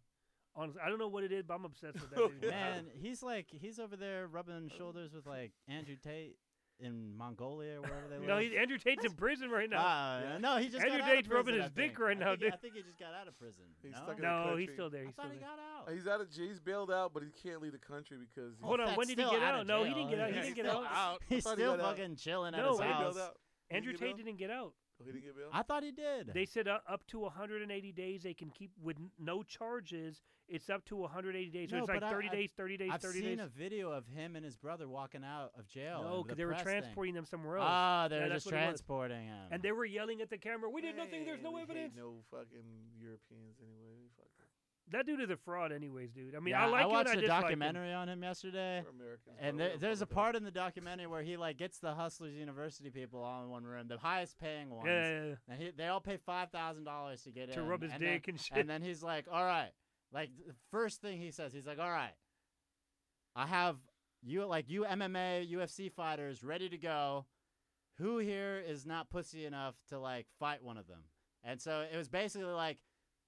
D: Honestly, I don't know what it is, but I'm obsessed with that dude.
C: Man, he's like he's over there rubbing shoulders with like Andrew Tate in Mongolia or wherever they live.
D: no, he's, Andrew Tate's in prison right now.
C: Ah, no, he just
D: Andrew
C: got out of
D: Tate's rubbing
C: prison,
D: his
C: I
D: dick
C: think.
D: right
C: I
D: now,
C: think he- I
D: dude.
C: think he just got out of prison.
B: He's
C: no?
B: stuck in
D: no,
B: the
D: he's
B: country.
D: still there.
C: I
D: He's still
C: thought he
D: there.
C: got out.
B: He's out of. j- He's bailed out, but he can't leave the country because. He,
D: Hold on,
C: That's
D: when did he
C: still
D: get
C: out
D: out?
C: of
D: No, he
C: jail.
D: didn't get out. He
A: Yeah,
D: didn't get
A: still
D: out.
A: out.
C: He's
B: thought he
C: still
B: got out.
C: fucking chilling at
D: No,
C: his
D: he
B: he
D: didn't
C: house.
B: bailed out. Did he
D: Andrew
B: get
D: Tate
B: out?
D: didn't get out.
B: Oh, he didn't get bailed.
C: I thought he did.
D: They said uh, up to 180 days they can keep with n- no charges. It's up to 180 days. So
C: No,
D: it's like
C: but I-
D: 30
C: I-
D: days, 30 days,
C: I've
D: 30
C: seen
D: days.
C: a video of him and his brother walking out of jail.
D: no,
C: because
D: because they were transporting them somewhere else.
C: Ah, they
D: Yeah,
C: were
D: that's
C: just
D: what it was.
C: transporting him.
D: and they were yelling at the camera, "We did nothing. There's
B: Man,
D: no
B: we hate
D: evidence."
B: No fucking Europeans anyway. We fuck them.
D: That dude is a fraud, anyways, dude. I mean,
C: yeah,
D: I like
C: I
D: him and
C: watched
D: I
C: a
D: dislike him.
C: documentary on him yesterday.
B: We're Americans.
C: Eh. And
B: bro. We
C: there,
B: don't
C: there's a
B: fuck with
C: part in the documentary where he like gets the Hustlers University people all in one room, the highest paying ones.
D: Yeah, yeah, yeah.
C: And he, they all pay five thousand dollars to get
D: to
C: in.
D: rub his
C: and then-
D: dick and shit.
C: And then he's like, "All right." Like th- the first thing he says, he's like, "All right, I have you like you MMA UFC fighters ready to go. Who here is not pussy enough to like fight one of them?" And so it was basically like,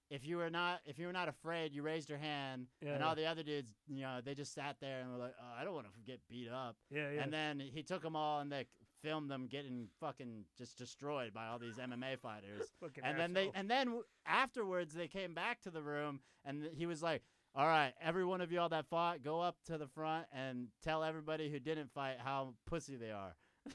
C: if you were not if you were not afraid, you raised your hand, and
D: Yeah.
C: all the other dudes, you know, they just sat there and were like, oh, "I don't want to get beat up."
D: yeah, yeah.
C: And then he took them all and they filmed them getting fucking just destroyed by all these MMA fighters
D: Fucking
C: and then they
D: asshole.
C: and then w- afterwards they came back to the room and th- he was like all right every one of y'all that fought go up to the front and tell everybody who didn't fight how pussy they are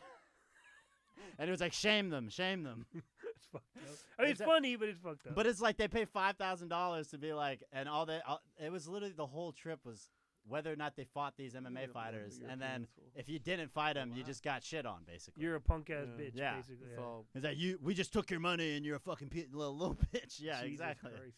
C: and it was like shame them shame them
D: it's fucked up. I mean, it's
C: Exa-
D: funny, but it's fucked up.
C: but it's like they pay $5000 to be like and all that all, it was literally the whole trip was whether or not they fought these
B: them. We
C: mma
B: don't want
C: fighters
B: the
C: and then
B: Europeans, fool.
C: if you didn't fight them you
B: Wow.
C: just got shit on basically
D: you're a punk ass
B: Yeah.
D: bitch,
C: Yeah.
D: basically.
B: It's
D: yeah.
B: all-
C: is that you we just took your money and you're a fucking pe- little, little bitch yeah
D: Jesus
C: exactly
D: Christ.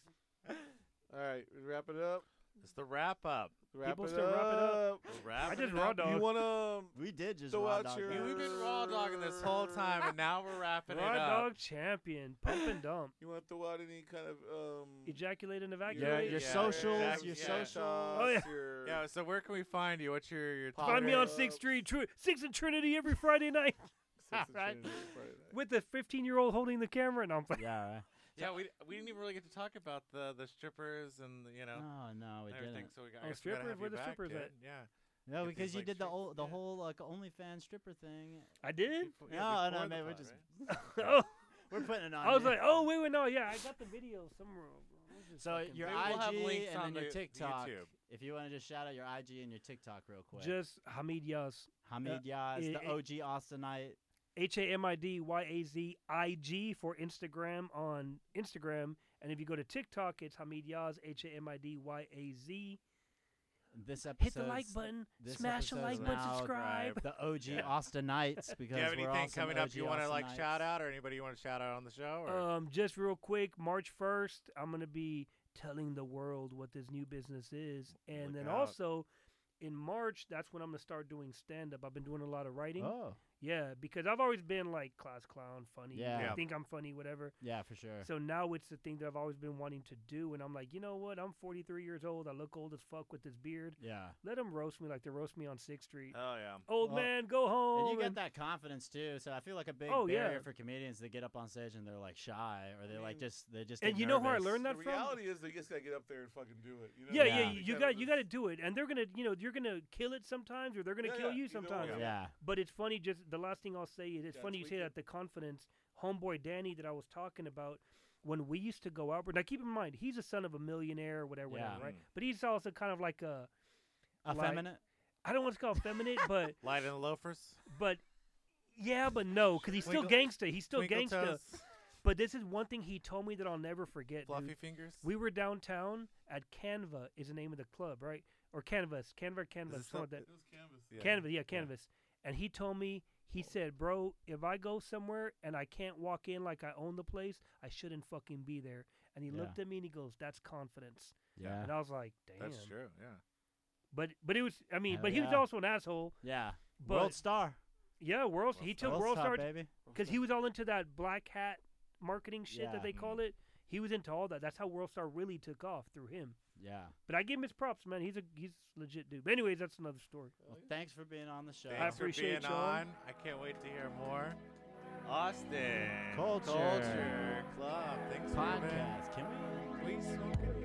B: All right, we wrap it up.
A: It's the wrap up.
B: Wrap
D: People
B: it
D: still wrap it
B: up.
D: up.
A: The wrap.
D: I
A: it
D: just
A: up.
D: raw dog.
B: You um, want to
C: we did just
B: throw
C: raw
B: out
C: dog
B: your.
C: that.
A: You- We've been raw dogging this whole time, and now we're wrapping
D: Raw
A: it up.
D: dog champion, pump and dump,
B: You want to throw out any kind of um?
D: ejaculate and
C: your,
D: evacuate.
C: your
A: Yeah,
C: socials,
A: exactly.
C: your
A: Yeah.
C: social.
B: Oh
D: yeah.
B: Your,
A: Yeah. So where can we find you? What's your your?
B: Find
D: Find me
A: Twitter?
D: on
B: Uh,
D: Sixth Street, Tr- Six and Trinity every Friday night
B: Six and
C: Right.
B: Trinity, Friday night.
D: with the 15 year old holding the camera, and I'm playing.
C: Yeah, right.
A: Yeah, we we didn't even really get to talk about the the strippers and the, you know
C: No, no, we
A: everything.
C: didn't.
A: So we got
D: Oh,
A: I guess we gotta
D: strippers?
A: have
D: Where
A: you
D: the
A: back,
D: strippers
A: dude.
D: at?
A: Yeah.
C: No,
A: If
C: because
A: it's,
C: you
A: like,
C: did the
A: strict-
C: whole, the
A: yeah.
C: whole like OnlyFans stripper thing.
D: I did.
A: Befo-
C: No,
A: yeah,
C: no,
A: before the
C: man, we're
A: pod,
C: just
A: right?
D: oh,
C: we're putting it on.
D: I was
C: you.
D: like, oh wait, wait, no, yeah, I got the video somewhere. Bro. Just
C: so
D: fucking-
C: your
A: Maybe we'll have
C: IG
A: links
C: and
A: on
C: then your
A: the- the
C: TikTok.
A: YouTube.
C: If you want to just shout out your IG and your TikTok real quick.
D: just Hamid Yaz,
A: uh,
C: Hamid Yaz,
A: eh,
D: it-
C: the
D: it-
C: OG Austinite.
D: H A M I D Y A Z I G for Instagram on Instagram, and if you go to TikTok, it's Hamid Yaz, H A M I D Y A Z.
C: This episode.
D: Hit the like button,
C: this
D: smash the
C: episode's
D: like button,
C: now
D: subscribe.
C: The OG
A: Yeah.
C: Austinites. Because
A: Do you have
C: we're
A: anything
C: awesome
A: coming up
C: OG
A: you want to like
C: Austinites.
A: shout out, or anybody you want to shout out on the show? Or?
D: Um, just real quick, March first, I'm gonna be telling the world what this new business is, and
A: Look
D: then
A: out.
D: also in March, that's when I'm gonna start doing stand up. I've been doing a lot of writing.
C: Oh,
D: Yeah, because I've always been like class clown, funny.
C: Yeah.
A: Yeah.
D: I think I'm funny, whatever.
C: yeah, for sure.
D: So now it's the thing that I've always been wanting to do, and I'm like, you know what? I'm 43 years old. I look old as fuck with this beard.
C: yeah.
D: Let them roast me like they roast me on Sixth Street.
A: Oh yeah.
D: old
C: Uh, well,
D: man, go home.
C: And you get
D: and-
C: that confidence too. So I feel like a big
D: Oh, yeah.
C: barrier for comedians that get up on stage and they're like shy or they like
E: mean-
C: just they just.
D: And
C: get
D: you know where I
C: nervous.
D: learned that
E: the
D: from-
E: reality is they just gotta get up there and fucking do it. You know?
D: yeah,
C: Yeah.
D: yeah,
E: They
D: you, you
E: gotta
D: got you
E: just-
D: got to do it, and they're gonna, you know, you're gonna kill it sometimes, or they're gonna
E: Yeah,
D: kill
E: yeah,
D: you
E: either way.
D: sometimes.
E: Yeah.
C: Yeah.
D: But it's funny, just the last thing I'll say is it's
E: Yeah,
D: funny you
E: tweak
D: say
E: it.
D: that the confidence. Homeboy Danny that I was talking about when we used to go out. Now keep in mind, he's a son of a millionaire or whatever, whatever
C: Yeah.
D: right?
A: Mm.
D: But he's also kind of like a Like-
C: Effeminate.
D: I don't want to call him feminine, but
A: Light and loafers.
D: but yeah, but no, because he's still
A: Twinkle-
D: gangsta. He's still
A: twinkle
D: gangsta.
A: toes,
D: But this is one thing he told me that I'll never forget.
A: fluffy
D: dude.
A: fingers.
D: We were downtown at Canva is the name of the club, right? Or Canvas, Canva, Canvas,
A: it
D: something like that.
E: It was canvas.
A: Yeah.
D: Canvas, yeah, Canvas. And he told me, he said, "Bro, if I go somewhere and I can't walk in like I own the place, I shouldn't fucking be there." And he
C: Yeah.
D: looked at me and he goes, "That's confidence."
C: Yeah.
D: And I was like, "Damn."
A: That's true. Yeah.
D: But but it was, I mean,
C: Hell
D: but he was
C: yeah.
D: also an asshole.
C: Yeah.
D: But
C: World star.
D: yeah, world. He took
C: World,
D: world
C: star,
D: star
C: baby.
D: because he was all into that black hat marketing shit
C: Yeah.
D: that they call it. He was into all that. That's how World Star really took off through him.
C: Yeah.
D: But I give him his props, man. He's a he's legit dude. But anyways, that's another story.
C: Well, thanks for being on the show.
A: Thanks
D: appreciate
A: for being
D: y'all.
A: on. I can't wait to hear more. Austin
C: Culture.
A: Culture Club. Thanks for being.
C: Podcast. Can we?
A: Please smoke it.